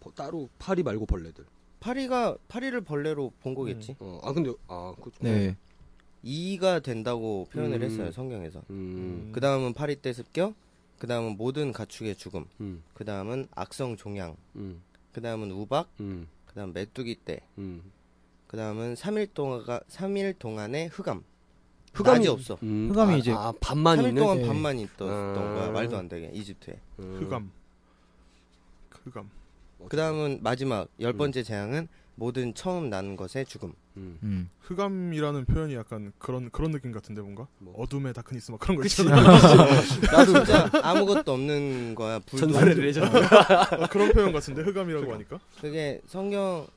[SPEAKER 1] 버- 따로 파리 말고 벌레들.
[SPEAKER 2] 파리가 파리를 벌레로 본 거겠지.
[SPEAKER 1] 어. 아 근데 아 그.
[SPEAKER 3] 네.
[SPEAKER 2] 이가 된다고
[SPEAKER 1] 음.
[SPEAKER 2] 표현을 했어요 성경에서.
[SPEAKER 1] 음.
[SPEAKER 2] 그 다음은 파리 때 습격. 그 다음은 모든 가축의 죽음.
[SPEAKER 1] 음.
[SPEAKER 2] 그 다음은 악성 종양.
[SPEAKER 1] 음.
[SPEAKER 2] 그 다음은 우박.
[SPEAKER 1] 음.
[SPEAKER 2] 그 다음 메뚜기 때.
[SPEAKER 1] 음.
[SPEAKER 2] 그 다음은 3일 동안가 3일 동안의 흑암.
[SPEAKER 1] 흑암이-
[SPEAKER 2] 낮이 없어.
[SPEAKER 1] 음.
[SPEAKER 3] 흑암이
[SPEAKER 1] 아,
[SPEAKER 3] 이제-
[SPEAKER 1] 아 반만
[SPEAKER 2] 3일
[SPEAKER 1] 있는.
[SPEAKER 2] 동안
[SPEAKER 3] 네.
[SPEAKER 2] 밤만 있던
[SPEAKER 1] 아.
[SPEAKER 2] 거야. 말도 안 되게 이집트에.
[SPEAKER 1] 음.
[SPEAKER 4] 흑암 흑암
[SPEAKER 2] 그 다음은 마지막 열 번째 재앙은 모든 처음 난 것의 죽음.
[SPEAKER 1] 음.
[SPEAKER 3] 음.
[SPEAKER 4] 흑암이라는 표현이 약간 그런 그런 느낌 같은데 뭔가
[SPEAKER 1] 뭐.
[SPEAKER 4] 어둠의 다크니스 막 그런 거
[SPEAKER 1] 그치.
[SPEAKER 4] 있잖아.
[SPEAKER 2] 나도 진짜 아무것도 없는 거야. 불
[SPEAKER 1] 전설의 레전드.
[SPEAKER 4] 아, 그런 표현 같은데 흑암이라고 하니까.
[SPEAKER 2] 그게 성경을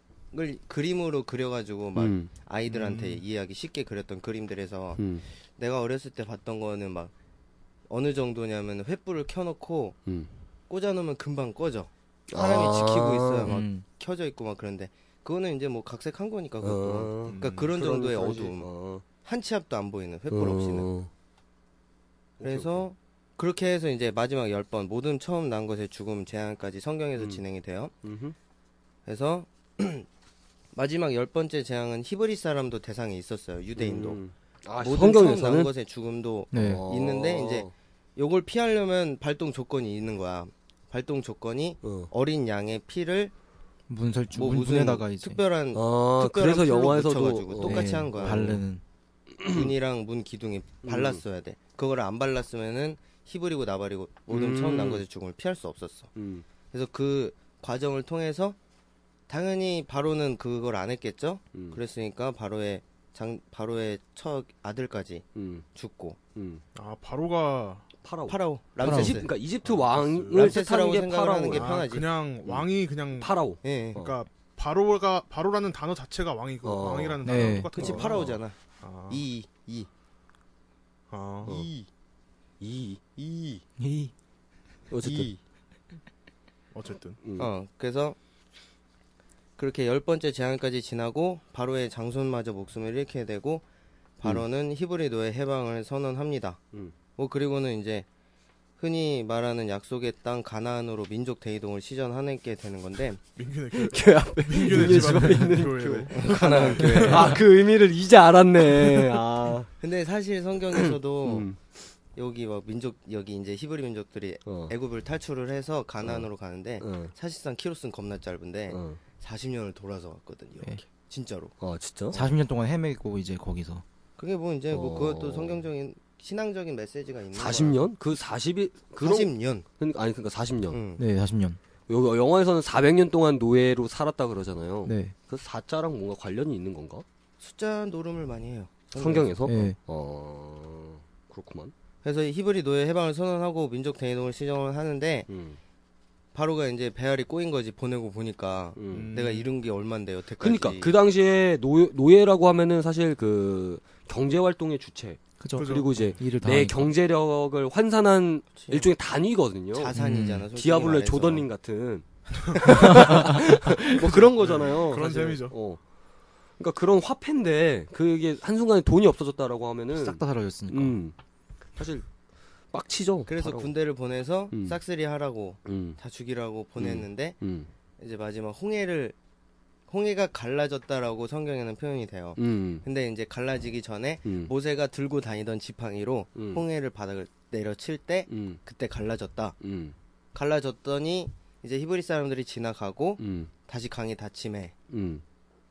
[SPEAKER 2] 그림으로 그려가지고 막
[SPEAKER 1] 음.
[SPEAKER 2] 아이들한테 이해하기 쉽게 그렸던 그림들에서
[SPEAKER 1] 음.
[SPEAKER 2] 내가 어렸을 때 봤던 거는 막 어느 정도냐면 횃불을 켜놓고
[SPEAKER 1] 음. 아.
[SPEAKER 2] 꽂아놓으면 금방 꺼져 사람이 지키고 있어요 막
[SPEAKER 3] 음.
[SPEAKER 2] 켜져 있고 막 그런데 그거는 이제 뭐 각색한 거니까 그것도
[SPEAKER 1] 어.
[SPEAKER 2] 그러니까 그런 정도의
[SPEAKER 1] 그런 거지.
[SPEAKER 2] 어두움
[SPEAKER 1] 어.
[SPEAKER 2] 한 치 앞도 안 보이는 횃불 없이는
[SPEAKER 1] 어.
[SPEAKER 2] 그래서 그렇게 해서 이제 마지막 열 번 모든 처음 난 것의 죽음 재앙까지 성경에서
[SPEAKER 1] 음.
[SPEAKER 2] 진행이 돼요
[SPEAKER 1] 음흠.
[SPEAKER 2] 그래서 마지막 열 번째 재앙은 히브리 사람도 대상에 있었어요 유대인도
[SPEAKER 1] 음. 아,
[SPEAKER 2] 모든 처음
[SPEAKER 1] 성경에서는
[SPEAKER 2] 난 것의 죽음도
[SPEAKER 3] 네.
[SPEAKER 1] 어.
[SPEAKER 2] 있는데 이제 요걸 피하려면 발동 조건이 있는 거야. 발동 조건이
[SPEAKER 1] 어.
[SPEAKER 2] 어린 양의 피를
[SPEAKER 3] 문설
[SPEAKER 2] 뭐
[SPEAKER 3] 문-
[SPEAKER 2] 무슨
[SPEAKER 3] 문에다가 이제 네.
[SPEAKER 2] 특별한
[SPEAKER 1] 아,
[SPEAKER 2] 음, 특별한
[SPEAKER 1] 그래서
[SPEAKER 2] 풀로
[SPEAKER 1] 영화에서도
[SPEAKER 2] 묻혀가지고
[SPEAKER 1] 어.
[SPEAKER 2] 똑같이 한 거야.
[SPEAKER 3] 바르는
[SPEAKER 2] 문이랑 문 기둥에 발랐어야 돼. 그걸 안 발랐으면은 히브리고 나발이고 모든
[SPEAKER 1] 음.
[SPEAKER 2] 처음 난 것의 죽음을 피할 수 없었어.
[SPEAKER 1] 음.
[SPEAKER 2] 그래서 그 과정을 통해서 당연히 바로는 그걸 안 했겠죠.
[SPEAKER 1] 음.
[SPEAKER 2] 그랬으니까 바로의 장 바로의 첫 아들까지
[SPEAKER 1] 음.
[SPEAKER 2] 죽고
[SPEAKER 1] 음.
[SPEAKER 4] 아 바로가
[SPEAKER 1] 파라오.
[SPEAKER 2] 파라오
[SPEAKER 1] 이집트,
[SPEAKER 2] 람세스.
[SPEAKER 1] 그러니까 이집트 왕을
[SPEAKER 2] 람세스.
[SPEAKER 1] 뜻하는 게
[SPEAKER 2] 생각을 하는
[SPEAKER 1] 파라오야.
[SPEAKER 2] 게
[SPEAKER 4] 아,
[SPEAKER 2] 편하지. 음.
[SPEAKER 4] 그냥 왕이 그냥
[SPEAKER 1] 파라오.
[SPEAKER 2] 예, 예.
[SPEAKER 4] 그러니까 바로가 바로라는 단어 자체가 왕이고
[SPEAKER 1] 어.
[SPEAKER 4] 왕이라는
[SPEAKER 3] 네.
[SPEAKER 4] 단어 똑같은
[SPEAKER 2] 그치
[SPEAKER 4] 거구나.
[SPEAKER 2] 파라오잖아.
[SPEAKER 4] 아,
[SPEAKER 2] 이 이.
[SPEAKER 4] 아.
[SPEAKER 2] 이.
[SPEAKER 1] 이.
[SPEAKER 2] 이.
[SPEAKER 3] 이
[SPEAKER 1] 어쨌든.
[SPEAKER 2] 이.
[SPEAKER 4] 어쨌든
[SPEAKER 1] 음.
[SPEAKER 2] 어, 그래서 그렇게 열 번째 제한까지 지나고 바로의 장손마저 목숨을 잃게 되고 바로는 히브리노의 해방을 선언합니다.
[SPEAKER 1] 음.
[SPEAKER 2] 뭐 그리고는 이제 흔히 말하는 약속의 땅 가나안으로 민족 대이동을 시전하게 되는 건데
[SPEAKER 4] 민균의 교회.
[SPEAKER 1] 교회 앞에
[SPEAKER 4] 민균의 집 앞에 있는
[SPEAKER 1] 교회.
[SPEAKER 4] 교회로.
[SPEAKER 2] 가나안 교회.
[SPEAKER 1] 아 그 의미를 이제 알았네. 아.
[SPEAKER 2] 근데 사실 성경에서도
[SPEAKER 1] 음.
[SPEAKER 2] 여기 막 민족 여기 이제 히브리 민족들이
[SPEAKER 1] 어.
[SPEAKER 2] 애굽을 탈출을 해서 가나안으로 가는데
[SPEAKER 1] 어.
[SPEAKER 2] 사실상 키로스는 겁나 짧은데
[SPEAKER 1] 어.
[SPEAKER 2] 40년을 돌아서 왔거든 이렇게
[SPEAKER 3] 예.
[SPEAKER 2] 진짜로.
[SPEAKER 1] 아 진짜?
[SPEAKER 3] 어? 40년 동안 헤매고 이제 거기서
[SPEAKER 2] 그게 뭐 이제 뭐
[SPEAKER 1] 어.
[SPEAKER 2] 그것도 성경적인 신앙적인 메시지가 있는
[SPEAKER 1] 40년? 그 40이
[SPEAKER 2] 거야.
[SPEAKER 1] 그런
[SPEAKER 2] 40년.
[SPEAKER 1] 그러니까- 아니 그러니까 40년.
[SPEAKER 2] 응.
[SPEAKER 3] 네 40년
[SPEAKER 1] 여- 영화에서는 400년 동안 노예로 살았다 그러잖아요.
[SPEAKER 3] 네
[SPEAKER 1] 그 4자랑 뭔가 관련이 있는 건가?
[SPEAKER 2] 숫자 노름을 많이 해요.
[SPEAKER 1] 성경에서?
[SPEAKER 3] 네.
[SPEAKER 1] 어. 그렇구만.
[SPEAKER 2] 그래서 이 히브리 노예 해방을 선언하고 민족 대이동을 시정을 하는데
[SPEAKER 1] 음.
[SPEAKER 2] 바로가 이제 배알이 꼬인 거지 보내고 보니까
[SPEAKER 1] 음.
[SPEAKER 4] 네,
[SPEAKER 2] 내가 이룬 게 얼만데 여태까지.
[SPEAKER 1] 그러니까 그 당시에 노예, 노예라고 하면은 사실 그 경제 활동의 주체
[SPEAKER 3] 그죠 네.
[SPEAKER 4] 그죠.
[SPEAKER 1] 그리고 이제
[SPEAKER 3] 일을 다
[SPEAKER 1] 내
[SPEAKER 3] 하니까.
[SPEAKER 1] 경제력을 환산한
[SPEAKER 2] 그치.
[SPEAKER 1] 일종의 단위거든요.
[SPEAKER 2] 네. 자산이잖아. 솔직히
[SPEAKER 1] 디아블로의
[SPEAKER 2] 말해서.
[SPEAKER 1] 조던님 같은 뭐 그런 거잖아요.
[SPEAKER 4] 그런
[SPEAKER 1] 사실은.
[SPEAKER 4] 셈이죠.
[SPEAKER 1] 어. 그러니까 그런 화폐인데 그게 한 순간에 돈이 없어졌다라고 하면은
[SPEAKER 3] 싹 다 사라졌으니까
[SPEAKER 1] 음, 사실 빡치죠.
[SPEAKER 2] 그래서
[SPEAKER 1] 바로.
[SPEAKER 2] 군대를 보내서
[SPEAKER 1] 음.
[SPEAKER 2] 싹쓸이 하라고
[SPEAKER 1] 음,
[SPEAKER 2] 다 죽이라고 보냈는데
[SPEAKER 1] 음,
[SPEAKER 2] 이제 마지막 홍해를 홍해가 갈라졌다라고 성경에는 표현이 돼요.
[SPEAKER 1] 음,
[SPEAKER 2] 근데 이제 갈라지기 전에
[SPEAKER 1] 음,
[SPEAKER 2] 모세가 들고 다니던 지팡이로
[SPEAKER 1] 음.
[SPEAKER 2] 홍해를 바닥을 내려칠 때
[SPEAKER 1] 음,
[SPEAKER 2] 그때 갈라졌다.
[SPEAKER 1] 음,
[SPEAKER 2] 갈라졌더니 이제 히브리 사람들이 지나가고
[SPEAKER 1] 음,
[SPEAKER 2] 다시 강이 닫힘에
[SPEAKER 1] 음,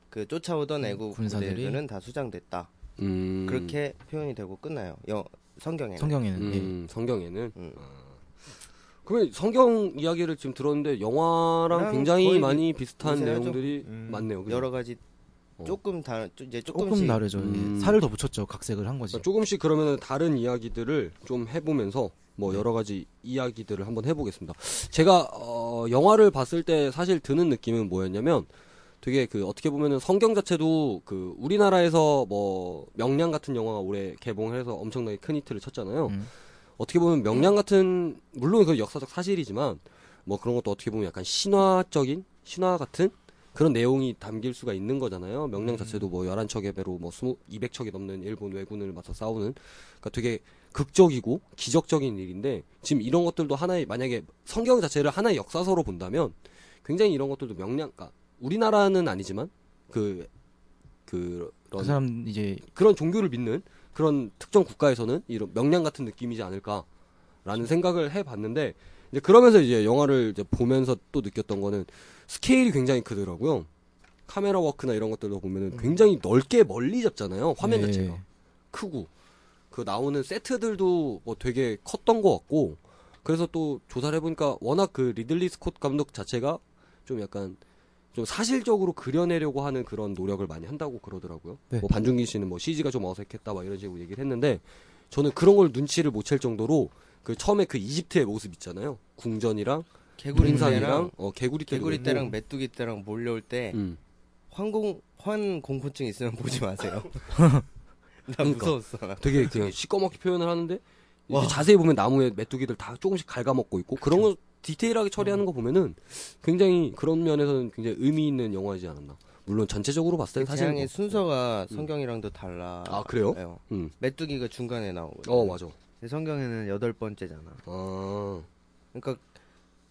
[SPEAKER 2] 그 쫓아오던 애국
[SPEAKER 3] 군사들이?
[SPEAKER 2] 군대들은 다 수장됐다.
[SPEAKER 1] 음.
[SPEAKER 2] 그렇게 표현이 되고 끝나요. 여 성경에. 는
[SPEAKER 3] 성경에는 예.
[SPEAKER 1] 음, 성경에는.
[SPEAKER 2] 음.
[SPEAKER 1] 아. 그러면 성경 이야기를 지금 들었는데 영화랑
[SPEAKER 2] 그냥
[SPEAKER 1] 굉장히
[SPEAKER 2] 거의
[SPEAKER 1] 많이 비슷한
[SPEAKER 2] 비슷하죠.
[SPEAKER 1] 내용들이
[SPEAKER 4] 음.
[SPEAKER 1] 많네요. 그죠?
[SPEAKER 2] 여러 가지
[SPEAKER 1] 어.
[SPEAKER 2] 조금 다른 조- 이제
[SPEAKER 3] 조금
[SPEAKER 2] 조금씩
[SPEAKER 3] 다르죠
[SPEAKER 1] 음.
[SPEAKER 3] 예. 살을 더 붙였죠 각색을 한 거지
[SPEAKER 1] 그러니까 조금씩 그러면 다른 이야기들을 좀 해보면서 뭐 여러 가지 이야기들을 한번 해보겠습니다. 제가 어, 영화를 봤을 때 사실 드는 느낌은 뭐였냐면 되게 그 어떻게 보면은 성경 자체도 그 우리나라에서 뭐 명량 같은 영화가 올해 개봉해서 엄청나게 큰 히트를 쳤잖아요.
[SPEAKER 3] 음.
[SPEAKER 1] 어떻게 보면 명량 같은 물론 그 역사적 사실이지만 뭐 그런 것도 어떻게 보면 약간 신화적인 신화 같은 그런 내용이 담길 수가 있는 거잖아요. 명량 자체도 뭐 11척의 배로 뭐 20, 200척이 넘는 일본 왜군을 맞서 싸우는 그러니까 되게 극적이고 기적적인 일인데 지금 이런 것들도 하나의 만약에 성경 자체를 하나의 역사서로 본다면 굉장히 이런 것들도 명량 그러니까 우리나라는 아니지만 그 그런
[SPEAKER 3] 그 사람 이제
[SPEAKER 1] 그런 종교를 믿는 그런 특정 국가에서는 이런 명량 같은 느낌이지 않을까라는 생각을 해봤는데 이제 그러면서 이제 영화를 이제 보면서 또 느꼈던 거는 스케일이 굉장히 크더라고요. 카메라 워크나 이런 것들도 보면은 굉장히 넓게 멀리 잡잖아요. 화면
[SPEAKER 3] 예.
[SPEAKER 1] 자체가 크고 그 나오는 세트들도 뭐 되게 컸던 것 같고 그래서 또 조사를 해보니까 워낙 그 리들리 스콧 감독 자체가 좀 약간 좀 사실적으로 그려내려고 하는 그런 노력을 많이 한다고 그러더라고요.
[SPEAKER 3] 네.
[SPEAKER 1] 뭐 반중기 씨는 뭐 CG가 좀 어색했다 막 이런 식으로 얘기를 했는데 저는 그런 걸 눈치를 못 챌 정도로 그 처음에 그 이집트의 모습 있잖아요. 궁전이랑
[SPEAKER 2] 개구리
[SPEAKER 1] 인상이랑
[SPEAKER 2] 때랑
[SPEAKER 1] 어, 개구리 때
[SPEAKER 2] 개구리 때랑 메뚜기 때랑 몰려올 때
[SPEAKER 1] 음.
[SPEAKER 2] 환공 환공포증 있으면 보지 마세요. 나
[SPEAKER 1] 그러니까.
[SPEAKER 2] 무서웠어. 나.
[SPEAKER 1] 되게 그냥 시꺼멓게 표현을 하는데 이렇게
[SPEAKER 2] 와.
[SPEAKER 1] 자세히 보면 나무에 메뚜기들 다 조금씩 갉아먹고 있고 그런 거 디테일하게
[SPEAKER 2] 음.
[SPEAKER 1] 처리하는 거 보면은 굉장히 그런 면에서는 굉장히 의미 있는 영화이지 않았나. 물론 전체적으로 봤을 때 사실
[SPEAKER 2] 그 재앙의
[SPEAKER 1] 뭐-
[SPEAKER 2] 순서가 성경이랑도 달라.
[SPEAKER 1] 아, 그래요?
[SPEAKER 2] 요
[SPEAKER 1] 음.
[SPEAKER 2] 메뚜기가 그 중간에 나오고.
[SPEAKER 1] 어 맞아.
[SPEAKER 2] 성경에는 여덟 번째잖아.
[SPEAKER 1] 아.
[SPEAKER 2] 그러니까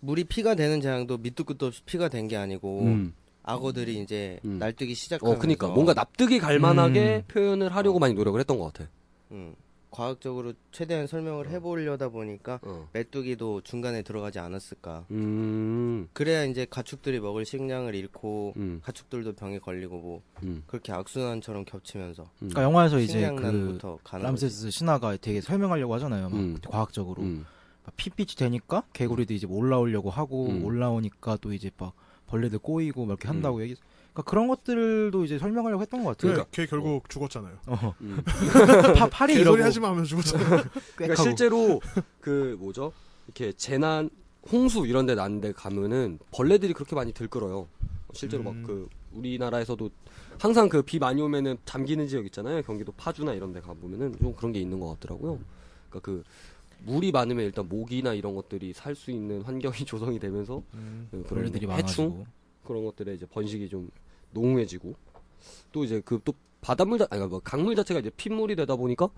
[SPEAKER 2] 물이 피가 되는 재앙도 밑도 끝도 없이 피가 된 게 아니고
[SPEAKER 1] 음.
[SPEAKER 2] 악어들이 이제
[SPEAKER 1] 음.
[SPEAKER 2] 날뛰기 시작하면서. 어.
[SPEAKER 1] 어 그니까 뭔가 납득이 갈 만하게 표현을 하려고 많이 노력을 했던 것 같아.
[SPEAKER 2] 음, 과학적으로 최대한 설명을 해보려다 보니까
[SPEAKER 1] 어.
[SPEAKER 2] 메뚜기도 중간에 들어가지 않았을까.
[SPEAKER 1] 음.
[SPEAKER 2] 그래야 이제 가축들이 먹을 식량을 잃고
[SPEAKER 1] 음.
[SPEAKER 2] 가축들도 병에 걸리고 뭐
[SPEAKER 1] 음.
[SPEAKER 2] 그렇게 악순환처럼 겹치면서
[SPEAKER 3] 그러니까 영화에서 이제 그
[SPEAKER 2] 식량난부터 가는 거지.
[SPEAKER 3] 람세스 신화가 되게 설명하려고 하잖아요 막
[SPEAKER 1] 음.
[SPEAKER 3] 과학적으로
[SPEAKER 1] 음.
[SPEAKER 3] 막 핏빛이 되니까 개구리도 이제 뭐 올라오려고 하고
[SPEAKER 1] 음.
[SPEAKER 3] 올라오니까 또 이제 막 벌레들 꼬이고 막 이렇게 한다고 얘기. 그러니까 그런 것들도 이제 설명하려고 했던 것 같아요.
[SPEAKER 4] 그러니까 걔 결국 죽었잖아요.
[SPEAKER 3] 어.
[SPEAKER 1] 음.
[SPEAKER 3] 파, 팔이 이러고
[SPEAKER 4] 개소리 하지 마 하면 죽었잖아요.
[SPEAKER 1] 그러니까
[SPEAKER 3] 꽥하고.
[SPEAKER 1] 실제로 그 뭐죠? 이렇게 재난 홍수 이런 데 난데 가면은 벌레들이 그렇게 많이 들끓어요. 실제로
[SPEAKER 4] 음.
[SPEAKER 1] 막 그 우리나라에서도 항상 그 비 많이 오면은 잠기는 지역 있잖아요. 경기도 파주나 이런 데 가보면은 좀 그런 게 있는 것 같더라고요. 그러니까 그 물이 많으면 일단 모기나 이런 것들이 살 수 있는 환경이 조성이 되면서
[SPEAKER 4] 음,
[SPEAKER 1] 그 그런
[SPEAKER 3] 벌레들이
[SPEAKER 1] 해충
[SPEAKER 3] 많아지고
[SPEAKER 1] 그런 것들에 이제 번식이 좀 그러니까 농후해지고 또 이제 그 또 바닷물 자 아니 뭐 강물 자체가 이제 핏물이 되다 보니까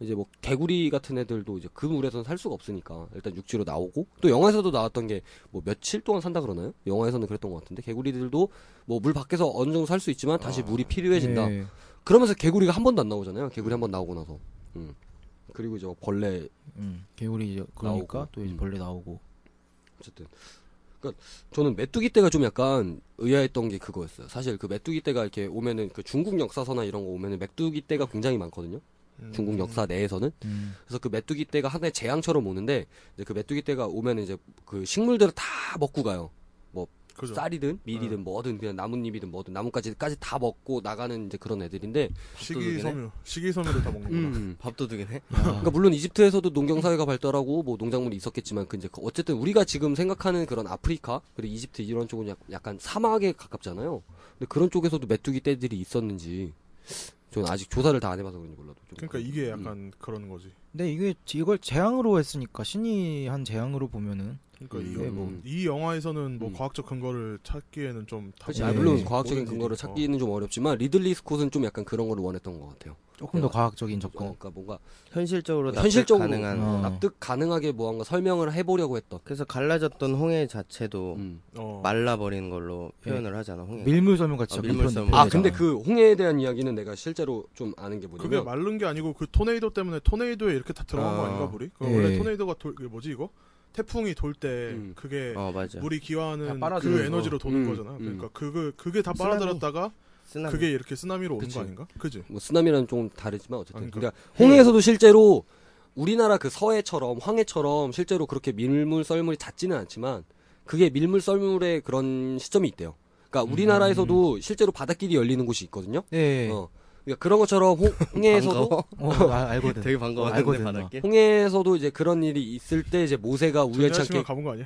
[SPEAKER 1] 이제 뭐 개구리 같은 애들도 이제 그 물에서는 살 수가 없으니까 일단 육지로 나오고 또 영화에서도 나왔던 게 뭐 며칠 동안 산다 그러나요? 영화에서는 그랬던 것 같은데 개구리들도 뭐 물 밖에서 어느 정도 살 수 있지만 다시 물이 필요해진다.
[SPEAKER 3] 예.
[SPEAKER 1] 그러면서 개구리가 한 번도 안 나오잖아요. 개구리 한 번 나오고 나서. 음. 그리고 이제 벌레
[SPEAKER 3] 음, 개구리 이제 그러니까
[SPEAKER 1] 나오고.
[SPEAKER 3] 또 이제
[SPEAKER 1] 음.
[SPEAKER 3] 벌레 나오고.
[SPEAKER 1] 어쨌든 그러니까 저는 메뚜기 때가 좀 약간 의아했던 게 그거였어요. 사실 그 메뚜기 때가 이렇게 오면은 그 중국 역사서나 이런 거 오면은 메뚜기 때가 굉장히 많거든요.
[SPEAKER 4] 음.
[SPEAKER 1] 중국 역사 내에서는
[SPEAKER 3] 음.
[SPEAKER 1] 그래서 그 메뚜기 떼가 하나의 재앙처럼 오는데 이제 그 메뚜기 떼가 오면 이제 그 식물들을 다 먹고 가요.
[SPEAKER 4] 그죠.
[SPEAKER 1] 쌀이든 밀이든 뭐든 그냥 나뭇잎이든 뭐든 나뭇가지까지 다 먹고 나가는 이제 그런 애들인데
[SPEAKER 4] 식이섬유, 식이섬유를 다 먹는구나.
[SPEAKER 1] 음.
[SPEAKER 2] 밥도둑이네.
[SPEAKER 1] 그러니까 물론 이집트에서도 농경 사회가 발달하고 뭐 농작물이 있었겠지만 그 이제 그 어쨌든 우리가 지금 생각하는 그런 아프리카 그리고 이집트 이런 쪽은 약- 약간 사막에 가깝잖아요. 근데 그런 쪽에서도 메뚜기 떼들이 있었는지 저는 아직 조사를 다 안 해봐서 그런지 몰라도 좀
[SPEAKER 4] 그러니까 이게
[SPEAKER 2] 음.
[SPEAKER 4] 약간 그런 거지.
[SPEAKER 3] 근데 이게 이걸 재앙으로 했으니까 신이 한 재앙으로 보면은
[SPEAKER 4] 그러니까
[SPEAKER 1] 음.
[SPEAKER 4] 이거 뭐
[SPEAKER 1] 음.
[SPEAKER 4] 이 영화에서는 뭐
[SPEAKER 1] 음.
[SPEAKER 4] 과학적 근거를 찾기에는 좀 답이
[SPEAKER 1] 그렇지. 아,
[SPEAKER 3] 네.
[SPEAKER 1] 물론
[SPEAKER 3] 네.
[SPEAKER 1] 과학적인
[SPEAKER 4] 모르는
[SPEAKER 1] 근거를
[SPEAKER 4] 일이니까.
[SPEAKER 1] 찾기는 좀 어렵지만 리들리 스콧은 좀 약간 그런 걸 원했던 것 같아요.
[SPEAKER 3] 조금 더 과학적인 접근.
[SPEAKER 1] 어, 그러니까 뭔가
[SPEAKER 2] 현실적으로 납득
[SPEAKER 1] 현실적으로
[SPEAKER 2] 가능한.
[SPEAKER 3] 어.
[SPEAKER 1] 납득 가능하게 뭔가 설명을 해보려고 했던.
[SPEAKER 2] 그래서 갈라졌던 홍해 자체도
[SPEAKER 1] 음.
[SPEAKER 4] 어.
[SPEAKER 2] 말라버린 걸로 표현을 하잖아 홍해.
[SPEAKER 3] 밀물 설명 같이.
[SPEAKER 2] 아, 밀물 설문.
[SPEAKER 1] 네. 아
[SPEAKER 2] 그러니까.
[SPEAKER 1] 근데 그 홍해에 대한 이야기는 내가 실제로 좀 아는 게
[SPEAKER 4] 그게
[SPEAKER 1] 뭐냐면
[SPEAKER 4] 마른 게 아니고 그 토네이도 때문에 토네이도에 이렇게 다 들어간 거
[SPEAKER 2] 아.
[SPEAKER 4] 아닌가 물이? 그
[SPEAKER 3] 예.
[SPEAKER 4] 원래 토네이도가 돌 그게 뭐지 이거? 태풍이 돌 때
[SPEAKER 1] 음.
[SPEAKER 4] 그게
[SPEAKER 2] 어 맞아.
[SPEAKER 4] 물이 기화하는
[SPEAKER 3] 다
[SPEAKER 4] 그
[SPEAKER 3] 빨아들여서.
[SPEAKER 4] 에너지로 도는
[SPEAKER 1] 음,
[SPEAKER 4] 거잖아.
[SPEAKER 1] 음.
[SPEAKER 4] 그러니까 그거 그게 다 빨아들였다가
[SPEAKER 2] 쓰나.
[SPEAKER 4] 그게 이렇게 쓰나미로 오는
[SPEAKER 1] 그치.
[SPEAKER 4] 거 아닌가? 그지?
[SPEAKER 1] 뭐 쓰나미랑 좀 다르지만 어쨌든
[SPEAKER 4] 아니,
[SPEAKER 1] 그러니까 홍해에서도 실제로 우리나라 그 서해처럼 황해처럼 실제로 그렇게 밀물 썰물이 잦지는 않지만 그게 밀물 썰물의 그런 시점이 있대요. 그러니까 우리나라에서도 실제로 바닷길이 열리는 곳이 있거든요.
[SPEAKER 3] 예.
[SPEAKER 1] 어. 그러니까 그런 것처럼 홍, 홍해에서도
[SPEAKER 2] 반가워?
[SPEAKER 3] 어, 나 알거든.
[SPEAKER 2] 되게
[SPEAKER 3] 알거든,
[SPEAKER 2] 반가웠는데
[SPEAKER 3] 나.
[SPEAKER 2] 받았게.
[SPEAKER 1] 홍해에서도 이제 그런 일이 있을 때 이제 모세가 우연치 않게
[SPEAKER 4] 우연찮게 가본 거 아니야?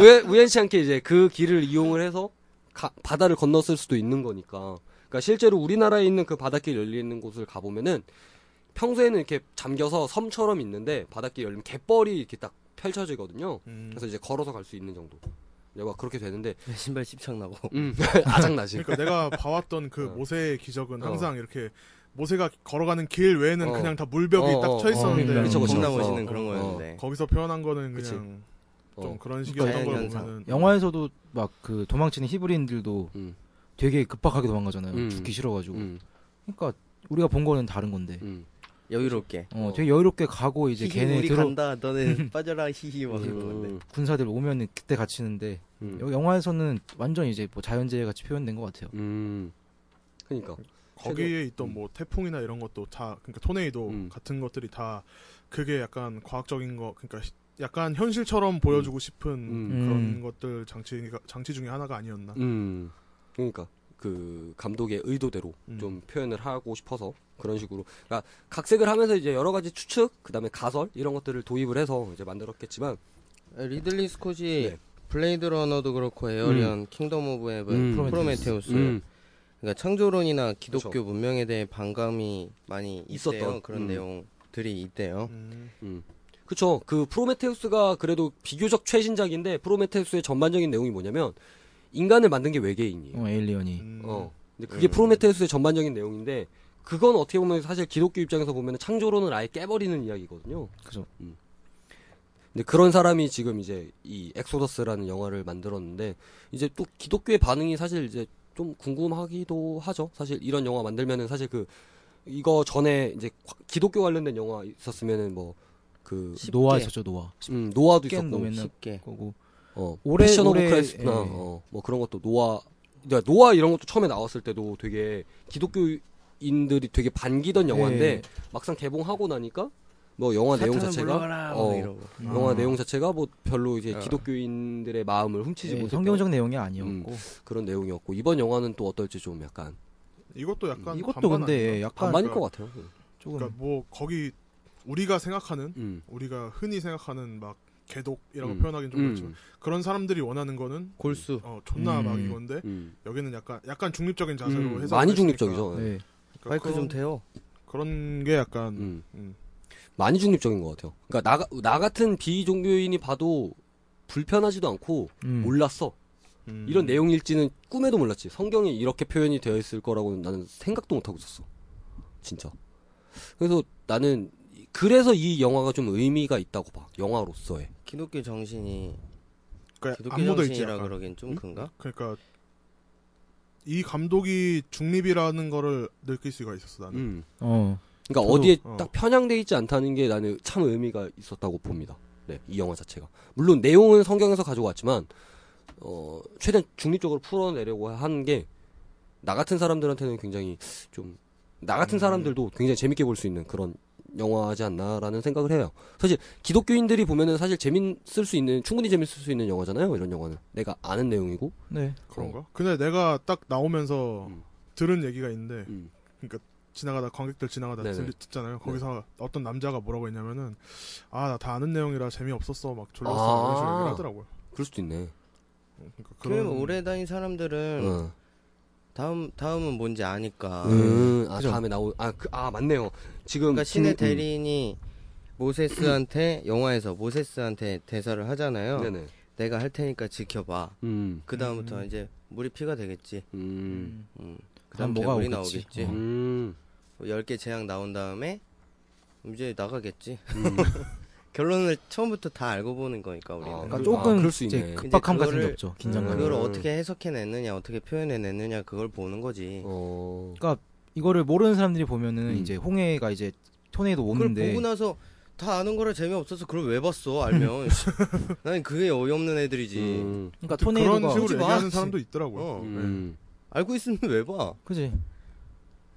[SPEAKER 1] 우연, 우연치 않게 이제 그 길을 이용을 해서 가- 바다를 건넜을 수도 있는 거니까. 그러니까 실제로 우리나라에 있는 그 바닷길 열리는 곳을 가보면은 평소에는 이렇게 잠겨서 섬처럼 있는데 바닷길 열리면 갯벌이 이렇게 딱 펼쳐지거든요.
[SPEAKER 4] 음.
[SPEAKER 1] 그래서 이제 걸어서 갈 수 있는 정도. 이제 막 그렇게 되는데,
[SPEAKER 2] 신발 씹창 나고.
[SPEAKER 1] 음, 아장나지.
[SPEAKER 4] 그러니까 내가 봐왔던 그
[SPEAKER 1] 어.
[SPEAKER 4] 모세의 기적은
[SPEAKER 1] 어.
[SPEAKER 4] 항상 이렇게 모세가 걸어가는 길 외에는
[SPEAKER 1] 어.
[SPEAKER 4] 그냥 다 물벽이
[SPEAKER 1] 어,
[SPEAKER 4] 딱
[SPEAKER 1] 어,
[SPEAKER 4] 쳐 있었는데
[SPEAKER 3] 어, 그쵸, 그쵸.
[SPEAKER 2] 겁나
[SPEAKER 1] 어,
[SPEAKER 2] 멋있는
[SPEAKER 1] 어,
[SPEAKER 2] 그런
[SPEAKER 1] 어.
[SPEAKER 2] 거였는데.
[SPEAKER 4] 거기서 표현한 거는
[SPEAKER 1] 그치.
[SPEAKER 4] 그냥 좀
[SPEAKER 1] 어.
[SPEAKER 4] 그런
[SPEAKER 2] 그러니까
[SPEAKER 4] 식이었던 걸
[SPEAKER 2] 자연현상.
[SPEAKER 4] 보면은
[SPEAKER 3] 음. 영화에서도 막 그 도망치는 히브리인들도
[SPEAKER 1] 음,
[SPEAKER 3] 되게 급박하게 도망가잖아요.
[SPEAKER 1] 음.
[SPEAKER 3] 죽기 싫어가지고.
[SPEAKER 1] 음,
[SPEAKER 3] 그러니까 우리가 본 거는 다른 건데.
[SPEAKER 1] 음.
[SPEAKER 2] 여유롭게.
[SPEAKER 3] 어,
[SPEAKER 1] 어.
[SPEAKER 3] 되게 여유롭게 가고 이제
[SPEAKER 2] 히히
[SPEAKER 3] 걔네
[SPEAKER 2] 우리
[SPEAKER 3] 들어
[SPEAKER 2] 간다. 너네 빠져라 히히 막 이런 건데.
[SPEAKER 1] 음,
[SPEAKER 3] 군사들 오면은 그때 갇히는데
[SPEAKER 1] 음.
[SPEAKER 3] 여- 영화에서는 완전 이제 뭐 자연재해 같이 표현된 것 같아요.
[SPEAKER 1] 음. 그러니까.
[SPEAKER 4] 거기에 있던 뭐 태풍이나 이런 것도 다 그러니까 토네이도
[SPEAKER 1] 음.
[SPEAKER 4] 같은 것들이 다 그게 약간 과학적인 거 그러니까 시- 약간 현실처럼 보여주고 싶은
[SPEAKER 1] 음.
[SPEAKER 4] 그런
[SPEAKER 3] 음.
[SPEAKER 4] 것들 장치 그러니까 장치 중에 하나가 아니었나.
[SPEAKER 1] 음. 그러니까 그 감독의 의도대로
[SPEAKER 4] 음.
[SPEAKER 1] 좀 표현을 하고 싶어서 그런 식으로 그러니까 각색을 하면서 이제 여러 가지 추측 그다음에 가설 이런 것들을 도입을 해서 이제 만들었겠지만
[SPEAKER 2] 어, 리들리 스콧이
[SPEAKER 4] 예,
[SPEAKER 1] 네.
[SPEAKER 2] 블레이드 러너도 그렇고 에어리언 킹덤 오브 헤븐
[SPEAKER 1] 음.
[SPEAKER 2] 프로메테우스
[SPEAKER 1] 음,
[SPEAKER 2] 그러니까 창조론이나 기독교
[SPEAKER 1] 그쵸.
[SPEAKER 2] 문명에 대해 반감이 많이 있대요.
[SPEAKER 1] 있었던,
[SPEAKER 2] 그런
[SPEAKER 1] 음.
[SPEAKER 2] 내용들이 있대요.
[SPEAKER 4] 음.
[SPEAKER 1] 음. 그쵸 그 프로메테우스가 그래도 비교적 최신작인데 프로메테우스의 전반적인 내용이 뭐냐면 인간을 만든 게 외계인이에요.
[SPEAKER 3] 어, 에일리언이.
[SPEAKER 4] 음.
[SPEAKER 1] 어. 근데 그게 프로메테우스의 전반적인 내용인데 그건 어떻게 보면 사실 기독교 입장에서 보면 창조론을 아예 깨버리는 이야기거든요.
[SPEAKER 3] 그죠.
[SPEAKER 1] 근데 그런 사람이 지금 이제 이 엑소더스라는 영화를 만들었는데 이제 또 기독교의 반응이 사실 이제 좀 궁금하기도 하죠. 사실 이런 영화 만들면은 사실 그 이거 전에 이제 과- 기독교 관련된 영화 있었으면은 뭐그
[SPEAKER 2] 쉽게.
[SPEAKER 3] 노아 있었죠 노아.
[SPEAKER 1] 음, 노아도
[SPEAKER 3] 쉽게
[SPEAKER 1] 있었고
[SPEAKER 3] 놓으면은
[SPEAKER 2] 쉽게.
[SPEAKER 3] 거고.
[SPEAKER 1] 어,
[SPEAKER 3] 올해-
[SPEAKER 1] 패션 오브
[SPEAKER 3] 올해-
[SPEAKER 1] 크라이스트나
[SPEAKER 3] 예.
[SPEAKER 1] 어, 뭐 그런 것도 노아 그러니까 노아 이런 것도 처음에 나왔을 때도 되게 기독교인들이 되게 반기던 영화인데
[SPEAKER 3] 예.
[SPEAKER 1] 막상 개봉하고 나니까 뭐 영화 내용
[SPEAKER 2] 사탄은
[SPEAKER 1] 자체가
[SPEAKER 2] 물러가라 막
[SPEAKER 1] 어,
[SPEAKER 2] 뭐 이러고.
[SPEAKER 1] 영화
[SPEAKER 3] 아.
[SPEAKER 1] 내용 자체가 뭐 별로 이제
[SPEAKER 2] 어.
[SPEAKER 1] 기독교인들의 마음을 훔치지
[SPEAKER 3] 예,
[SPEAKER 1] 못했던 음.
[SPEAKER 3] 성경적 내용이 아니었고.
[SPEAKER 1] 그런 내용이었고 이번 영화는 또 어떨지 좀 약간
[SPEAKER 4] 이것도 약간
[SPEAKER 3] 이것도
[SPEAKER 4] 반반
[SPEAKER 3] 근데
[SPEAKER 4] 아닌가?
[SPEAKER 3] 예, 약간
[SPEAKER 1] 반반일 것 같아요.
[SPEAKER 3] 조금
[SPEAKER 4] 그러니까 뭐 거기 우리가 생각하는
[SPEAKER 1] 음.
[SPEAKER 4] 우리가 흔히 생각하는 막 개독이라고
[SPEAKER 1] 음.
[SPEAKER 4] 표현하긴 좀 그렇죠.
[SPEAKER 1] 음.
[SPEAKER 4] 그렇지만 그런 사람들이 원하는 거는
[SPEAKER 2] 골수.
[SPEAKER 4] 어 존나
[SPEAKER 3] 음.
[SPEAKER 4] 막 이건데
[SPEAKER 1] 음.
[SPEAKER 4] 여기는 약간 약간 중립적인 자세로
[SPEAKER 1] 음.
[SPEAKER 4] 그러니까 해서
[SPEAKER 1] 많이 중립적이죠. 예.
[SPEAKER 3] 네.
[SPEAKER 2] 마이크 좀 대요.
[SPEAKER 4] 그런 게 약간
[SPEAKER 1] 음.
[SPEAKER 4] 음.
[SPEAKER 1] 많이 중립적인 것 같아요. 그러니까 나, 나 같은 비종교인이 봐도 불편하지도 않고
[SPEAKER 3] 음.
[SPEAKER 1] 몰랐어.
[SPEAKER 4] 음.
[SPEAKER 1] 이런 내용일지는 꿈에도 몰랐지. 성경에 이렇게 표현이 되어 있을 거라고는 나는 생각도 못 하고 있었어. 진짜. 그래서 나는 이- 그래서 이 영화가 좀 의미가 있다고 봐. 영화로서의.
[SPEAKER 2] 기독교 정신이
[SPEAKER 4] 그러니까
[SPEAKER 2] 기독교
[SPEAKER 4] 안무도 있지.
[SPEAKER 2] 정신이라
[SPEAKER 4] 약간.
[SPEAKER 2] 그러긴 좀
[SPEAKER 4] 음?
[SPEAKER 2] 큰가?
[SPEAKER 4] 그러니까 이 감독이 중립이라는 거를 느낄 수가 있었어 나는.
[SPEAKER 1] 음.
[SPEAKER 3] 어.
[SPEAKER 1] 그러니까
[SPEAKER 3] 저도,
[SPEAKER 1] 어디에
[SPEAKER 4] 어.
[SPEAKER 1] 딱 편향돼 있지 않다는 게 나는 참 의미가 있었다고 봅니다. 네, 이 영화 자체가. 물론 내용은 성경에서 가져왔지만 어, 최대한 중립적으로 풀어내려고 한 게 나 같은 사람들한테는 굉장히 좀 나 같은
[SPEAKER 2] 음.
[SPEAKER 1] 사람들도 굉장히 재밌게 볼 수 있는 그런 영화지 않나라는 생각을 해요. 사실 기독교인들이 보면은 사실 재밌을 수 있는 충분히 재밌을 수 있는 영화잖아요. 이런 영화는 내가 아는 내용이고.
[SPEAKER 3] 네.
[SPEAKER 4] 그런가? 근데 내가 딱 나오면서
[SPEAKER 1] 음.
[SPEAKER 4] 들은 얘기가 있는데 그러니까
[SPEAKER 1] 음.
[SPEAKER 4] 지나가다 관객들 지나가다
[SPEAKER 1] 네네.
[SPEAKER 4] 들리- 듣잖아요. 거기서 어떤 남자가 뭐라고 했냐면은 아 나 다 아는 내용이라 재미없었어 막 졸렸어 이런 식으로
[SPEAKER 1] 아.
[SPEAKER 4] 얘기를 하더라고요.
[SPEAKER 1] 그럴 수도 있네.
[SPEAKER 4] 그러니까
[SPEAKER 2] 그러면
[SPEAKER 4] 그런-
[SPEAKER 2] 오래 다닌 사람들은
[SPEAKER 1] 어.
[SPEAKER 2] 다음 다음은 뭔지 네. 아니까. 네.
[SPEAKER 1] 음, 아
[SPEAKER 3] 그죠.
[SPEAKER 1] 다음에 나오 아, 그, 아 맞네요. 지금
[SPEAKER 2] 그러니까 신의
[SPEAKER 1] 중- 음.
[SPEAKER 2] 대리인이 모세스한테 영화에서 모세스한테 대사를 하잖아요.
[SPEAKER 1] 네네.
[SPEAKER 2] 내가 할 테니까 지켜봐.
[SPEAKER 1] 음.
[SPEAKER 2] 그 다음부터 이제 물이 피가 되겠지.
[SPEAKER 1] 음.
[SPEAKER 2] 음. 그
[SPEAKER 3] 그다음
[SPEAKER 2] 다음
[SPEAKER 3] 뭐가
[SPEAKER 2] 괴물이
[SPEAKER 3] 오겠지.
[SPEAKER 2] 나오겠지. 뭐
[SPEAKER 3] 어.
[SPEAKER 1] 음.
[SPEAKER 2] 10개 재앙 나온 다음에 이제 나가겠지.
[SPEAKER 1] 음.
[SPEAKER 2] 결론을 처음부터 다 알고 보는 거니까 우리는.
[SPEAKER 1] 아,
[SPEAKER 3] 그러니까
[SPEAKER 1] 그-
[SPEAKER 3] 조금
[SPEAKER 1] 그럴 수
[SPEAKER 3] 이제
[SPEAKER 1] 있네.
[SPEAKER 3] 급박함 같은 게
[SPEAKER 2] 그거를-
[SPEAKER 3] 없죠.
[SPEAKER 1] 음.
[SPEAKER 3] 긴장감.
[SPEAKER 2] 그걸
[SPEAKER 1] 음.
[SPEAKER 2] 어떻게 해석해냈느냐, 어떻게 표현해냈느냐 그걸 보는 거지.
[SPEAKER 1] 어.
[SPEAKER 3] 이거를 모르는 사람들이 보면은
[SPEAKER 1] 음.
[SPEAKER 3] 이제 홍해가 이제 토네이도
[SPEAKER 2] 그걸
[SPEAKER 3] 오는데
[SPEAKER 2] 보고 나서 다 아는 거라 재미없어서 그걸 왜 봤어 알면 난 그게 어이없는 애들이지
[SPEAKER 1] 음.
[SPEAKER 3] 그러니까
[SPEAKER 4] 그런
[SPEAKER 3] 토네이도가 아,
[SPEAKER 4] 식으로
[SPEAKER 2] 오지 마.
[SPEAKER 4] 얘기하는 사람도 있더라고요. 네.
[SPEAKER 2] 어.
[SPEAKER 1] 음.
[SPEAKER 2] 알고 있으면 왜봐
[SPEAKER 3] 그지.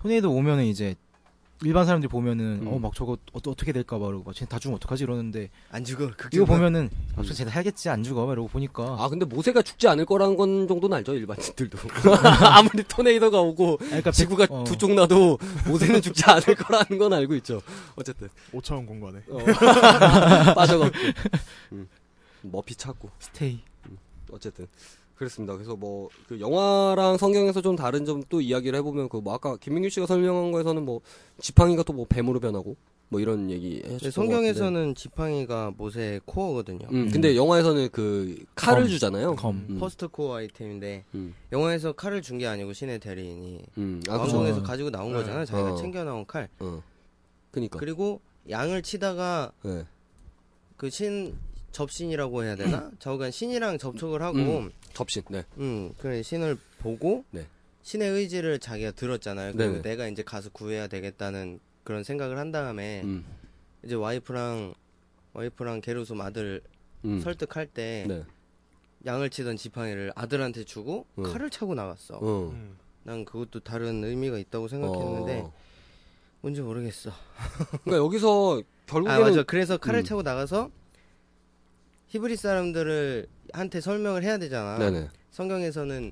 [SPEAKER 3] 토네이도 오면은 이제 일반 사람들이 보면은
[SPEAKER 1] 음.
[SPEAKER 3] 어 막 저거 어, 떻게 될까 봐 그러고 쟤다 죽으면 어떡하지 이러는데
[SPEAKER 2] 안 죽어
[SPEAKER 3] 이거
[SPEAKER 2] 극중
[SPEAKER 3] 보면은 아, 쟤 살겠지 안 죽어 막 이러고 보니까
[SPEAKER 1] 아 근데 모세가 죽지 않을 거라는 건 정도는 알죠 일반인들도 아무리 토네이도가 오고
[SPEAKER 3] 아니, 그러니까
[SPEAKER 1] 지구가
[SPEAKER 3] 백- 어.
[SPEAKER 1] 두 쪽 나도 모세는 죽지 않을 거라는 건 알고 있죠 어쨌든
[SPEAKER 4] 5차원 공간에.
[SPEAKER 1] 어. 빠져갖고 음. 머피 찾고
[SPEAKER 3] 스테이
[SPEAKER 1] 어쨌든 그렇습니다. 그래서 뭐 그 영화랑 성경에서 좀 다른 점 또 이야기를 해보면 그 뭐 아까 김민규 씨가 설명한 거에서는 뭐 지팡이가 또 뭐 뱀으로 변하고 뭐 이런 얘기
[SPEAKER 2] 근데
[SPEAKER 1] 해주셨던
[SPEAKER 2] 네, 성경에서는 지팡이가 모세의 코어거든요
[SPEAKER 1] 음, 근데 영화에서는 그 칼을
[SPEAKER 3] 검.
[SPEAKER 1] 주잖아요.
[SPEAKER 3] 검
[SPEAKER 1] 음,
[SPEAKER 2] 퍼스트 코어 아이템인데
[SPEAKER 1] 음,
[SPEAKER 2] 영화에서 칼을 준 게 아니고 신의 대리인이
[SPEAKER 1] 음, 아 그죠.
[SPEAKER 2] 왕궁에서 가지고 나온
[SPEAKER 4] 네.
[SPEAKER 2] 거잖아 자기가
[SPEAKER 1] 어.
[SPEAKER 2] 챙겨 나온 칼
[SPEAKER 1] 어, 그니까.
[SPEAKER 2] 그리고 양을 치다가
[SPEAKER 1] 예.
[SPEAKER 2] 그 신 접신이라고 해야 되나 저간 신이랑 접촉을 하고
[SPEAKER 1] 음. 접신. 네.
[SPEAKER 2] 음, 그 신을 보고
[SPEAKER 1] 네.
[SPEAKER 2] 신의 의지를 자기가 들었잖아요. 그리고
[SPEAKER 1] 네네.
[SPEAKER 2] 내가 이제 가서 구해야 되겠다는 그런 생각을 한 다음에
[SPEAKER 1] 음,
[SPEAKER 2] 이제 와이프랑 와이프랑 게르솜 아들
[SPEAKER 1] 음.
[SPEAKER 2] 설득할 때
[SPEAKER 1] 네.
[SPEAKER 2] 양을 치던 지팡이를 아들한테 주고
[SPEAKER 1] 음.
[SPEAKER 2] 칼을 차고 나갔어.
[SPEAKER 1] 어.
[SPEAKER 4] 음.
[SPEAKER 2] 난 그것도 다른 의미가 있다고 생각했는데
[SPEAKER 1] 어.
[SPEAKER 2] 뭔지 모르겠어.
[SPEAKER 1] 그러니까 여기서
[SPEAKER 2] 아
[SPEAKER 1] 결국에는
[SPEAKER 2] 맞아. 그래서 칼을
[SPEAKER 1] 음.
[SPEAKER 2] 차고 나가서 히브리 사람들을 한테 설명을 해야 되잖아.
[SPEAKER 1] 네네.
[SPEAKER 2] 성경에서는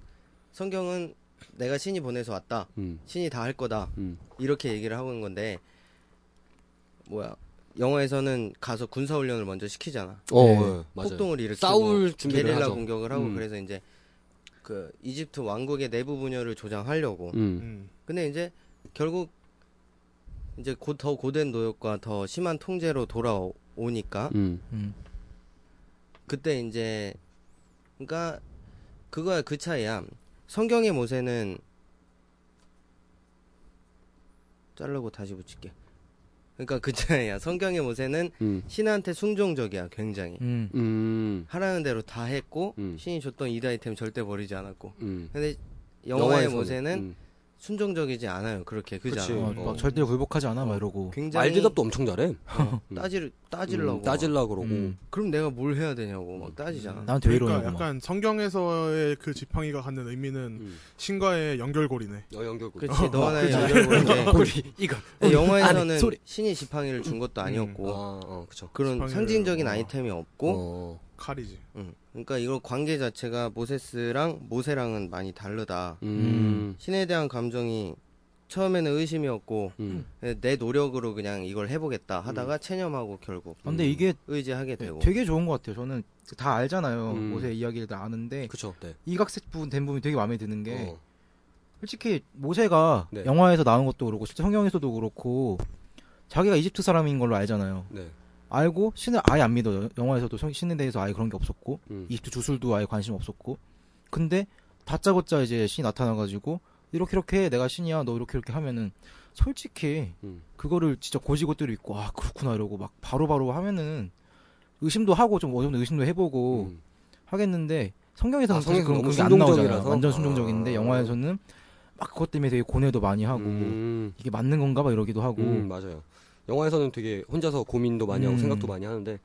[SPEAKER 2] 성경은 내가 신이 보내서 왔다.
[SPEAKER 1] 음,
[SPEAKER 2] 신이 다 할 거다.
[SPEAKER 1] 음,
[SPEAKER 2] 이렇게 얘기를 하고 있는 건데 뭐야 영화에서는 가서 군사 훈련을 먼저 시키잖아.
[SPEAKER 1] 어,
[SPEAKER 3] 네.
[SPEAKER 1] 예, 맞아요.
[SPEAKER 2] 폭동을 일으키고
[SPEAKER 1] 싸울 준비를
[SPEAKER 2] 게릴라
[SPEAKER 1] 하죠.
[SPEAKER 2] 공격을 하고
[SPEAKER 1] 음.
[SPEAKER 2] 그래서 이제 그 이집트 왕국의 내부 분열을 조장하려고.
[SPEAKER 1] 음,
[SPEAKER 4] 음.
[SPEAKER 2] 근데 이제 결국 이제 곧 더 고된 노역과 더 심한 통제로 돌아오니까
[SPEAKER 1] 음,
[SPEAKER 3] 음.
[SPEAKER 2] 그때 이제 그러니까 그거야 그 차이야. 성경의 모세는 자르고 다시 붙일게. 그러니까 그 차이야. 성경의 모세는
[SPEAKER 1] 음,
[SPEAKER 2] 신한테 숭종적이야, 굉장히.
[SPEAKER 3] 음.
[SPEAKER 1] 음,
[SPEAKER 2] 하라는 대로 다 했고
[SPEAKER 1] 음.
[SPEAKER 2] 신이 줬던 이다 이템 절대 버리지 않았고.
[SPEAKER 1] 음.
[SPEAKER 2] 근데 영화의
[SPEAKER 1] 영화에서는,
[SPEAKER 2] 모세는
[SPEAKER 1] 음.
[SPEAKER 2] 순종적이지 않아요. 그렇게
[SPEAKER 1] 그치.
[SPEAKER 2] 그잖아.
[SPEAKER 3] 어,
[SPEAKER 1] 어.
[SPEAKER 3] 막 절대로 굴복하지 않아 막 이러고
[SPEAKER 2] 굉장히
[SPEAKER 1] 말 대답도 엄청 잘해.
[SPEAKER 2] 어,
[SPEAKER 1] 음.
[SPEAKER 2] 따질 따질라고.
[SPEAKER 1] 음, 따질라 그러고.
[SPEAKER 3] 음.
[SPEAKER 2] 그럼 내가 뭘 해야 되냐고 막 따지잖아.
[SPEAKER 3] 나한테 왜
[SPEAKER 4] 그러니까
[SPEAKER 3] 이러냐고 막
[SPEAKER 4] 약간 성경에서의 그 지팡이가 갖는 의미는
[SPEAKER 1] 음.
[SPEAKER 4] 신과의 연결고리네.
[SPEAKER 1] 어, 연결고리.
[SPEAKER 2] 그렇지 너 하나의
[SPEAKER 1] 그치.
[SPEAKER 3] 아,
[SPEAKER 2] 연결고리인데
[SPEAKER 1] 연결고리 이거.
[SPEAKER 2] 근데 영화에서는
[SPEAKER 1] 안에 소리.
[SPEAKER 2] 신이 지팡이를 준 것도 아니었고
[SPEAKER 1] 아, 어, 그쵸.
[SPEAKER 2] 그런
[SPEAKER 4] 지팡이를-
[SPEAKER 2] 상징적인
[SPEAKER 4] 어.
[SPEAKER 2] 아이템이 뭐. 없고
[SPEAKER 1] 어,
[SPEAKER 4] 칼이지.
[SPEAKER 2] 응. 그러니까 이거 관계 자체가 모세스랑 모세랑은 많이 다르다
[SPEAKER 1] 음,
[SPEAKER 2] 신에 대한 감정이 처음에는 의심이었고
[SPEAKER 1] 음,
[SPEAKER 2] 내 노력으로 그냥 이걸 해보겠다 하다가 체념하고 결국
[SPEAKER 3] 아, 근데 이게
[SPEAKER 2] 의지하게 되고
[SPEAKER 3] 되게 좋은 것 같아요 저는 다 알잖아요
[SPEAKER 1] 음.
[SPEAKER 3] 모세 이야기를 다 아는데
[SPEAKER 1] 그쵸. 네.
[SPEAKER 3] 이각색 부분 된 부분이 되게 마음에 드는 게
[SPEAKER 2] 네.
[SPEAKER 1] 어,
[SPEAKER 3] 솔직히 모세가
[SPEAKER 1] 네.
[SPEAKER 3] 영화에서 나온 것도 그렇고 실제 성경에서도 그렇고 자기가 이집트 사람인 걸로 알잖아요.
[SPEAKER 1] 네.
[SPEAKER 3] 알고 신을 아예 안 믿어요. 영화에서도 성- 신에 대해서 아예 그런 게 없었고
[SPEAKER 1] 음.
[SPEAKER 3] 이집트 주술도 아예 관심 없었고 근데 다짜고짜 이제 신이 나타나가지고 이렇게 이렇게 해. 내가 신이야 너 이렇게 이렇게 하면은 솔직히
[SPEAKER 1] 음.
[SPEAKER 3] 그거를 진짜 고지고대로 있고 아 그렇구나 이러고 막 바로바로 하면은 의심도 하고 좀 어느 정도 의심도 해보고
[SPEAKER 1] 음.
[SPEAKER 3] 하겠는데 성경에서는
[SPEAKER 1] 아,
[SPEAKER 3] 사실
[SPEAKER 1] 성경에서
[SPEAKER 3] 그런
[SPEAKER 1] 너무
[SPEAKER 3] 그게 안 나오잖아요.
[SPEAKER 1] 순종적이라서?
[SPEAKER 3] 완전 순종적인데
[SPEAKER 1] 아.
[SPEAKER 3] 영화에서는 막 그것 때문에 되게 고뇌도 많이 하고 뭐.
[SPEAKER 1] 음.
[SPEAKER 3] 이게 맞는 건가 봐 이러기도 하고
[SPEAKER 1] 음, 맞아요. 영화에서는 되게 혼자서 고민도 많이 하고
[SPEAKER 3] 음.
[SPEAKER 1] 생각도 많이 하는데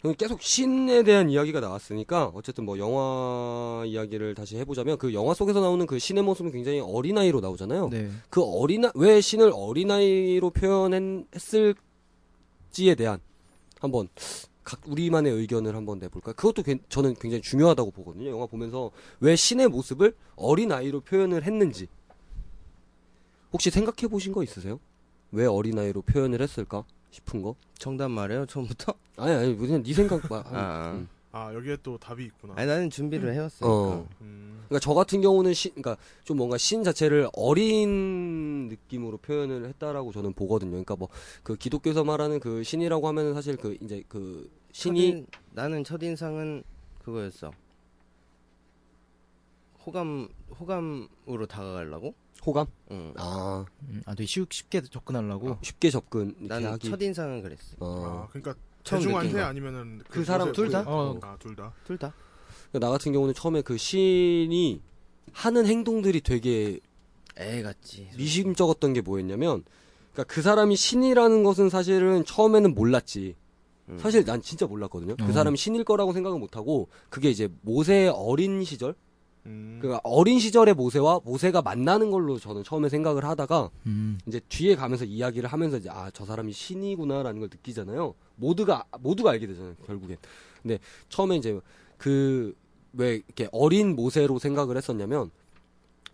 [SPEAKER 1] 저는 계속 신에 대한 이야기가 나왔으니까 어쨌든 뭐 영화 이야기를 다시 해보자면 그 영화 속에서 나오는 그 신의 모습은 굉장히 어린아이로 나오잖아요.
[SPEAKER 3] 네.
[SPEAKER 1] 그 어린아 왜 신을 어린아이로 표현했을지에 대한 한번 각 우리만의 의견을 한번 내볼까? 요 그것도 괜- 저는 굉장히 중요하다고 보거든요. 영화 보면서 왜 신의 모습을 어린아이로 표현을 했는지 혹시 생각해 보신 거 있으세요? 왜 어린아이로 표현을 했을까 싶은 거?
[SPEAKER 2] 정답 말해요 처음부터?
[SPEAKER 1] 아니 아니 그냥 네 생각 봐.
[SPEAKER 2] 아, 아.
[SPEAKER 1] 음.
[SPEAKER 4] 아 여기에 또 답이 있구나.
[SPEAKER 2] 아니 나는 준비를 해왔으니까.
[SPEAKER 1] 어.
[SPEAKER 4] 음.
[SPEAKER 1] 그러니까 저 같은 경우는 신, 그러니까 좀 뭔가 신 자체를 어린 느낌으로 표현을 했다라고 저는 보거든요. 그러니까 뭐 그 기독교에서 말하는 그 신이라고 하면은 사실 그 이제 그 신이
[SPEAKER 2] 첫인- 나는 첫 인상은 그거였어. 호감 호감으로 다가가려고?
[SPEAKER 1] 호감?
[SPEAKER 2] 응.
[SPEAKER 1] 아
[SPEAKER 3] 음, 아, 되게 쉬, 쉽게 접근하려고
[SPEAKER 1] 쉽게 접근 이렇게
[SPEAKER 2] 나는
[SPEAKER 1] 하기.
[SPEAKER 2] 첫 인상은 그랬어.
[SPEAKER 1] 어.
[SPEAKER 4] 아 그러니까
[SPEAKER 2] 처음 느낀
[SPEAKER 4] 대중한테
[SPEAKER 2] 거.
[SPEAKER 4] 아니면은
[SPEAKER 1] 그 사람 둘
[SPEAKER 3] 다? 어.
[SPEAKER 4] 아둘 다.
[SPEAKER 2] 둘 다.
[SPEAKER 1] 그러니까 나 같은 경우는 처음에 그 신이 하는 행동들이 되게
[SPEAKER 2] 애 같지.
[SPEAKER 1] 미심쩍었던 게 뭐였냐면 그러니까 그 사람이 신이라는 것은 사실은 처음에는 몰랐지.
[SPEAKER 2] 음.
[SPEAKER 1] 사실 난 진짜 몰랐거든요. 그
[SPEAKER 3] 어.
[SPEAKER 1] 사람이 신일 거라고 생각은 못 하고 그게 이제 모세의 어린 시절
[SPEAKER 4] 음.
[SPEAKER 1] 그러니까 어린 시절의 모세와 모세가 만나는 걸로 저는 처음에 생각을 하다가
[SPEAKER 3] 음.
[SPEAKER 1] 이제 뒤에 가면서 이야기를 하면서 이제 아 저 사람이 신이구나라는 걸 느끼잖아요. 모두가 모두가 알게 되잖아요. 결국엔. 근데 처음에 이제 그 왜 이렇게 어린 모세로 생각을 했었냐면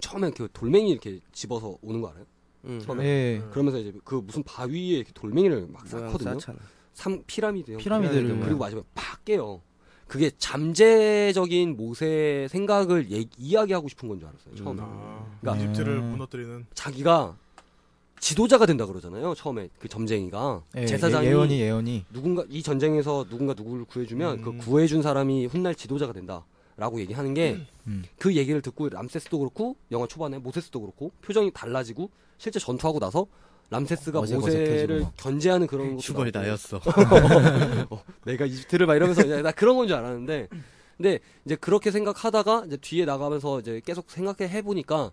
[SPEAKER 1] 처음엔 그 돌멩이 이렇게 집어서 오는 거 알아요?
[SPEAKER 2] 응.
[SPEAKER 1] 처음에
[SPEAKER 3] 예.
[SPEAKER 4] 음.
[SPEAKER 1] 그러면서 이제 그 무슨 바위에 이렇게 돌멩이를 막
[SPEAKER 2] 모양
[SPEAKER 1] 쌓거든요.
[SPEAKER 2] 쌓잖아.
[SPEAKER 1] 삼 피라미드요.
[SPEAKER 3] 피라미드를.
[SPEAKER 1] 그리고 마지막에 팍 깨요. 그게 잠재적인 모세의 생각을 얘기- 이야기하고 싶은 건 줄 알았어요. 처음에.
[SPEAKER 4] 아,
[SPEAKER 1] 그러니까-
[SPEAKER 4] 이집트를
[SPEAKER 3] 음.
[SPEAKER 4] 무너뜨리는
[SPEAKER 1] 자기가 지도자가 된다 그러잖아요. 처음에 그 점쟁이가
[SPEAKER 3] 예,
[SPEAKER 1] 제사장이
[SPEAKER 3] 예, 예언이 예언이
[SPEAKER 1] 누군가 이 전쟁에서 누군가 누구를 구해주면
[SPEAKER 4] 음.
[SPEAKER 1] 그 구해준 사람이 훗날 지도자가 된다라고 얘기하는 게 그
[SPEAKER 3] 음.
[SPEAKER 1] 얘기를 듣고 람세스도 그렇고 영화 초반에 모세스도 그렇고 표정이 달라지고 실제 전투하고 나서 람세스가
[SPEAKER 3] 어색-
[SPEAKER 1] 모세를
[SPEAKER 3] 어색해지고.
[SPEAKER 1] 견제하는 그런 것도
[SPEAKER 2] 슈벌
[SPEAKER 1] 나오고.
[SPEAKER 2] 나였어.
[SPEAKER 1] 어, 내가 이집트를 막 이러면서 그냥 나 그런 건 줄 알았는데 근데 이제 그렇게 생각하다가 이제 뒤에 나가면서 이제 계속 생각해 해보니까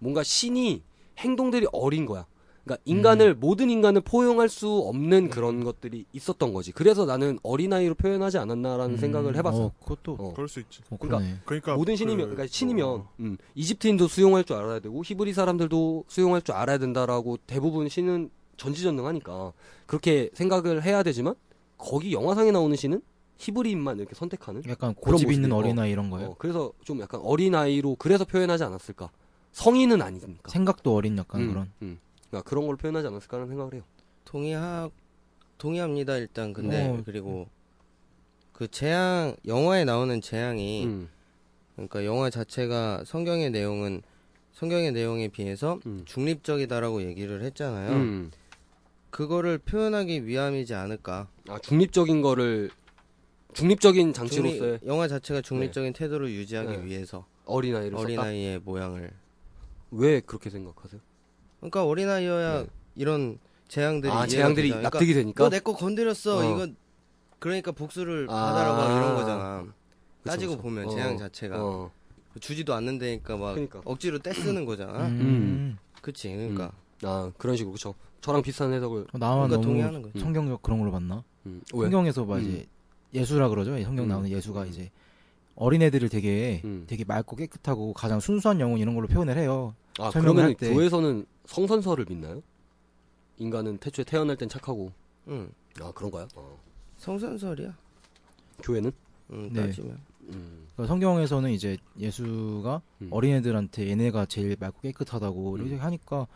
[SPEAKER 1] 뭔가 신이 행동들이 어린 거야. 그러니까 인간을 모든 인간을 포용할 수 없는 그런 것들이 있었던 거지. 그래서 나는 어린아이로 표현하지 않았나라는
[SPEAKER 3] 음,
[SPEAKER 1] 생각을 해봤어.
[SPEAKER 3] 어, 그것도
[SPEAKER 1] 어.
[SPEAKER 4] 그럴 수 있지.
[SPEAKER 3] 어,
[SPEAKER 1] 그러니까
[SPEAKER 3] 그러네.
[SPEAKER 4] 그러니까
[SPEAKER 1] 모든 신이면
[SPEAKER 4] 그-
[SPEAKER 1] 그러니까 신이면
[SPEAKER 4] 어,
[SPEAKER 1] 음, 이집트인도 수용할 줄 알아야 되고 히브리 사람들도 수용할 줄 알아야 된다라고 대부분 신은 전지전능하니까 그렇게 생각을 해야 되지만 거기 영화상에 나오는 신은 히브리인만 이렇게 선택하는
[SPEAKER 3] 약간
[SPEAKER 1] 그러니까 그런
[SPEAKER 3] 고집 있는
[SPEAKER 1] 모습이-
[SPEAKER 3] 어린아이 이런 거예요.
[SPEAKER 1] 어, 그래서 좀 약간 어린아이로 그래서 표현하지 않았을까 성인은 아니니까
[SPEAKER 3] 생각도 어린 약간 그런.
[SPEAKER 1] 그러니까. 음. 그러니까 그런 걸 표현하지 않았을까 하는 생각을 해요
[SPEAKER 2] 동의하 동의합니다 일단 근데
[SPEAKER 3] 어.
[SPEAKER 2] 그리고 그 재앙 영화에 나오는 재앙이
[SPEAKER 1] 음.
[SPEAKER 2] 그러니까 영화 자체가 성경의 내용은 성경의 내용에 비해서
[SPEAKER 1] 음.
[SPEAKER 2] 중립적이다라고 얘기를 했잖아요.
[SPEAKER 1] 음.
[SPEAKER 2] 그거를 표현하기 위함이지 않을까.
[SPEAKER 1] 아 중립적인 거를 중립적인 장치로서의
[SPEAKER 2] 중립- 영화 자체가 중립적인 태도를 유지하기
[SPEAKER 1] 네.
[SPEAKER 2] 위해서
[SPEAKER 1] 어린아이를 썼다
[SPEAKER 2] 어린아이의 모양을.
[SPEAKER 1] 왜 그렇게 생각하세요?
[SPEAKER 2] 그러니까
[SPEAKER 1] 네.
[SPEAKER 2] 어린아이여야 이런 재앙들이
[SPEAKER 1] 아
[SPEAKER 2] 이해가
[SPEAKER 1] 재앙들이
[SPEAKER 2] 되잖아. 그러니까
[SPEAKER 1] 납득이 되니까
[SPEAKER 2] 너 내 거 건드렸어.
[SPEAKER 1] 어.
[SPEAKER 2] 이건 그러니까 복수를
[SPEAKER 1] 아.
[SPEAKER 2] 받아라고 막 이런 거잖아. 따지고
[SPEAKER 1] 그쵸.
[SPEAKER 2] 보면
[SPEAKER 1] 어.
[SPEAKER 2] 재앙 자체가
[SPEAKER 1] 어.
[SPEAKER 2] 주지도 않는데니까 막
[SPEAKER 1] 그러니까.
[SPEAKER 2] 억지로 떼쓰는 거잖아.
[SPEAKER 1] 음.
[SPEAKER 2] 그치 그러니까
[SPEAKER 1] 아 그런 식으로 그쵸 저랑 비슷한 해석을
[SPEAKER 3] 어, 나만
[SPEAKER 2] 그러니까
[SPEAKER 3] 너무
[SPEAKER 2] 동의하는 거지.
[SPEAKER 3] 성경적 그런 걸로 봤나?
[SPEAKER 1] 음. 왜?
[SPEAKER 3] 성경에서 막 이제 예수라 그러죠. 이 성경
[SPEAKER 1] 음.
[SPEAKER 3] 나오는 예수가 이제 어린애들을 되게
[SPEAKER 1] 음.
[SPEAKER 3] 되게 맑고 깨끗하고 가장 순수한 영혼 이런 걸로 표현을 해요.
[SPEAKER 1] 아
[SPEAKER 3] 설명을
[SPEAKER 1] 그러면
[SPEAKER 3] 할 때.
[SPEAKER 1] 교회에서는 성선설을 믿나요? 인간은 태초에 태어날 땐 착하고
[SPEAKER 2] 응.
[SPEAKER 1] 아 그런가요? 어.
[SPEAKER 2] 성선설이야.
[SPEAKER 1] 교회는?
[SPEAKER 2] 응,
[SPEAKER 3] 네.
[SPEAKER 2] 따지면
[SPEAKER 1] 음.
[SPEAKER 3] 그러니까 성경에서는 이제 예수가
[SPEAKER 1] 음.
[SPEAKER 3] 어린애들한테 얘네가 제일 맑고 깨끗하다고
[SPEAKER 1] 음.
[SPEAKER 3] 이렇게 하니까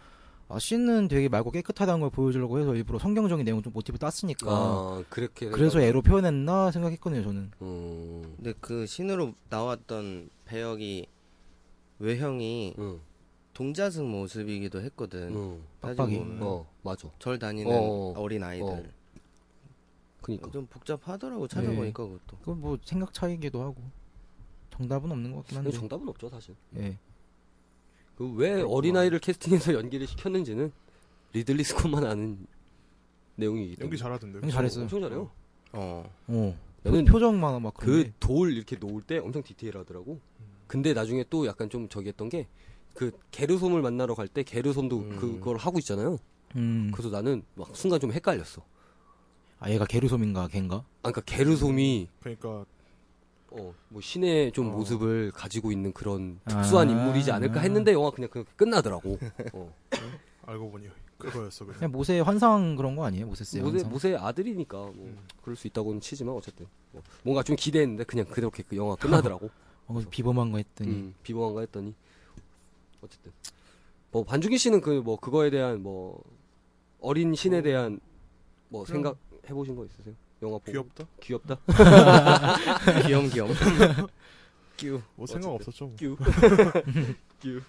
[SPEAKER 3] 아, 신은 되게 맑고 깨끗하다는 걸 보여주려고 해서 일부러 성경적인 내용 좀 모티브 땄으니까
[SPEAKER 1] 아 그렇게
[SPEAKER 3] 그래서 애로 표현했나 생각했거든요 저는.
[SPEAKER 1] 음.
[SPEAKER 2] 근데 그 신으로 나왔던 배역이 외형이
[SPEAKER 1] 음.
[SPEAKER 2] 동자승 모습이기도 했거든.
[SPEAKER 1] 음.
[SPEAKER 2] 따지고
[SPEAKER 3] 빡빡이.
[SPEAKER 2] 보면
[SPEAKER 1] 어 맞아
[SPEAKER 2] 절 다니는
[SPEAKER 1] 어.
[SPEAKER 2] 어린 아이들.
[SPEAKER 1] 어. 그러니까. 그니까
[SPEAKER 2] 좀 복잡하더라고 찾아보니까 그것도.
[SPEAKER 3] 그건 뭐 생각 차이기도 하고 정답은 없는 것 같긴 한데.
[SPEAKER 1] 정답은 없죠 사실
[SPEAKER 3] 예.
[SPEAKER 2] 네,
[SPEAKER 1] 그 왜 어린아이를 캐스팅해서 연기를 시켰는지는 리들리 스콧만 아는 내용이기 때문에
[SPEAKER 4] 연기 잘하던데.
[SPEAKER 3] 연기 잘했어요.
[SPEAKER 1] 엄청 잘해요.
[SPEAKER 2] 어.
[SPEAKER 3] 어.
[SPEAKER 1] 나는
[SPEAKER 3] 표정만 막
[SPEAKER 1] 그
[SPEAKER 3] 그런데.
[SPEAKER 1] 돌 이렇게 놓을 때 엄청 디테일하더라고. 근데 나중에 또 약간 좀 저기 했던 게 그 게르솜을 만나러 갈 때 게르솜도
[SPEAKER 2] 음.
[SPEAKER 1] 그걸 하고 있잖아요.
[SPEAKER 3] 음.
[SPEAKER 1] 그래서 나는 막 순간 좀 헷갈렸어.
[SPEAKER 3] 아 얘가 게르솜인가 걔인가?
[SPEAKER 1] 아, 그러니까 게르솜이
[SPEAKER 4] 그러니까
[SPEAKER 1] 어, 뭐 신의 좀
[SPEAKER 3] 어.
[SPEAKER 1] 모습을 가지고 있는 그런 특수한
[SPEAKER 3] 아.
[SPEAKER 1] 인물이지 않을까 했는데 영화 그냥 그렇게 끝나더라고. 어.
[SPEAKER 4] 알고 보니 그거였어. 그냥.
[SPEAKER 3] 그냥 모세 환상 그런 거 아니에요? 모세스
[SPEAKER 1] 모세
[SPEAKER 3] 환상. 음.
[SPEAKER 1] 모세의 아들이니까 뭐 그럴 수 있다고는 치지만 어쨌든 뭐 뭔가 좀 기대했는데 그냥 그렇게 그 영화 끝나더라고.
[SPEAKER 3] 어, 비범한 거 했더니
[SPEAKER 1] 음, 비범한가 했더니 어쨌든 뭐 반주기 씨는 그 뭐 그거에 대한 뭐 어린 신에 대한 뭐
[SPEAKER 4] 그럼.
[SPEAKER 1] 생각 해보신 거 있으세요? 영화 보고
[SPEAKER 4] 귀엽다.
[SPEAKER 1] 귀엽다.
[SPEAKER 2] 귀염 귀염.
[SPEAKER 1] 귀여.
[SPEAKER 4] 뭐 생각 없었죠.
[SPEAKER 3] 어.
[SPEAKER 4] 뭐.
[SPEAKER 1] 규. 규.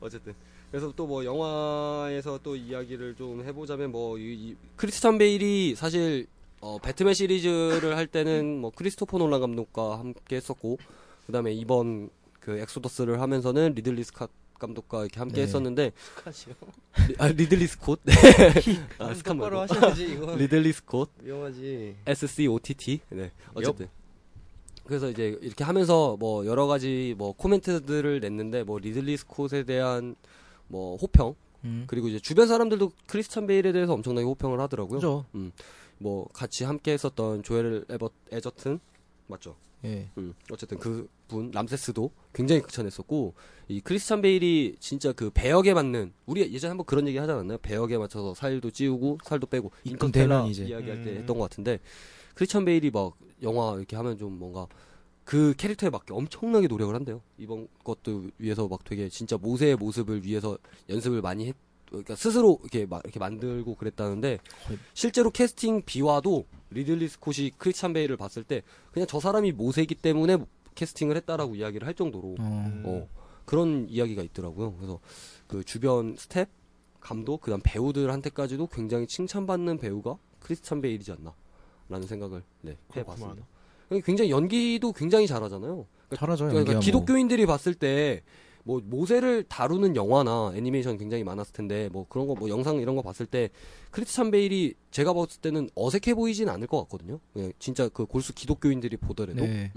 [SPEAKER 1] 어쨌든 그래서 또 뭐 영화에서 또 이야기를 좀 해보자면 뭐 이, 이 크리스찬 베일이 사실 어, 배트맨 시리즈를 할 때는 뭐 크리스토퍼 놀란 감독과 함께 했었고 그다음에 이번 그 엑소더스를 하면서는 리들리 스캇 감독과 이렇게 함께
[SPEAKER 3] 네.
[SPEAKER 1] 했었는데
[SPEAKER 2] 스카시요.
[SPEAKER 1] 리, 아, 리들리 스콧 아, 스캇
[SPEAKER 2] 똑바로
[SPEAKER 1] 말고
[SPEAKER 2] 하셔야지 이건
[SPEAKER 1] 리들리 스콧
[SPEAKER 2] 위험하지.
[SPEAKER 1] SCOTT. 네. 어쨌든. 그래서 이제 이렇게 하면서 뭐 여러 가지 뭐 코멘트들을 냈는데 뭐 리들리 스콧에 대한 뭐 호평
[SPEAKER 3] 음.
[SPEAKER 1] 그리고 이제 주변 사람들도 크리스찬 베일에 대해서 엄청나게 호평을 하더라고요.
[SPEAKER 3] 그죠?
[SPEAKER 1] 뭐 같이 함께 했었던 조엘 에버 에저튼 맞죠?
[SPEAKER 3] 예.
[SPEAKER 1] 음. 어쨌든 그분 람세스도 굉장히 극찬했었고 이 크리스찬 베일이 진짜 그 배역에 맞는 우리 예전에 한번 그런 얘기 하지 않았나요? 배역에 맞춰서 살도 찌우고 살도 빼고
[SPEAKER 3] 입금
[SPEAKER 1] 인터스텔라
[SPEAKER 3] 되면 이제.
[SPEAKER 1] 이야기할 때
[SPEAKER 4] 음.
[SPEAKER 1] 했던 것 같은데 크리스찬 베일이 막 영화 이렇게 하면 좀 뭔가 그 캐릭터에 맞게 엄청나게 노력을 한대요. 이번 것도 위해서 막 되게 진짜 모세의 모습을 위해서 연습을 많이 했 그러니까 스스로 이렇게 막 이렇게 만들고 그랬다는데
[SPEAKER 3] 거의-
[SPEAKER 1] 실제로 캐스팅 비와도 리들리 스콧이 크리스찬 베일을 봤을 때 그냥 저 사람이 모세이기 때문에 캐스팅을 했다라고 이야기를 할 정도로
[SPEAKER 3] 어.
[SPEAKER 4] 음.
[SPEAKER 1] 어, 그런 이야기가 있더라고요. 그래서 그 주변 스텝, 감독, 그다음 배우들한테까지도 굉장히 칭찬받는 배우가 크리스찬 베일이지 않나라는 생각을 네, 해봤습니다. 그러니까 굉장히 연기도 굉장히 잘하잖아요.
[SPEAKER 3] 잘하죠.
[SPEAKER 1] 그러니까
[SPEAKER 3] 연기야, 뭐.
[SPEAKER 1] 기독교인들이 봤을 때. 뭐 모세를 다루는 영화나 애니메이션 굉장히 많았을 텐데 뭐 그런 거 뭐 영상 이런 거 봤을 때 크리스찬 베일이 제가 봤을 때는 어색해 보이진 않을 것 같거든요. 그냥 진짜 그 골수 기독교인들이 보더라도
[SPEAKER 3] 네.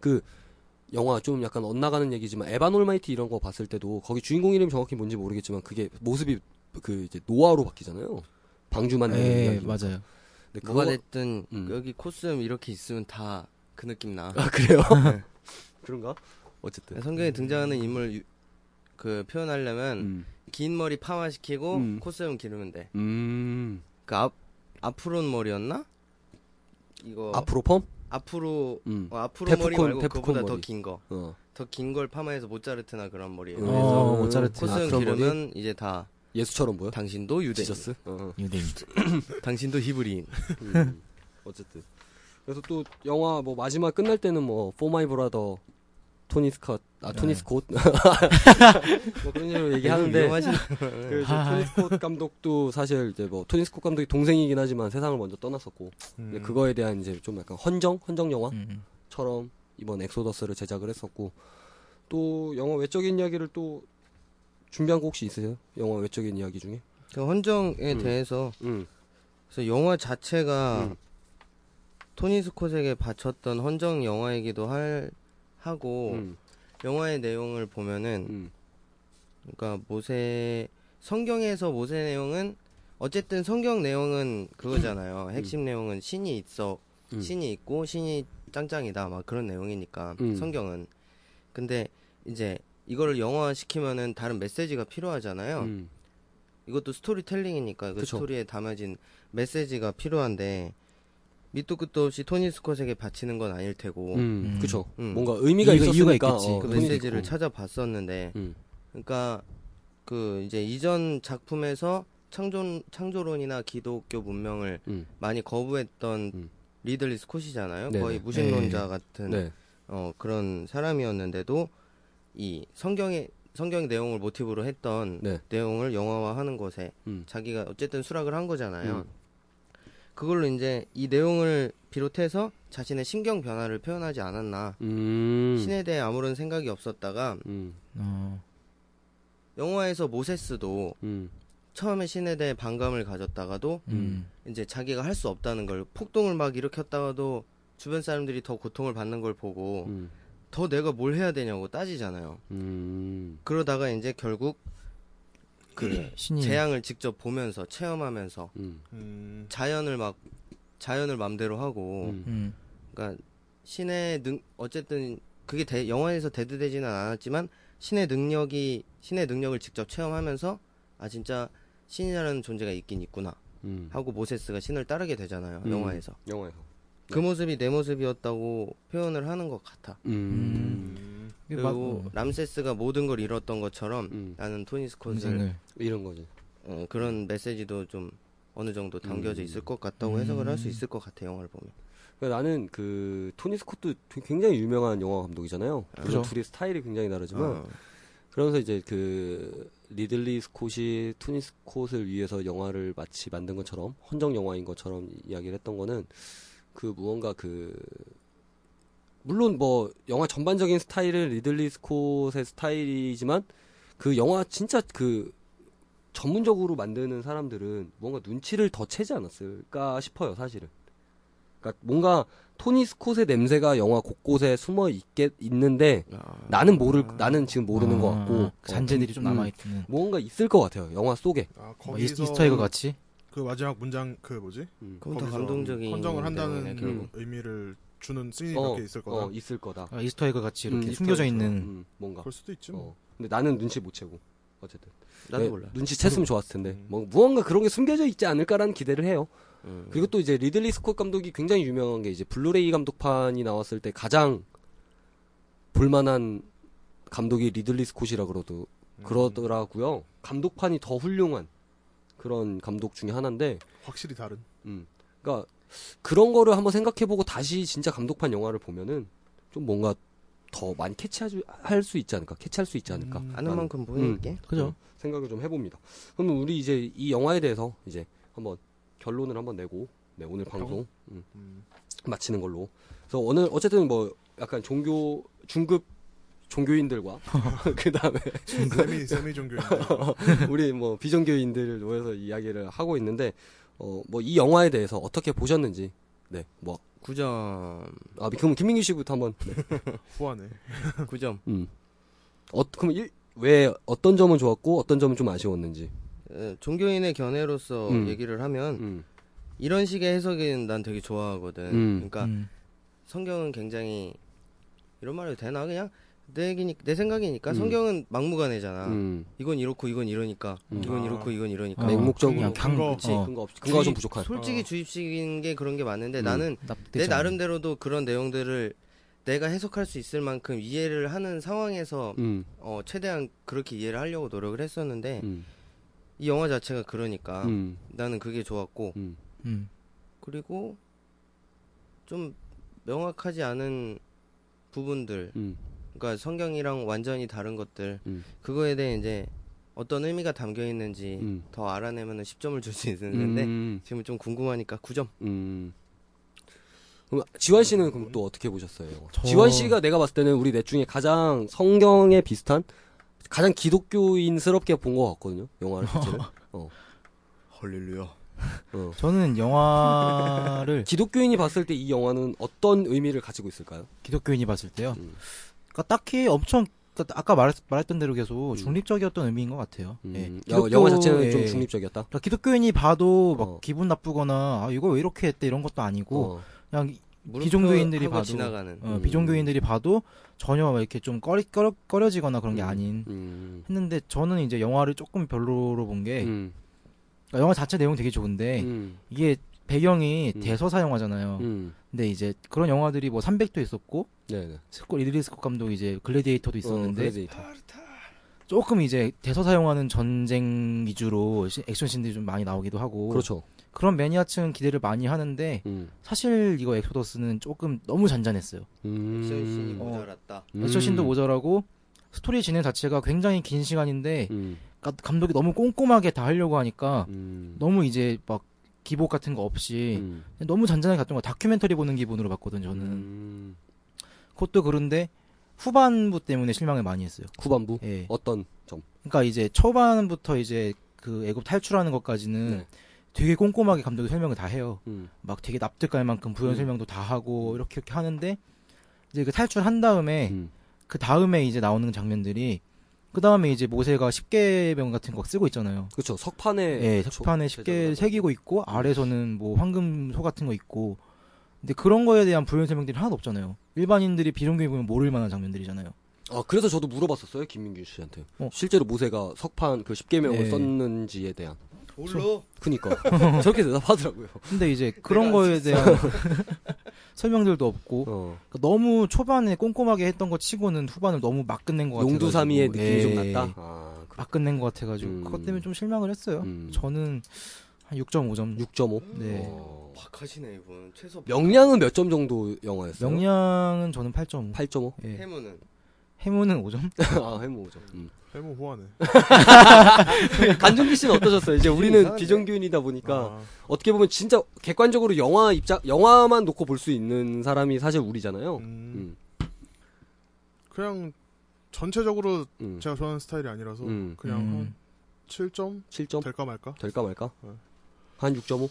[SPEAKER 1] 그 영화 좀 약간 엇나가는 얘기지만 에반 올마이티 이런 거 봤을 때도 거기 주인공 이름 이 정확히 뭔지 모르겠지만 그게 모습이 그 이제 노아로 바뀌잖아요. 방주만 되는
[SPEAKER 3] 예,
[SPEAKER 1] 이야기.
[SPEAKER 3] 맞아요.
[SPEAKER 1] 근데 그거
[SPEAKER 2] 뭐가 됐든
[SPEAKER 1] 음.
[SPEAKER 2] 여기 코스염 이렇게 있으면 다 그 느낌 나. 네.
[SPEAKER 1] 아 그래요? 그런가? 어쨌든.
[SPEAKER 2] 성경에 등장하는 인물 유- 그 표현하려면
[SPEAKER 1] 음.
[SPEAKER 2] 긴 머리 파마시키고
[SPEAKER 1] 음.
[SPEAKER 2] 코스염 기르면 돼.
[SPEAKER 1] 음.
[SPEAKER 2] 그 앞, 앞으로 머리였나?
[SPEAKER 3] 음.
[SPEAKER 2] 이거
[SPEAKER 1] 앞으로 펌?
[SPEAKER 2] 앞으로
[SPEAKER 1] 음.
[SPEAKER 2] 어, 앞으로
[SPEAKER 1] 테프콘,
[SPEAKER 2] 머리 말고
[SPEAKER 1] 테프콘
[SPEAKER 2] 그보다
[SPEAKER 1] 머리.
[SPEAKER 2] 더 긴 거.
[SPEAKER 1] 어.
[SPEAKER 2] 더 긴 걸 파마해서 모짜르트나 그런 머리예요.
[SPEAKER 1] 음.
[SPEAKER 2] 그래서
[SPEAKER 3] 어, 모차르트.
[SPEAKER 1] 아,
[SPEAKER 2] 코스염
[SPEAKER 1] 그런 머리? 어?
[SPEAKER 2] 기르면 이제 다
[SPEAKER 1] 예수처럼 보여?
[SPEAKER 2] 당신도 유대인,
[SPEAKER 1] 지저스? 어.
[SPEAKER 3] 유대인.
[SPEAKER 2] 당신도 히브리인.
[SPEAKER 1] 음. 어쨌든. 그래서 또 영화 뭐 마지막 끝날 때는 뭐 포마이 브라더 토니 스컷 아 토니
[SPEAKER 3] 네.
[SPEAKER 1] 스콧 뭐 그런 식으로 얘기하는데
[SPEAKER 2] 위험하지.
[SPEAKER 1] 그 이제 토니 스콧 감독도 사실 이제 뭐 토니 스콧 감독이 동생이긴 하지만 세상을 먼저 떠났었고
[SPEAKER 4] 음,
[SPEAKER 1] 근데 그거에 대한 이제 좀 약간 헌정 헌정
[SPEAKER 3] 음.
[SPEAKER 1] 영화처럼 이번 엑소더스를 제작을 했었고 또 영화 외적인 이야기를 또 준비한 거 혹시 있으세요? 영화 외적인 이야기 중에?
[SPEAKER 2] 그 헌정에
[SPEAKER 1] 음.
[SPEAKER 2] 대해서
[SPEAKER 1] 음.
[SPEAKER 2] 그래서 영화 자체가
[SPEAKER 1] 음.
[SPEAKER 2] 토니 스콧에게 바쳤던 헌정 영화이기도 할 하고
[SPEAKER 1] 음.
[SPEAKER 2] 영화의 내용을 보면은
[SPEAKER 1] 음.
[SPEAKER 2] 그러니까 모세 성경에서 모세 내용은 어쨌든 성경 내용은 그거잖아요. 핵심 내용은 신이 있어,
[SPEAKER 1] 음.
[SPEAKER 2] 신이 있고 신이 짱짱이다 막 그런 내용이니까
[SPEAKER 1] 음.
[SPEAKER 2] 성경은. 근데 이제 이거를 영화 시키면은 다른 메시지가 필요하잖아요.
[SPEAKER 1] 음.
[SPEAKER 2] 이것도 스토리텔링이니까 그
[SPEAKER 1] 그쵸.
[SPEAKER 2] 스토리에 담아진 메시지가 필요한데 밑도 끝도 없이 토니 스콧에게 바치는 건 아닐 테고
[SPEAKER 1] 음.
[SPEAKER 3] 음.
[SPEAKER 1] 그쵸.
[SPEAKER 2] 음.
[SPEAKER 1] 뭔가 의미가
[SPEAKER 3] 이유가- 이유가
[SPEAKER 1] 있었으니까
[SPEAKER 3] 있겠지.
[SPEAKER 1] 어,
[SPEAKER 2] 그
[SPEAKER 1] 의미도
[SPEAKER 2] 메시지를
[SPEAKER 1] 있고.
[SPEAKER 2] 찾아봤었는데
[SPEAKER 1] 음.
[SPEAKER 2] 그러니까 그 이제 이전 작품에서 창조 창조론이나 기독교 문명을
[SPEAKER 1] 음.
[SPEAKER 2] 많이 거부했던
[SPEAKER 1] 음.
[SPEAKER 2] 리들리 스콧이잖아요.
[SPEAKER 1] 네네.
[SPEAKER 2] 거의 무신론자
[SPEAKER 3] 네.
[SPEAKER 2] 같은
[SPEAKER 1] 네.
[SPEAKER 2] 어, 그런 사람이었는데도 이 성경의 성경 내용을 모티브로 했던
[SPEAKER 1] 네.
[SPEAKER 2] 내용을 영화화하는 것에
[SPEAKER 1] 음.
[SPEAKER 2] 자기가 어쨌든 수락을 한 거잖아요.
[SPEAKER 1] 음.
[SPEAKER 2] 그걸로 이제 이 내용을 비롯해서 자신의 신경 변화를 표현하지 않았나.
[SPEAKER 1] 음.
[SPEAKER 2] 신에 대해 아무런 생각이 없었다가
[SPEAKER 1] 음.
[SPEAKER 3] 어.
[SPEAKER 2] 영화에서 모세스도
[SPEAKER 1] 음.
[SPEAKER 2] 처음에 신에 대해 반감을 가졌다가도
[SPEAKER 3] 음.
[SPEAKER 2] 이제 자기가 할 수 없다는 걸 폭동을 막 일으켰다가도 주변 사람들이 더 고통을 받는 걸 보고
[SPEAKER 1] 음.
[SPEAKER 2] 더 내가 뭘 해야 되냐고 따지잖아요.
[SPEAKER 1] 음.
[SPEAKER 2] 그러다가 이제 결국 그
[SPEAKER 3] 신이
[SPEAKER 2] 재앙을 직접 보면서 체험하면서
[SPEAKER 1] 네. 음.
[SPEAKER 4] 음.
[SPEAKER 2] 자연을 막 자연을 맘대로 하고
[SPEAKER 1] 음.
[SPEAKER 3] 음.
[SPEAKER 2] 그러니까 신의 능 어쨌든 그게 대- 영화에서 대두되지는 않았지만 신의 능력이 신의 능력을 직접 체험하면서 아 진짜 신이라는 존재가 있긴 있구나
[SPEAKER 1] 음.
[SPEAKER 2] 하고 모세스가 신을 따르게 되잖아요
[SPEAKER 1] 음. 네.
[SPEAKER 2] 영화에서
[SPEAKER 1] 영화에서.
[SPEAKER 2] 그 모습이 내 모습이었다고 표현을 하는 것 같아
[SPEAKER 1] 음.
[SPEAKER 4] 음.
[SPEAKER 3] 이게 막-
[SPEAKER 2] 그리고
[SPEAKER 3] 음.
[SPEAKER 2] 람세스가 모든 걸 잃었던 것처럼
[SPEAKER 1] 음.
[SPEAKER 2] 나는 토니
[SPEAKER 3] 네.
[SPEAKER 2] 스콧을
[SPEAKER 3] 인생을
[SPEAKER 1] 이런 거지.
[SPEAKER 2] 어, 그런 메시지도 좀 어느 정도 담겨져
[SPEAKER 1] 음.
[SPEAKER 2] 있을 것 같다고
[SPEAKER 3] 음.
[SPEAKER 2] 해석을 할 수 있을 것 같아 영화를 보면
[SPEAKER 1] 그러니까 나는 그 토니 스콧도 되게 굉장히 유명한 영화 감독이잖아요.
[SPEAKER 3] 그죠.
[SPEAKER 1] 물론 둘이 스타일이 굉장히 다르지만
[SPEAKER 2] 어.
[SPEAKER 1] 그러면서 이제 그 리들리 스콧이 토니 스콧을 위해서 영화를 마치 만든 것처럼 헌정 영화인 것처럼 이야기를 했던 거는 그 무언가 그 물론 뭐 영화 전반적인 스타일은 리들리 스콧의 스타일이지만 그 영화 진짜 그 전문적으로 만드는 사람들은 뭔가 눈치를 더 채지 않았을까 싶어요 사실은 그러니까 뭔가 토니 스콧의 냄새가 영화 곳곳에 숨어 있겠 있는데
[SPEAKER 2] 아.
[SPEAKER 1] 나는 모를 나는 지금 모르는
[SPEAKER 3] 아,
[SPEAKER 1] 것 같고
[SPEAKER 3] 잔재들이
[SPEAKER 1] 음.
[SPEAKER 3] 좀 남아 있는 뭐
[SPEAKER 1] 뭔가 있을 것 같아요 영화 속에
[SPEAKER 4] 아, 거기서
[SPEAKER 3] 어, 이스터에그 같이
[SPEAKER 4] 그 마지막 문장 그 뭐지?
[SPEAKER 2] 그건 더
[SPEAKER 4] 거기서
[SPEAKER 2] 감동적인
[SPEAKER 4] 헌정을 한다는
[SPEAKER 2] 내용이네,
[SPEAKER 1] 결국.
[SPEAKER 4] 음. 의미를 주는 씬이
[SPEAKER 1] 어,
[SPEAKER 4] 몇 개 있을 거다.
[SPEAKER 1] 어, 있을 거다
[SPEAKER 3] 아, 이스터에그 같이 이렇게
[SPEAKER 1] 음,
[SPEAKER 3] 숨겨져
[SPEAKER 1] 있어요.
[SPEAKER 3] 있는
[SPEAKER 1] 음, 뭔가
[SPEAKER 4] 그럴 수도 있지. 뭐.
[SPEAKER 1] 어. 근데 나는 눈치 못 채고 어쨌든
[SPEAKER 2] 나도
[SPEAKER 1] 네,
[SPEAKER 2] 몰라
[SPEAKER 1] 눈치 챘으면 좋았을 텐데
[SPEAKER 4] 음.
[SPEAKER 1] 뭐 무언가 그런 게 숨겨져 있지 않을까라는 기대를 해요
[SPEAKER 2] 음.
[SPEAKER 1] 그리고 또 이제 리들리 스콧 감독이 굉장히 유명한 게 이제 블루레이 감독판이 나왔을 때 가장 볼만한 감독이 리들리 스콧이라 그러도
[SPEAKER 4] 음.
[SPEAKER 1] 그러더라고요 감독판이 더 훌륭한 그런 감독 중에 하나인데
[SPEAKER 4] 확실히 다른.
[SPEAKER 1] 음. 그러니까 그런 거를 한번 생각해보고 다시 진짜 감독판 영화를 보면은 좀 뭔가 더 많이 캐치할 수 있지 않을까, 캐치할 수 있지 않을까
[SPEAKER 4] 음.
[SPEAKER 2] 아는 만큼 보여줄게.
[SPEAKER 1] 그죠? 생각을 좀 해봅니다. 그러면 우리 이제 이 영화에 대해서 이제 한번 결론을 한번 내고 네, 오늘 방송 음,
[SPEAKER 4] 음.
[SPEAKER 1] 마치는 걸로. 그래서 오늘 어쨌든 뭐 약간 종교 중급 종교인들과 그 다음에
[SPEAKER 4] 세미 세미 종교인.
[SPEAKER 1] 우리 뭐 비정교인들을 모여서 이야기를 하고 있는데 어 뭐 이 영화에 대해서 어떻게 보셨는지 네뭐
[SPEAKER 2] 9점,
[SPEAKER 1] 아, 그럼 김민규 씨부터 한번.
[SPEAKER 4] 후하네.
[SPEAKER 2] 9점.
[SPEAKER 1] 음. 어, 그럼 일, 왜 어떤 점은 좋았고 어떤 점은 좀 아쉬웠는지.
[SPEAKER 2] 어, 종교인의 견해로서
[SPEAKER 1] 음.
[SPEAKER 2] 얘기를 하면
[SPEAKER 1] 음.
[SPEAKER 2] 이런 식의 해석은 난 되게 좋아하거든.
[SPEAKER 1] 음.
[SPEAKER 2] 그러니까
[SPEAKER 3] 음.
[SPEAKER 2] 성경은 굉장히 이런 말해도 되나 그냥 내 얘기니 내 생각이니까
[SPEAKER 1] 음.
[SPEAKER 2] 성경은 막무가내잖아.
[SPEAKER 1] 음.
[SPEAKER 2] 이건 이렇고 이건 이러니까
[SPEAKER 1] 음.
[SPEAKER 2] 이건
[SPEAKER 4] 아.
[SPEAKER 2] 이렇고 이건 이러니까.
[SPEAKER 3] 어,
[SPEAKER 1] 맹목적으로
[SPEAKER 3] 그냥 강-
[SPEAKER 4] 근거
[SPEAKER 1] 그치,
[SPEAKER 3] 어,
[SPEAKER 1] 근거 음. 없이. 근거가 좀
[SPEAKER 2] 주입-
[SPEAKER 1] 부족한.
[SPEAKER 2] 솔직히
[SPEAKER 4] 어.
[SPEAKER 2] 주입식인 게 그런 게 많은데
[SPEAKER 1] 음.
[SPEAKER 2] 나는 내
[SPEAKER 3] 납득되지 않는.
[SPEAKER 2] 나름대로도 그런 내용들을 내가 해석할 수 있을 만큼 이해를 하는 상황에서
[SPEAKER 1] 음.
[SPEAKER 2] 어, 최대한 그렇게 이해를 하려고 노력을 했었는데
[SPEAKER 1] 음.
[SPEAKER 2] 이 영화 자체가 그러니까
[SPEAKER 1] 음.
[SPEAKER 2] 나는 그게 좋았고
[SPEAKER 1] 음.
[SPEAKER 3] 음.
[SPEAKER 2] 그리고 좀 명확하지 않은 부분들
[SPEAKER 1] 음.
[SPEAKER 2] 그러니까 성경이랑 완전히 다른 것들
[SPEAKER 1] 음.
[SPEAKER 2] 그거에 대해 이제 어떤 의미가 담겨 있는지
[SPEAKER 1] 음.
[SPEAKER 2] 더 알아내면 10점을 줄 수 있는데
[SPEAKER 1] 음.
[SPEAKER 2] 지금 은좀 궁금하니까 9점
[SPEAKER 1] 음. 그럼 지환 씨는 그럼 또 어떻게 보셨어요? 영화?
[SPEAKER 3] 저-
[SPEAKER 1] 지환 씨가 내가 봤을 때는 우리 넷 중에 가장 성경에 비슷한 가장 기독교인스럽게 본 것 같거든요. 영화를 자체를.
[SPEAKER 2] 헐릴루야
[SPEAKER 1] 어.
[SPEAKER 3] 저는 영화를
[SPEAKER 1] 기독교인이 봤을 때 이 영화는 어떤 의미를 가지고 있을까요?
[SPEAKER 3] 기독교인이 봤을 때요.
[SPEAKER 1] 음.
[SPEAKER 3] 그러니까 딱히 엄청 그러니까 아까 말했, 말했던 대로 계속
[SPEAKER 1] 음.
[SPEAKER 3] 중립적이었던 의미인 것 같아요.
[SPEAKER 1] 음,
[SPEAKER 3] 예.
[SPEAKER 1] 여- 영화
[SPEAKER 3] 기독교-
[SPEAKER 1] 자체는
[SPEAKER 3] 예.
[SPEAKER 1] 좀 중립적이었다.
[SPEAKER 3] 그러니까 기독교인이 봐도 막
[SPEAKER 1] 어.
[SPEAKER 3] 기분 나쁘거나 아 이거 왜 이렇게 했대 이런 것도 아니고
[SPEAKER 1] 어.
[SPEAKER 3] 그냥 비종교인들이
[SPEAKER 2] 하고
[SPEAKER 3] 봐도-
[SPEAKER 2] 지나가는
[SPEAKER 3] 어,
[SPEAKER 1] 음.
[SPEAKER 3] 비종교인들이 봐도 전혀 막 이렇게 좀 꺼리, 꺼려, 꺼려지거나 그런 게
[SPEAKER 1] 음.
[SPEAKER 3] 아닌
[SPEAKER 1] 음.
[SPEAKER 3] 했는데 저는 이제 영화를 조금 별로로 본 게
[SPEAKER 1] 음.
[SPEAKER 3] 영화 자체 내용 되게 좋은데
[SPEAKER 1] 음.
[SPEAKER 3] 이게 배경이
[SPEAKER 1] 음.
[SPEAKER 3] 대서사 영화잖아요.
[SPEAKER 1] 음.
[SPEAKER 3] 근데 이제 그런 영화들이 뭐 300도 있었고
[SPEAKER 1] 네, 네.
[SPEAKER 3] 스코 리들리 스콧 감독 이제 글래디에이터도 어, 있었는데
[SPEAKER 1] 어, 그래서
[SPEAKER 3] 조금 이제 대서사 영화는 전쟁 위주로 시- 액션 씬들이 좀 많이 나오기도 하고
[SPEAKER 1] 그렇죠.
[SPEAKER 3] 런 매니아층 기대를 많이 하는데
[SPEAKER 1] 음.
[SPEAKER 3] 사실 이거 엑소더스는 조금 너무 잔잔했어요.
[SPEAKER 1] 음.
[SPEAKER 2] 액션씬이
[SPEAKER 3] 어.
[SPEAKER 2] 모자랐다
[SPEAKER 1] 음.
[SPEAKER 3] 액션 씬도 뭐 모자라고 스토리 진행 자체가 굉장히 긴 시간인데
[SPEAKER 1] 음.
[SPEAKER 3] 가- 감독이 너무 꼼꼼하게 다 하려고 하니까
[SPEAKER 1] 음.
[SPEAKER 3] 너무 이제 막 기복 같은 거 없이
[SPEAKER 1] 음.
[SPEAKER 3] 너무 잔잔하게 갔던 거 다큐멘터리 보는 기분으로 봤거든 예. 저는
[SPEAKER 1] 음.
[SPEAKER 3] 그것도 그런데 후반부 때문에 실망을 많이 했어요.
[SPEAKER 1] 후반부
[SPEAKER 3] 예.
[SPEAKER 1] 어떤 좀.
[SPEAKER 3] 그러니까 이제 초반부터 이제 그 애굽 탈출하는 것까지는
[SPEAKER 1] 네.
[SPEAKER 3] 되게 꼼꼼하게 감독이 설명을 다 해요.
[SPEAKER 1] 음.
[SPEAKER 3] 막 되게 납득할 만큼 부연
[SPEAKER 1] 음.
[SPEAKER 3] 설명도 다 하고 이렇게 이렇게 하는데 이제 그 탈출한 다음에
[SPEAKER 1] 음.
[SPEAKER 3] 그 다음에 이제 나오는 장면들이 그 다음에 이제 모세가 십계명 같은 거 쓰고 있잖아요.
[SPEAKER 1] 그렇죠. 석판에
[SPEAKER 3] 예,
[SPEAKER 1] 조-
[SPEAKER 3] 석판에 쉽게
[SPEAKER 1] 제작을
[SPEAKER 3] 새기고 있고 아래서는 뭐 황금소 같은 거 있고 근데 그런 거에 대한 부연 설명들이 하나도 없잖아요. 일반인들이 비룡교에 보면 모를 만한 장면들이잖아요.
[SPEAKER 1] 아 그래서 저도 물어봤었어요 김민규 씨한테
[SPEAKER 3] 어.
[SPEAKER 1] 실제로 모세가 석판 그 십계명을
[SPEAKER 3] 네.
[SPEAKER 1] 썼는지에 대한
[SPEAKER 2] 올로
[SPEAKER 1] 그니까 저렇게 대답하더라고요.
[SPEAKER 3] 근데 이제 그런
[SPEAKER 2] 내가
[SPEAKER 3] 거에 대한 설명들도 없고
[SPEAKER 1] 어.
[SPEAKER 3] 그러니까 너무 초반에 꼼꼼하게 했던 거 치고는 후반을 너무 막 끝낸 것 같아요.
[SPEAKER 1] 용두사미의 느낌이 좀
[SPEAKER 3] 음.
[SPEAKER 1] 났다. 아, 그,
[SPEAKER 3] 막 끝낸 것 같아가지고
[SPEAKER 1] 음.
[SPEAKER 3] 그것 때문에 좀 실망을 했어요.
[SPEAKER 1] 음.
[SPEAKER 3] 저는 한 6.5점.
[SPEAKER 1] 6.5.
[SPEAKER 3] 네.
[SPEAKER 1] 어.
[SPEAKER 2] 박하시네 이분 최소
[SPEAKER 1] 명량은 몇 점 정도 영화였어요?
[SPEAKER 3] 명량은 저는 8.5.
[SPEAKER 1] 8.5.
[SPEAKER 3] 예.
[SPEAKER 2] 해무는
[SPEAKER 3] 해무는 5점.
[SPEAKER 1] 아 해모죠. 음.
[SPEAKER 4] 해모 호환해.
[SPEAKER 1] 간준기 씨는 어떠셨어요? 이제 우리는
[SPEAKER 2] 이상한데?
[SPEAKER 1] 비정규인이다 보니까
[SPEAKER 4] 아,
[SPEAKER 1] 어떻게 보면 진짜 객관적으로 영화 입장 영화만 놓고 볼 수 있는 사람이 사실 우리잖아요. 음.
[SPEAKER 4] 음,
[SPEAKER 1] 음.
[SPEAKER 4] 그냥 전체적으로
[SPEAKER 1] 음.
[SPEAKER 4] 제가 좋아하는 스타일이 아니라서
[SPEAKER 1] 음.
[SPEAKER 4] 그냥 한
[SPEAKER 3] 음.
[SPEAKER 4] 7점
[SPEAKER 1] 7점
[SPEAKER 4] 될까 말까?
[SPEAKER 1] 될까 말까?
[SPEAKER 4] 어.
[SPEAKER 1] 한 6.5,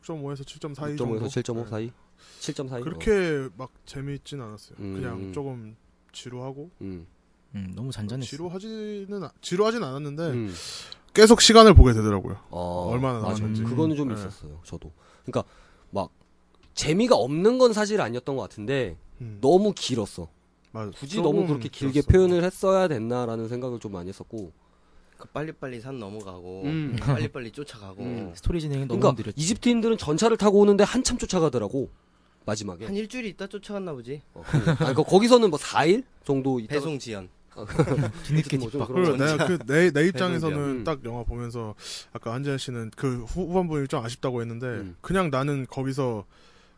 [SPEAKER 4] 6.5에서 7.4 정도.
[SPEAKER 1] 6.5에서 7.5
[SPEAKER 4] 네.
[SPEAKER 1] 사이, 7.4 사이. 어.
[SPEAKER 4] 그렇게 막 재미있진 않았어요.
[SPEAKER 1] 음.
[SPEAKER 4] 그냥 조금 지루하고
[SPEAKER 1] 음.
[SPEAKER 3] 음, 너무 잔잔했어.
[SPEAKER 4] 지루하지는 아- 지루하진 않았는데
[SPEAKER 1] 음.
[SPEAKER 4] 계속 시간을 보게 되더라고요.
[SPEAKER 1] 어,
[SPEAKER 4] 얼마나
[SPEAKER 1] 맞아요.
[SPEAKER 4] 남았는지.
[SPEAKER 1] 그거는 좀
[SPEAKER 4] 네.
[SPEAKER 1] 있었어요. 저도. 그러니까 막 재미가 없는 건 사실 아니었던 것 같은데
[SPEAKER 4] 음.
[SPEAKER 1] 너무 길었어.
[SPEAKER 4] 맞아.
[SPEAKER 1] 굳이
[SPEAKER 4] 조금 그렇죠.
[SPEAKER 1] 너무 그렇게 길게
[SPEAKER 4] 길었어.
[SPEAKER 1] 표현을 했어야 됐나라는 생각을 좀 많이 했었고.
[SPEAKER 2] 그 빨리빨리 산 넘어가고
[SPEAKER 1] 음.
[SPEAKER 2] 빨리빨리 쫓아가고
[SPEAKER 1] 음.
[SPEAKER 3] 스토리 진행이 너무
[SPEAKER 1] 그러니까
[SPEAKER 3] 느렸지.
[SPEAKER 1] 이집트인들은 전차를 타고 오는데 한참 쫓아가더라고. 마지막에.
[SPEAKER 2] 한 일주일 있다 쫓아갔나 보지
[SPEAKER 1] 어, 그- 아, 그러니까 거기서는 뭐 4일 정도 있다가
[SPEAKER 2] 배송 지연
[SPEAKER 3] 뒤늦게
[SPEAKER 1] 뭐
[SPEAKER 3] 뒷
[SPEAKER 1] 좀
[SPEAKER 3] 박
[SPEAKER 1] 그런
[SPEAKER 4] 그리고
[SPEAKER 1] 거.
[SPEAKER 4] 내가 그 내 내
[SPEAKER 1] 배송이야.
[SPEAKER 4] 입장에서는
[SPEAKER 1] 음.
[SPEAKER 4] 딱 영화 보면서 아까 한재현 씨는 그 후- 후반부 일정 아쉽다고 했는데
[SPEAKER 1] 음.
[SPEAKER 4] 그냥 나는 거기서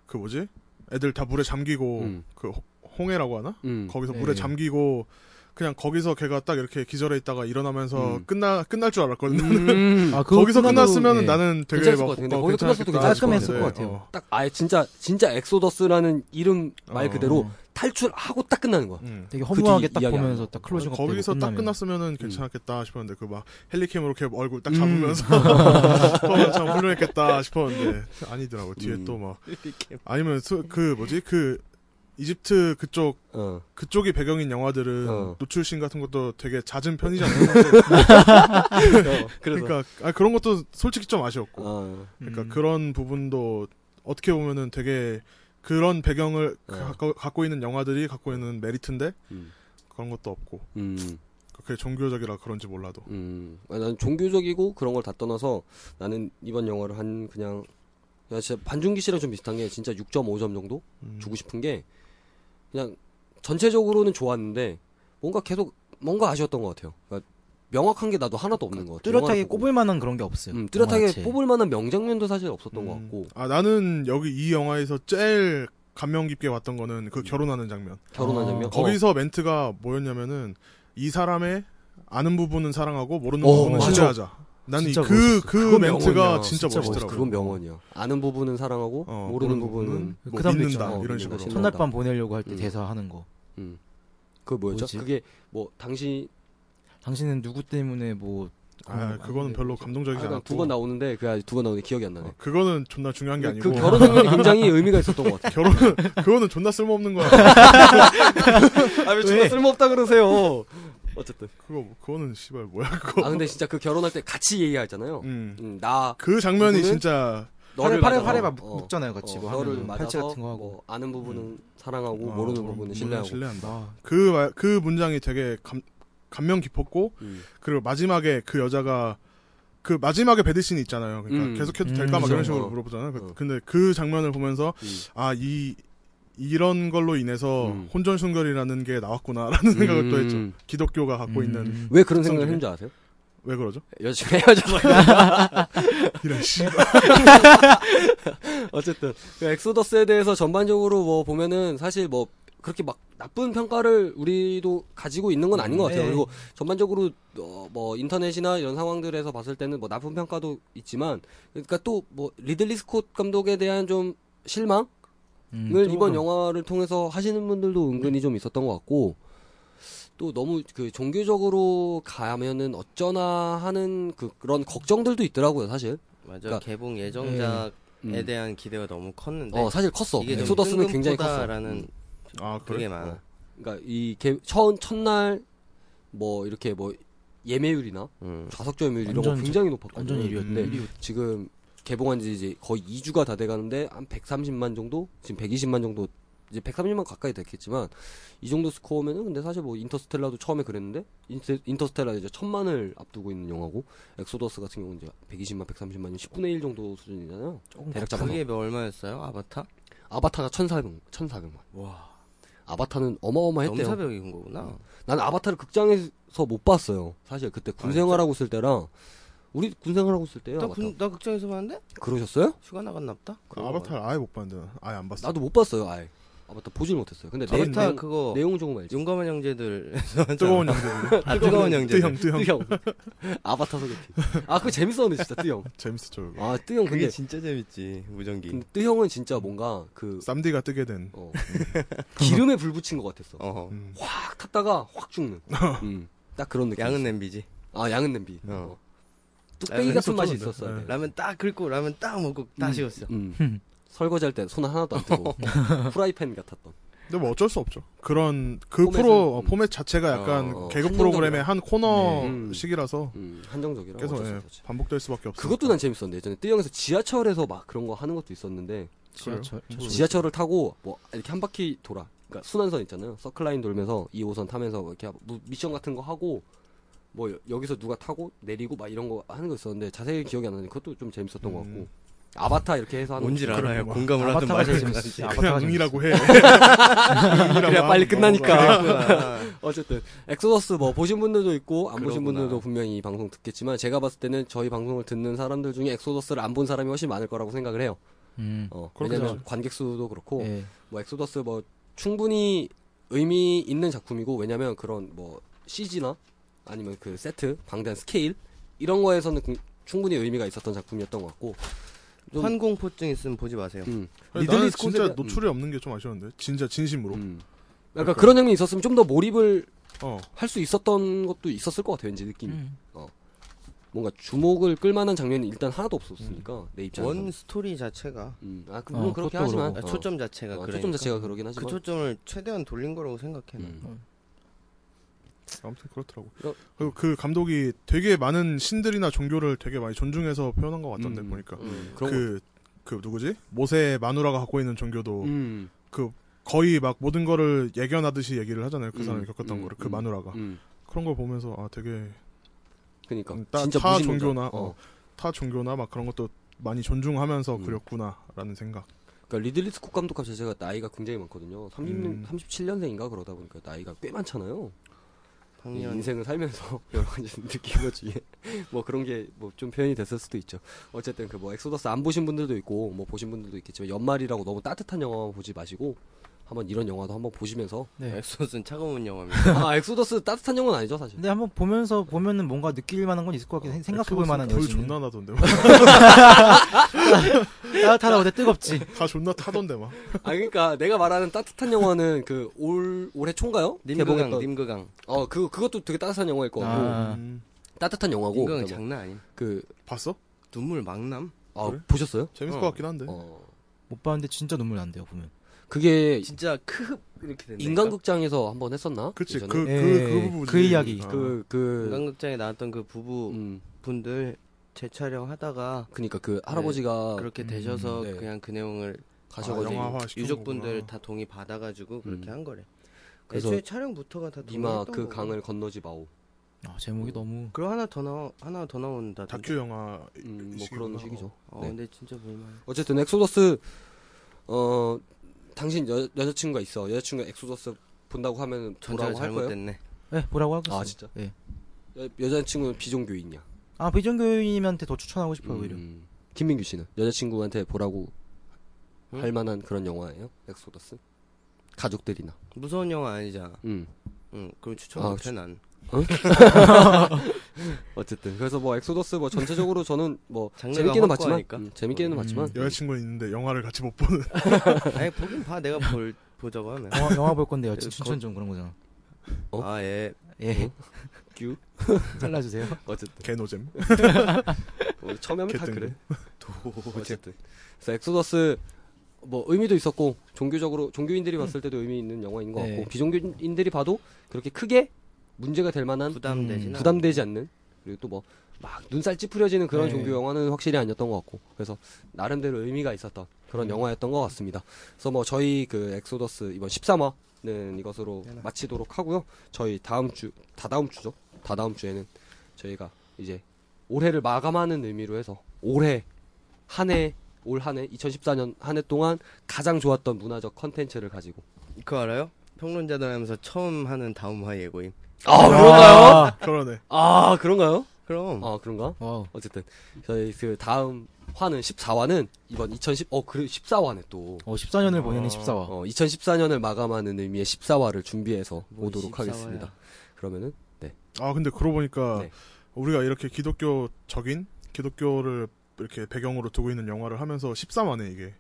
[SPEAKER 4] 그 뭐지 애들 다 물에 잠기고
[SPEAKER 1] 음.
[SPEAKER 4] 그 홍- 홍해라고 하나
[SPEAKER 1] 음.
[SPEAKER 4] 거기서
[SPEAKER 3] 네.
[SPEAKER 4] 물에 잠기고 그냥 거기서 걔가 딱 이렇게 기절해 있다가 일어나면서
[SPEAKER 1] 음.
[SPEAKER 4] 끝나 끝날 줄 알았거든요.
[SPEAKER 1] 음. 네.
[SPEAKER 3] 아, 그거
[SPEAKER 4] 거기서
[SPEAKER 3] 끝나도-
[SPEAKER 4] 끝났으면
[SPEAKER 3] 예.
[SPEAKER 4] 나는 되게
[SPEAKER 1] 괜찮았을
[SPEAKER 4] 막
[SPEAKER 1] 것 같은데
[SPEAKER 4] 어,
[SPEAKER 1] 거기서 끝났어도
[SPEAKER 4] 괜찮았겠다
[SPEAKER 3] 괜찮았을 것
[SPEAKER 4] 했는데,
[SPEAKER 3] 같아요.
[SPEAKER 1] 딱 아예 진짜 진짜 엑소더스라는 이름 말
[SPEAKER 4] 어.
[SPEAKER 1] 그대로
[SPEAKER 3] 어.
[SPEAKER 1] 탈출하고 딱 끝나는 거야.
[SPEAKER 4] 음.
[SPEAKER 3] 되게
[SPEAKER 1] 그 뒤
[SPEAKER 3] 허무하게 딱
[SPEAKER 1] 이야기 안
[SPEAKER 3] 보면서
[SPEAKER 1] 해요.
[SPEAKER 3] 딱 클로징업 되고
[SPEAKER 4] 거기서 딱
[SPEAKER 3] 끝나면.
[SPEAKER 4] 끝났으면은
[SPEAKER 1] 음.
[SPEAKER 4] 괜찮았겠다 싶었는데 그 막 헬리캠으로 이렇게 얼굴 딱 잡으면서 어, 참 훌륭했겠다 싶었는데 아니더라고 요 뒤에
[SPEAKER 1] 음.
[SPEAKER 4] 또 막 아니면 수- 그 뭐지 그 이집트 그쪽
[SPEAKER 1] 어.
[SPEAKER 4] 그쪽이 배경인 영화들은
[SPEAKER 1] 어.
[SPEAKER 4] 노출신 같은 것도 되게 잦은 편이잖아요.
[SPEAKER 1] 어, 그래서
[SPEAKER 4] 그러니까 아, 그런 것도 솔직히 좀 아쉬웠고
[SPEAKER 1] 어.
[SPEAKER 4] 그러니까
[SPEAKER 3] 음.
[SPEAKER 4] 그런 부분도 어떻게 보면은 되게 그런 배경을
[SPEAKER 1] 어.
[SPEAKER 4] 갖고, 갖고 있는 영화들이 갖고 있는 메리트인데
[SPEAKER 1] 음.
[SPEAKER 4] 그런 것도 없고
[SPEAKER 1] 음.
[SPEAKER 4] 그게 종교적이라 그런지 몰라도
[SPEAKER 1] 음, 아, 난 종교적이고 그런 걸 다 떠나서 나는 이번 영화를 한 그냥 야 진짜 반준기 씨랑 좀 비슷한 게 진짜 6.5점 정도
[SPEAKER 4] 음.
[SPEAKER 1] 주고 싶은 게 그냥 전체적으로는 좋았는데 뭔가 계속 뭔가 아쉬웠던 것 같아요. 그러니까 명확한 게 나도 하나도 없는 것 같아요.
[SPEAKER 3] 뚜렷하게
[SPEAKER 1] 영화를 보고.
[SPEAKER 3] 꼽을 만한 그런 게 없어요. 뭐
[SPEAKER 1] 음,
[SPEAKER 3] 영화
[SPEAKER 1] 뚜렷하게
[SPEAKER 3] 자체에.
[SPEAKER 1] 뽑을 만한 명장면도 사실 없었던 것
[SPEAKER 4] 음.
[SPEAKER 1] 같고
[SPEAKER 4] 아 나는 여기 이 영화에서 제일 감명 깊게 왔던 거는
[SPEAKER 1] 음.
[SPEAKER 4] 그 결혼하는 장면
[SPEAKER 1] 결혼한
[SPEAKER 3] 아,
[SPEAKER 1] 장면 어,
[SPEAKER 4] 거기서 멘트가 뭐였냐면은 이 사람의 아는 부분은 사랑하고 모르는
[SPEAKER 1] 어,
[SPEAKER 4] 부분은
[SPEAKER 1] 맞아.
[SPEAKER 4] 신뢰하자 나는
[SPEAKER 3] 진짜
[SPEAKER 4] 그그 그
[SPEAKER 1] 그건
[SPEAKER 4] 멘트가
[SPEAKER 1] 명언이야.
[SPEAKER 4] 진짜,
[SPEAKER 3] 진짜
[SPEAKER 4] 멋있더라고
[SPEAKER 1] 그건 명언이야. 아는 부분은 사랑하고
[SPEAKER 4] 어,
[SPEAKER 1] 모르는 부분은
[SPEAKER 4] 뭐
[SPEAKER 3] 그 사람도
[SPEAKER 4] 믿는다
[SPEAKER 3] 있잖아.
[SPEAKER 1] 어,
[SPEAKER 4] 이런 식으로
[SPEAKER 1] 믿는다,
[SPEAKER 3] 첫날 밤 보내려고 할 때
[SPEAKER 1] 음.
[SPEAKER 3] 대사하는 거.
[SPEAKER 1] 그 뭐였죠?
[SPEAKER 3] 뭐지?
[SPEAKER 1] 그게 뭐 당신 당신은
[SPEAKER 3] 당신은 누구 때문에 뭐
[SPEAKER 4] 아 그거는 별로 감동적이지 않았고
[SPEAKER 1] 아, 두 번 나오는데 그러니까 그 두 번 나오는데 기억이 안 나네.
[SPEAKER 4] 어, 그거는 존나 중요한 게
[SPEAKER 1] 그,
[SPEAKER 4] 아니고
[SPEAKER 1] 그 결혼 장면이 굉장히 의미가 있었던 것 같아요.
[SPEAKER 4] 결혼은 그거는 존나 쓸모없는 거야.
[SPEAKER 1] 아왜 존나 쓸모없다 그러세요. 어쨌든.
[SPEAKER 4] 그거 그거는 씨발 뭐야 그거.
[SPEAKER 1] 아 근데 진짜 그 결혼할 때 같이 얘기하잖아요.
[SPEAKER 4] 음.
[SPEAKER 1] 음, 나
[SPEAKER 4] 그 장면이
[SPEAKER 1] 이분은-
[SPEAKER 4] 진짜
[SPEAKER 1] 너를
[SPEAKER 3] 팔에
[SPEAKER 1] 맞아서-
[SPEAKER 3] 팔에 막
[SPEAKER 1] 어,
[SPEAKER 3] 묶잖아요, 같이
[SPEAKER 1] 어,
[SPEAKER 3] 뭐
[SPEAKER 1] 너를
[SPEAKER 3] 하면 팔찌
[SPEAKER 1] 맞아서
[SPEAKER 3] 같은 거 하고.
[SPEAKER 1] 뭐 아는 부분은 사랑하고
[SPEAKER 4] 아,
[SPEAKER 1] 어, 모르는
[SPEAKER 4] 모르-
[SPEAKER 1] 부분은 신뢰하고.
[SPEAKER 4] 신뢰한다.
[SPEAKER 3] 아,
[SPEAKER 4] 그 말- 그 문장이 되게 감 감명 깊었고
[SPEAKER 1] 음.
[SPEAKER 4] 그리고 마지막에 그 여자가 그 마지막에 배드신이 있잖아요. 그러니까
[SPEAKER 1] 음.
[SPEAKER 4] 계속해도
[SPEAKER 3] 음,
[SPEAKER 4] 될까 막 이런
[SPEAKER 1] 그죠.
[SPEAKER 4] 식으로
[SPEAKER 1] 어.
[SPEAKER 4] 물어보잖아요. 그-
[SPEAKER 1] 어.
[SPEAKER 4] 근데 그 장면을 보면서
[SPEAKER 1] 음.
[SPEAKER 4] 아 이 이런 걸로 인해서
[SPEAKER 1] 음.
[SPEAKER 4] 혼전순결이라는 게 나왔구나라는 생각을 또 했죠.
[SPEAKER 1] 음.
[SPEAKER 4] 기독교가 갖고 있는
[SPEAKER 3] 음.
[SPEAKER 1] 왜 그런 생각을
[SPEAKER 4] 특성
[SPEAKER 1] 했는지 아세요?
[SPEAKER 4] 왜 그러죠?
[SPEAKER 1] 여자친구 헤어져서
[SPEAKER 4] 이런 씨.
[SPEAKER 1] 어쨌든 그 엑소더스에 대해서 전반적으로 뭐 보면은 사실 뭐 그렇게 막 나쁜 평가를 우리도 가지고 있는 건 아닌 것 같아요.
[SPEAKER 3] 네.
[SPEAKER 1] 그리고 전반적으로 어, 뭐 인터넷이나 이런 상황들에서 봤을 때는 뭐 나쁜 평가도 있지만 그러니까 또 뭐 리들리 스콧 감독에 대한 좀 실망을
[SPEAKER 3] 음, 네.
[SPEAKER 1] 이번
[SPEAKER 3] 조금.
[SPEAKER 1] 영화를 통해서 하시는 분들도 은근히 좀 있었던 것 같고 또 너무 그 종교적으로 가면은 어쩌나 하는 그, 그런 걱정들도 있더라고요, 사실.
[SPEAKER 2] 맞아요.
[SPEAKER 1] 그러니까-
[SPEAKER 2] 개봉 예정작에
[SPEAKER 1] 음.
[SPEAKER 2] 대한 기대가 너무 컸는데
[SPEAKER 1] 어, 사실 컸어.
[SPEAKER 2] 이게 좀
[SPEAKER 1] 소더스는 굉장히 컸어.
[SPEAKER 2] 뜬금포다라는
[SPEAKER 4] 아 그래?
[SPEAKER 2] 그게 많아.
[SPEAKER 4] 어.
[SPEAKER 1] 그러니까 이 개, 첫 첫날 뭐 이렇게 뭐 예매율이나
[SPEAKER 2] 음.
[SPEAKER 1] 좌석 점유율 이런 거
[SPEAKER 3] 완전
[SPEAKER 1] 굉장히 높았거든요.
[SPEAKER 3] 완전 1위였,
[SPEAKER 1] 근데
[SPEAKER 3] 1위
[SPEAKER 1] 지금 개봉한 지 이제 거의 2주가 다 돼가는데 한 130만 정도? 지금 120만 정도 이제 130만 가까이 됐겠지만 이 정도 스코어면은 근데 사실 뭐 인터스텔라도 처음에 그랬는데 인터, 인터스텔라 이제 천만을 앞두고 있는 영화고 엑소더스 같은 경우는 이제 120만 130만이 10분의 1 정도 수준이잖아요.
[SPEAKER 3] 조금
[SPEAKER 1] 대략 잡아서
[SPEAKER 2] 그게 얼마였어요? 아바타?
[SPEAKER 1] 아바타가 1,400 1,400만.
[SPEAKER 2] 와
[SPEAKER 1] 아바타는 어마어마했대요. 음,
[SPEAKER 2] 넘사벽인 거구나.
[SPEAKER 1] 난 아바타를 극장에서 못 봤어요. 사실 그때
[SPEAKER 2] 아,
[SPEAKER 1] 군생활하고 있을 때랑 우리 군생활하고 있을 때요.
[SPEAKER 2] 나,
[SPEAKER 1] 아바타.
[SPEAKER 2] 군, 나 극장에서 봤는데
[SPEAKER 1] 그러셨어요?
[SPEAKER 2] 휴가 나갔나 보다.
[SPEAKER 4] 그 아바타를 아예 못 봤는데 아예 안 봤어.
[SPEAKER 1] 나도 못 봤어요. 아예 아바타 보질 못했어요. 근데 내-
[SPEAKER 2] 아바타
[SPEAKER 1] 내용,
[SPEAKER 2] 그거
[SPEAKER 1] 내용 조금 알지.
[SPEAKER 2] 용감한 형제들
[SPEAKER 4] 뜨거운 영재
[SPEAKER 2] 아, 뜨거운 형제
[SPEAKER 4] 뜨형 뜨형
[SPEAKER 1] 뜨형 아바타 소개팅. 아 그거 재밌었는데 진짜 뜨형.
[SPEAKER 4] 재밌었죠. 이거.
[SPEAKER 1] 아 뜨형
[SPEAKER 2] 그게
[SPEAKER 1] 근데,
[SPEAKER 2] 진짜 재밌지 무전기.
[SPEAKER 1] 근데 뜨형은 진짜 뭔가 그
[SPEAKER 4] 쌈디가 뜨게 된.
[SPEAKER 1] 어, 기름에 불 붙인 것 같았어.
[SPEAKER 2] 어허.
[SPEAKER 4] 음.
[SPEAKER 1] 확 탔다가 확 죽는. 음, 딱 그런 느낌.
[SPEAKER 2] 양은 냄비지.
[SPEAKER 1] 아 양은 냄비. 어.
[SPEAKER 2] 어. 라면
[SPEAKER 1] 뚝배기 같은 맛이
[SPEAKER 4] 있었죠,
[SPEAKER 1] 있었어야
[SPEAKER 4] 근데.
[SPEAKER 1] 돼.
[SPEAKER 2] 라면 딱 긁고 라면 딱 먹고 다 식었어.
[SPEAKER 1] 음. 설거지 할 때 손 하나도 안 뜨고 후라이팬 같았던.
[SPEAKER 4] 근데 뭐 어쩔 수 없죠. 그런 그
[SPEAKER 1] 포맷은-
[SPEAKER 4] 프로 어,
[SPEAKER 1] 음.
[SPEAKER 4] 포맷 자체가 약간
[SPEAKER 1] 어, 어,
[SPEAKER 4] 개그
[SPEAKER 1] 한정적이라.
[SPEAKER 4] 프로그램의 한
[SPEAKER 1] 네. 음.
[SPEAKER 4] 코너식이라서
[SPEAKER 1] 음, 한정적이라
[SPEAKER 4] 계속
[SPEAKER 1] 어쩔 수
[SPEAKER 4] 예,
[SPEAKER 1] 없었지.
[SPEAKER 4] 반복될 수밖에 없어.
[SPEAKER 1] 그것도 난 재밌었는데 예전에 뜨영에서 지하철에서 막 그런 거 하는 것도 있었는데
[SPEAKER 3] 지하철.
[SPEAKER 4] 음.
[SPEAKER 2] 그래요?
[SPEAKER 1] 음. 지하철을 타고 뭐 이렇게 한 바퀴 돌아. 그러니까 순환선 있잖아요. 서클라인 돌면서 2호선 타면서 뭐 이렇게 무- 미션 같은 거 하고 뭐 여- 여기서 누가 타고 내리고 막 이런 거 하는 거 있었는데 자세히 기억이 안 나는데 그것도 좀 재밌었던 것 같고
[SPEAKER 4] 음.
[SPEAKER 1] 아바타 뭐 이렇게 해서 하는
[SPEAKER 2] 뭔지
[SPEAKER 1] 거.
[SPEAKER 2] 알아요.
[SPEAKER 4] 거.
[SPEAKER 2] 공감을 하든
[SPEAKER 3] 아바타가
[SPEAKER 2] 말든
[SPEAKER 3] 제일
[SPEAKER 2] 같이.
[SPEAKER 3] 재밌었지.
[SPEAKER 4] 그냥
[SPEAKER 3] 아바타가
[SPEAKER 4] 응이라고 해.
[SPEAKER 1] 그래야 빨리 끝나니까.
[SPEAKER 2] 그랬구나.
[SPEAKER 1] 어쨌든 엑소더스 뭐 보신 분들도 있고 안 보신
[SPEAKER 2] 그러구나.
[SPEAKER 1] 분들도 분명히 이 방송 듣겠지만 제가 봤을 때는 저희 방송을 듣는 사람들 중에 엑소더스를 안 본 사람이 훨씬 많을 거라고 생각을 해요.
[SPEAKER 3] 음.
[SPEAKER 1] 어,
[SPEAKER 4] 그렇겠죠.
[SPEAKER 1] 왜냐면 관객 수도 그렇고
[SPEAKER 3] 예.
[SPEAKER 1] 뭐 엑소더스 뭐 충분히 의미 있는 작품이고 왜냐면 그런 뭐 CG나 아니면 그 세트 방대한 스케일 이런 거에서는 그- 충분히 의미가 있었던 작품이었던 것 같고 좀-
[SPEAKER 2] 환공포증 있으면 보지 마세요.
[SPEAKER 1] 음,
[SPEAKER 4] 아니,
[SPEAKER 1] 미들리
[SPEAKER 4] 나는
[SPEAKER 1] 스콘에
[SPEAKER 4] 진짜
[SPEAKER 1] 대한-
[SPEAKER 4] 노출이 없는 게 좀 아쉬웠는데 진짜 진심으로.
[SPEAKER 1] 음. 약간 그런 장면이 있었으면 좀 더 몰입을
[SPEAKER 4] 어.
[SPEAKER 1] 할 수 있었던 것도 있었을 것 같아 왠지 느낌이 어.
[SPEAKER 3] 음.
[SPEAKER 1] 뭔가 주목을 끌만한 장면이 일단 하나도 없었으니까 내 입장에서
[SPEAKER 2] 원 스토리 자체가
[SPEAKER 1] 음. 아 그- 물론
[SPEAKER 3] 어,
[SPEAKER 1] 그렇게
[SPEAKER 3] 그것도
[SPEAKER 1] 하지만
[SPEAKER 2] 아,
[SPEAKER 1] 어.
[SPEAKER 2] 초점 자체가
[SPEAKER 1] 어,
[SPEAKER 2] 그러니까.
[SPEAKER 1] 초점 자체가 그러긴
[SPEAKER 2] 그
[SPEAKER 1] 하지만
[SPEAKER 2] 초점을 최대한 돌린 거라고 생각해.
[SPEAKER 1] 음.
[SPEAKER 4] 아무튼 그렇더라고.
[SPEAKER 1] 그럼-
[SPEAKER 4] 그리고 그 감독이 되게 많은 신들이나 종교를 되게 많이 존중해서 표현한 것 같던데
[SPEAKER 1] 음,
[SPEAKER 4] 보니까.
[SPEAKER 1] 음, 그런 거.
[SPEAKER 4] 그, 그 누구지? 모세 마누라가 갖고 있는 종교도
[SPEAKER 1] 음,
[SPEAKER 4] 그 거의 막 모든 거를 예견하듯이 얘기를 하잖아요. 그
[SPEAKER 1] 음,
[SPEAKER 4] 사람이 겪었던
[SPEAKER 1] 음,
[SPEAKER 4] 거를 그
[SPEAKER 1] 음,
[SPEAKER 4] 마누라가
[SPEAKER 1] 음.
[SPEAKER 4] 그런 걸 보면서 아 되게
[SPEAKER 1] 그러니까
[SPEAKER 4] 음, 따-
[SPEAKER 1] 진짜
[SPEAKER 4] 타
[SPEAKER 1] 무신론자.
[SPEAKER 4] 종교나,
[SPEAKER 1] 어.
[SPEAKER 4] 어. 타 종교나 막 그런 것도 많이 존중하면서
[SPEAKER 1] 음.
[SPEAKER 4] 그렸구나라는 생각.
[SPEAKER 1] 그러니까 리들리 스콧 감독 자체가 나이가 굉장히 많거든요. 30,
[SPEAKER 4] 음.
[SPEAKER 1] 37년생인가 그러다 보니까 나이가 꽤 많잖아요. 이
[SPEAKER 2] 당연.
[SPEAKER 1] 인생을 살면서 여러 가지 느낀 것 중에 뭐 그런 게 뭐 좀 표현이 됐을 수도 있죠. 어쨌든 그 뭐 엑소더스 안 보신 분들도 있고 뭐 보신 분들도 있겠지만 연말이라고 너무 따뜻한 영화만 보지 마시고 한번 이런 영화도 한번 보시면서
[SPEAKER 3] 네.
[SPEAKER 2] 엑소스는 차가운 영화입니다.
[SPEAKER 1] 아 엑소더스 따뜻한 영화는 아니죠 사실.
[SPEAKER 3] 근데 한번 보면서 보면은 뭔가 느낄 만한 건 있을 것 같긴 해. 생각해 볼 만한
[SPEAKER 4] 불
[SPEAKER 3] 여지는.
[SPEAKER 4] 존나 나던데.
[SPEAKER 3] 따뜻하다 근데 뜨겁지.
[SPEAKER 4] 다 존나 타던데 막.
[SPEAKER 1] 아 그러니까 내가 말하는 따뜻한 영화는 그 올 올해 초인가요?
[SPEAKER 2] 님그강, 님그강.
[SPEAKER 1] 어그 그것도 되게 따뜻한 영화일 거 같고
[SPEAKER 3] 아.
[SPEAKER 4] 음,
[SPEAKER 1] 따뜻한 영화고
[SPEAKER 2] 님그강
[SPEAKER 1] 그다음에
[SPEAKER 2] 장난 아님.
[SPEAKER 1] 그
[SPEAKER 4] 봤어?
[SPEAKER 2] 눈물 막 남.
[SPEAKER 1] 아,
[SPEAKER 4] 그래?
[SPEAKER 1] 보셨어요?
[SPEAKER 4] 재밌을
[SPEAKER 2] 어.
[SPEAKER 4] 것 같긴 한데.
[SPEAKER 1] 어.
[SPEAKER 3] 못 봤는데 진짜 눈물 난대요 보면.
[SPEAKER 1] 그게
[SPEAKER 2] 진짜 크흡 이렇게 된다.
[SPEAKER 1] 네. 인간극장에서 한번 했었나?
[SPEAKER 4] 그치
[SPEAKER 1] 예전에?
[SPEAKER 4] 그그그
[SPEAKER 3] 예,
[SPEAKER 4] 그 부분이지.
[SPEAKER 3] 그 이야기.
[SPEAKER 4] 아.
[SPEAKER 1] 그, 그,
[SPEAKER 2] 인간극장에 나왔던 그 부부
[SPEAKER 1] 음,
[SPEAKER 2] 분들 재촬영 하다가
[SPEAKER 1] 그니까 그 할아버지가
[SPEAKER 2] 네, 그렇게
[SPEAKER 3] 음,
[SPEAKER 2] 되셔서
[SPEAKER 1] 네.
[SPEAKER 2] 그냥 그 내용을
[SPEAKER 1] 가셔가지고
[SPEAKER 4] 아, 영화화 시킨
[SPEAKER 2] 유족분들
[SPEAKER 4] 거구나.
[SPEAKER 2] 다 동의 받아가지고 그렇게
[SPEAKER 1] 음.
[SPEAKER 2] 한 거래.
[SPEAKER 1] 그래서
[SPEAKER 2] 애초에 촬영부터가 다
[SPEAKER 1] 니마
[SPEAKER 2] 동의했던
[SPEAKER 1] 그
[SPEAKER 2] 거고.
[SPEAKER 1] 강을 건너지 마오.
[SPEAKER 3] 아,
[SPEAKER 1] 어.
[SPEAKER 3] 제목이 너무
[SPEAKER 2] 그리고 하나 더 나와 하나 더 나온다.
[SPEAKER 4] 다큐 영화
[SPEAKER 1] 음, 뭐
[SPEAKER 4] 식이구나.
[SPEAKER 1] 그런 식이죠.
[SPEAKER 2] 어
[SPEAKER 1] 네.
[SPEAKER 2] 근데 진짜 볼만.
[SPEAKER 1] 어쨌든 엑소더스, 어, 당신 여, 여자친구가 있어. 여자친구가 엑소더스 본다고 하면
[SPEAKER 2] 전자가
[SPEAKER 1] 보라고 할 거예요?
[SPEAKER 2] 잘못됐네.
[SPEAKER 3] 예, 보라고 하고 있어요.
[SPEAKER 1] 아, 진짜?
[SPEAKER 3] 예.
[SPEAKER 1] 여, 여자친구는 비종교인이야.
[SPEAKER 3] 아, 비정교인한테 더 추천하고
[SPEAKER 2] 그
[SPEAKER 3] 싶어요, 오히려.
[SPEAKER 1] 음, 김민규 씨는 여자친구한테 보라고
[SPEAKER 2] 응?
[SPEAKER 1] 할 만한 그런 영화예요? 엑소더스? 가족들이나.
[SPEAKER 2] 무서운 영화 아니잖아.
[SPEAKER 1] 음.
[SPEAKER 2] 응. 그럼 추천
[SPEAKER 1] 아,
[SPEAKER 2] 못해 난.
[SPEAKER 1] 어쨌든 그래서 뭐 엑소더스 뭐 전체적으로 저는 뭐
[SPEAKER 2] 장르가
[SPEAKER 1] 재밌게는 봤지만
[SPEAKER 2] 확고하니까.
[SPEAKER 1] 음, 재밌게는
[SPEAKER 3] 음.
[SPEAKER 1] 봤지만
[SPEAKER 4] 여자친구는 있는데 영화를 같이 못 보는.
[SPEAKER 2] 아니 보긴 봐. 내가 볼 보자고 하면.
[SPEAKER 3] 영화, 영화 볼 건데 여친
[SPEAKER 2] 예,
[SPEAKER 3] 춘천 좀 그런 거잖아.
[SPEAKER 1] 어?
[SPEAKER 2] 아 예.
[SPEAKER 3] 예,
[SPEAKER 1] 규 뭐?
[SPEAKER 3] 잘라주세요.
[SPEAKER 1] 어쨌든
[SPEAKER 4] 개노잼.
[SPEAKER 1] 우리 뭐 처음에 하면 다
[SPEAKER 4] 개뜬금.
[SPEAKER 1] 그래. 어쨌든 그래서 엑소더스 뭐 의미도 있었고 종교적으로 종교인들이 봤을 때도 의미 있는 영화인 것 같고
[SPEAKER 3] 네.
[SPEAKER 1] 비종교인들이 봐도 그렇게 크게 문제가 될 만한
[SPEAKER 2] 부담되진
[SPEAKER 3] 음,
[SPEAKER 2] 않아.
[SPEAKER 1] 부담되지 않는 그리고 또 뭐 막 눈살 찌푸려지는 그런
[SPEAKER 3] 네.
[SPEAKER 1] 종교 영화는 확실히 아니었던 것 같고 그래서 나름대로 의미가 있었던 그런
[SPEAKER 3] 음.
[SPEAKER 1] 영화였던 것 같습니다. 그래서 뭐 저희 그 엑소더스 이번 13화는 이것으로
[SPEAKER 3] 네,
[SPEAKER 1] 마치도록 하고요. 저희 다음 주 다다음 주죠. 다다음 주에는 저희가 이제 올해를 마감하는 의미로 해서 올해 한 해 올 한 해 2014년 한 해 동안 가장 좋았던 문화적 컨텐츠를 가지고
[SPEAKER 2] 그거 알아요? 평론자들 하면서 처음 하는 다음화 예고임.
[SPEAKER 1] 아
[SPEAKER 4] 그러네.
[SPEAKER 1] 아 그런가요?
[SPEAKER 2] 그럼
[SPEAKER 1] 아 그런가?
[SPEAKER 3] 아, 와우.
[SPEAKER 1] 어쨌든 저희 그 다음 화는 14화는 이번 2010 어 그 14화네 또.
[SPEAKER 3] 어, 14년을
[SPEAKER 4] 어.
[SPEAKER 3] 보내는 14화.
[SPEAKER 1] 어 2014년을 마감하는 의미의 14화를 준비해서
[SPEAKER 2] 뭐
[SPEAKER 1] 오도록
[SPEAKER 2] 14화 야.
[SPEAKER 1] 하겠습니다. 그러면은
[SPEAKER 4] 아 근데 그러고 보니까
[SPEAKER 1] 네.
[SPEAKER 4] 우리가 이렇게 기독교 적인 기독교를 이렇게 배경으로 두고 있는 영화를 하면서 13화네 이게.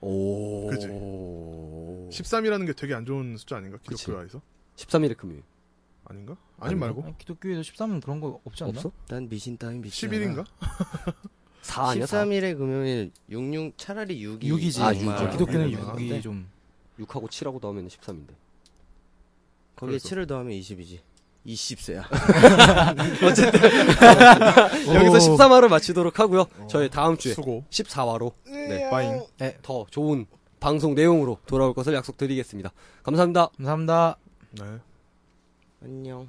[SPEAKER 1] 오.
[SPEAKER 4] 그치. 13이라는 게 되게 안 좋은 숫자 아닌가?
[SPEAKER 1] 그치.
[SPEAKER 4] 기독교에서
[SPEAKER 1] 13일의 금요일.
[SPEAKER 4] 아닌가? 아니
[SPEAKER 1] 아닌가?
[SPEAKER 4] 말고
[SPEAKER 3] 아니, 기독교에서 13은 그런 거 없지 않나?
[SPEAKER 1] 없어?
[SPEAKER 2] 난 미신 따윈
[SPEAKER 1] 아,
[SPEAKER 2] 미친.
[SPEAKER 4] 11인가?
[SPEAKER 1] 4 아니야? 4?
[SPEAKER 2] 13일에 금요일 66 차라리 6이
[SPEAKER 3] 6이지.
[SPEAKER 1] 아, 육. 아,
[SPEAKER 3] 기독교는
[SPEAKER 4] 육.
[SPEAKER 3] 6이 좀.
[SPEAKER 1] 6하고 7하고 더하면 13인데.
[SPEAKER 2] 거기에
[SPEAKER 4] 그래서.
[SPEAKER 2] 7을 더하면 20이지. 20세야.
[SPEAKER 3] 어.
[SPEAKER 1] 여기서 13화를 마치도록 하고요.
[SPEAKER 4] 어.
[SPEAKER 1] 저희 다음 주에
[SPEAKER 4] 수고.
[SPEAKER 1] 14화로 네.
[SPEAKER 4] 빠잉.
[SPEAKER 1] 더 좋은 방송 내용으로 돌아올 것을 약속드리겠습니다. 감사합니다.
[SPEAKER 3] 감사합니다.
[SPEAKER 4] 네.
[SPEAKER 2] 안녕.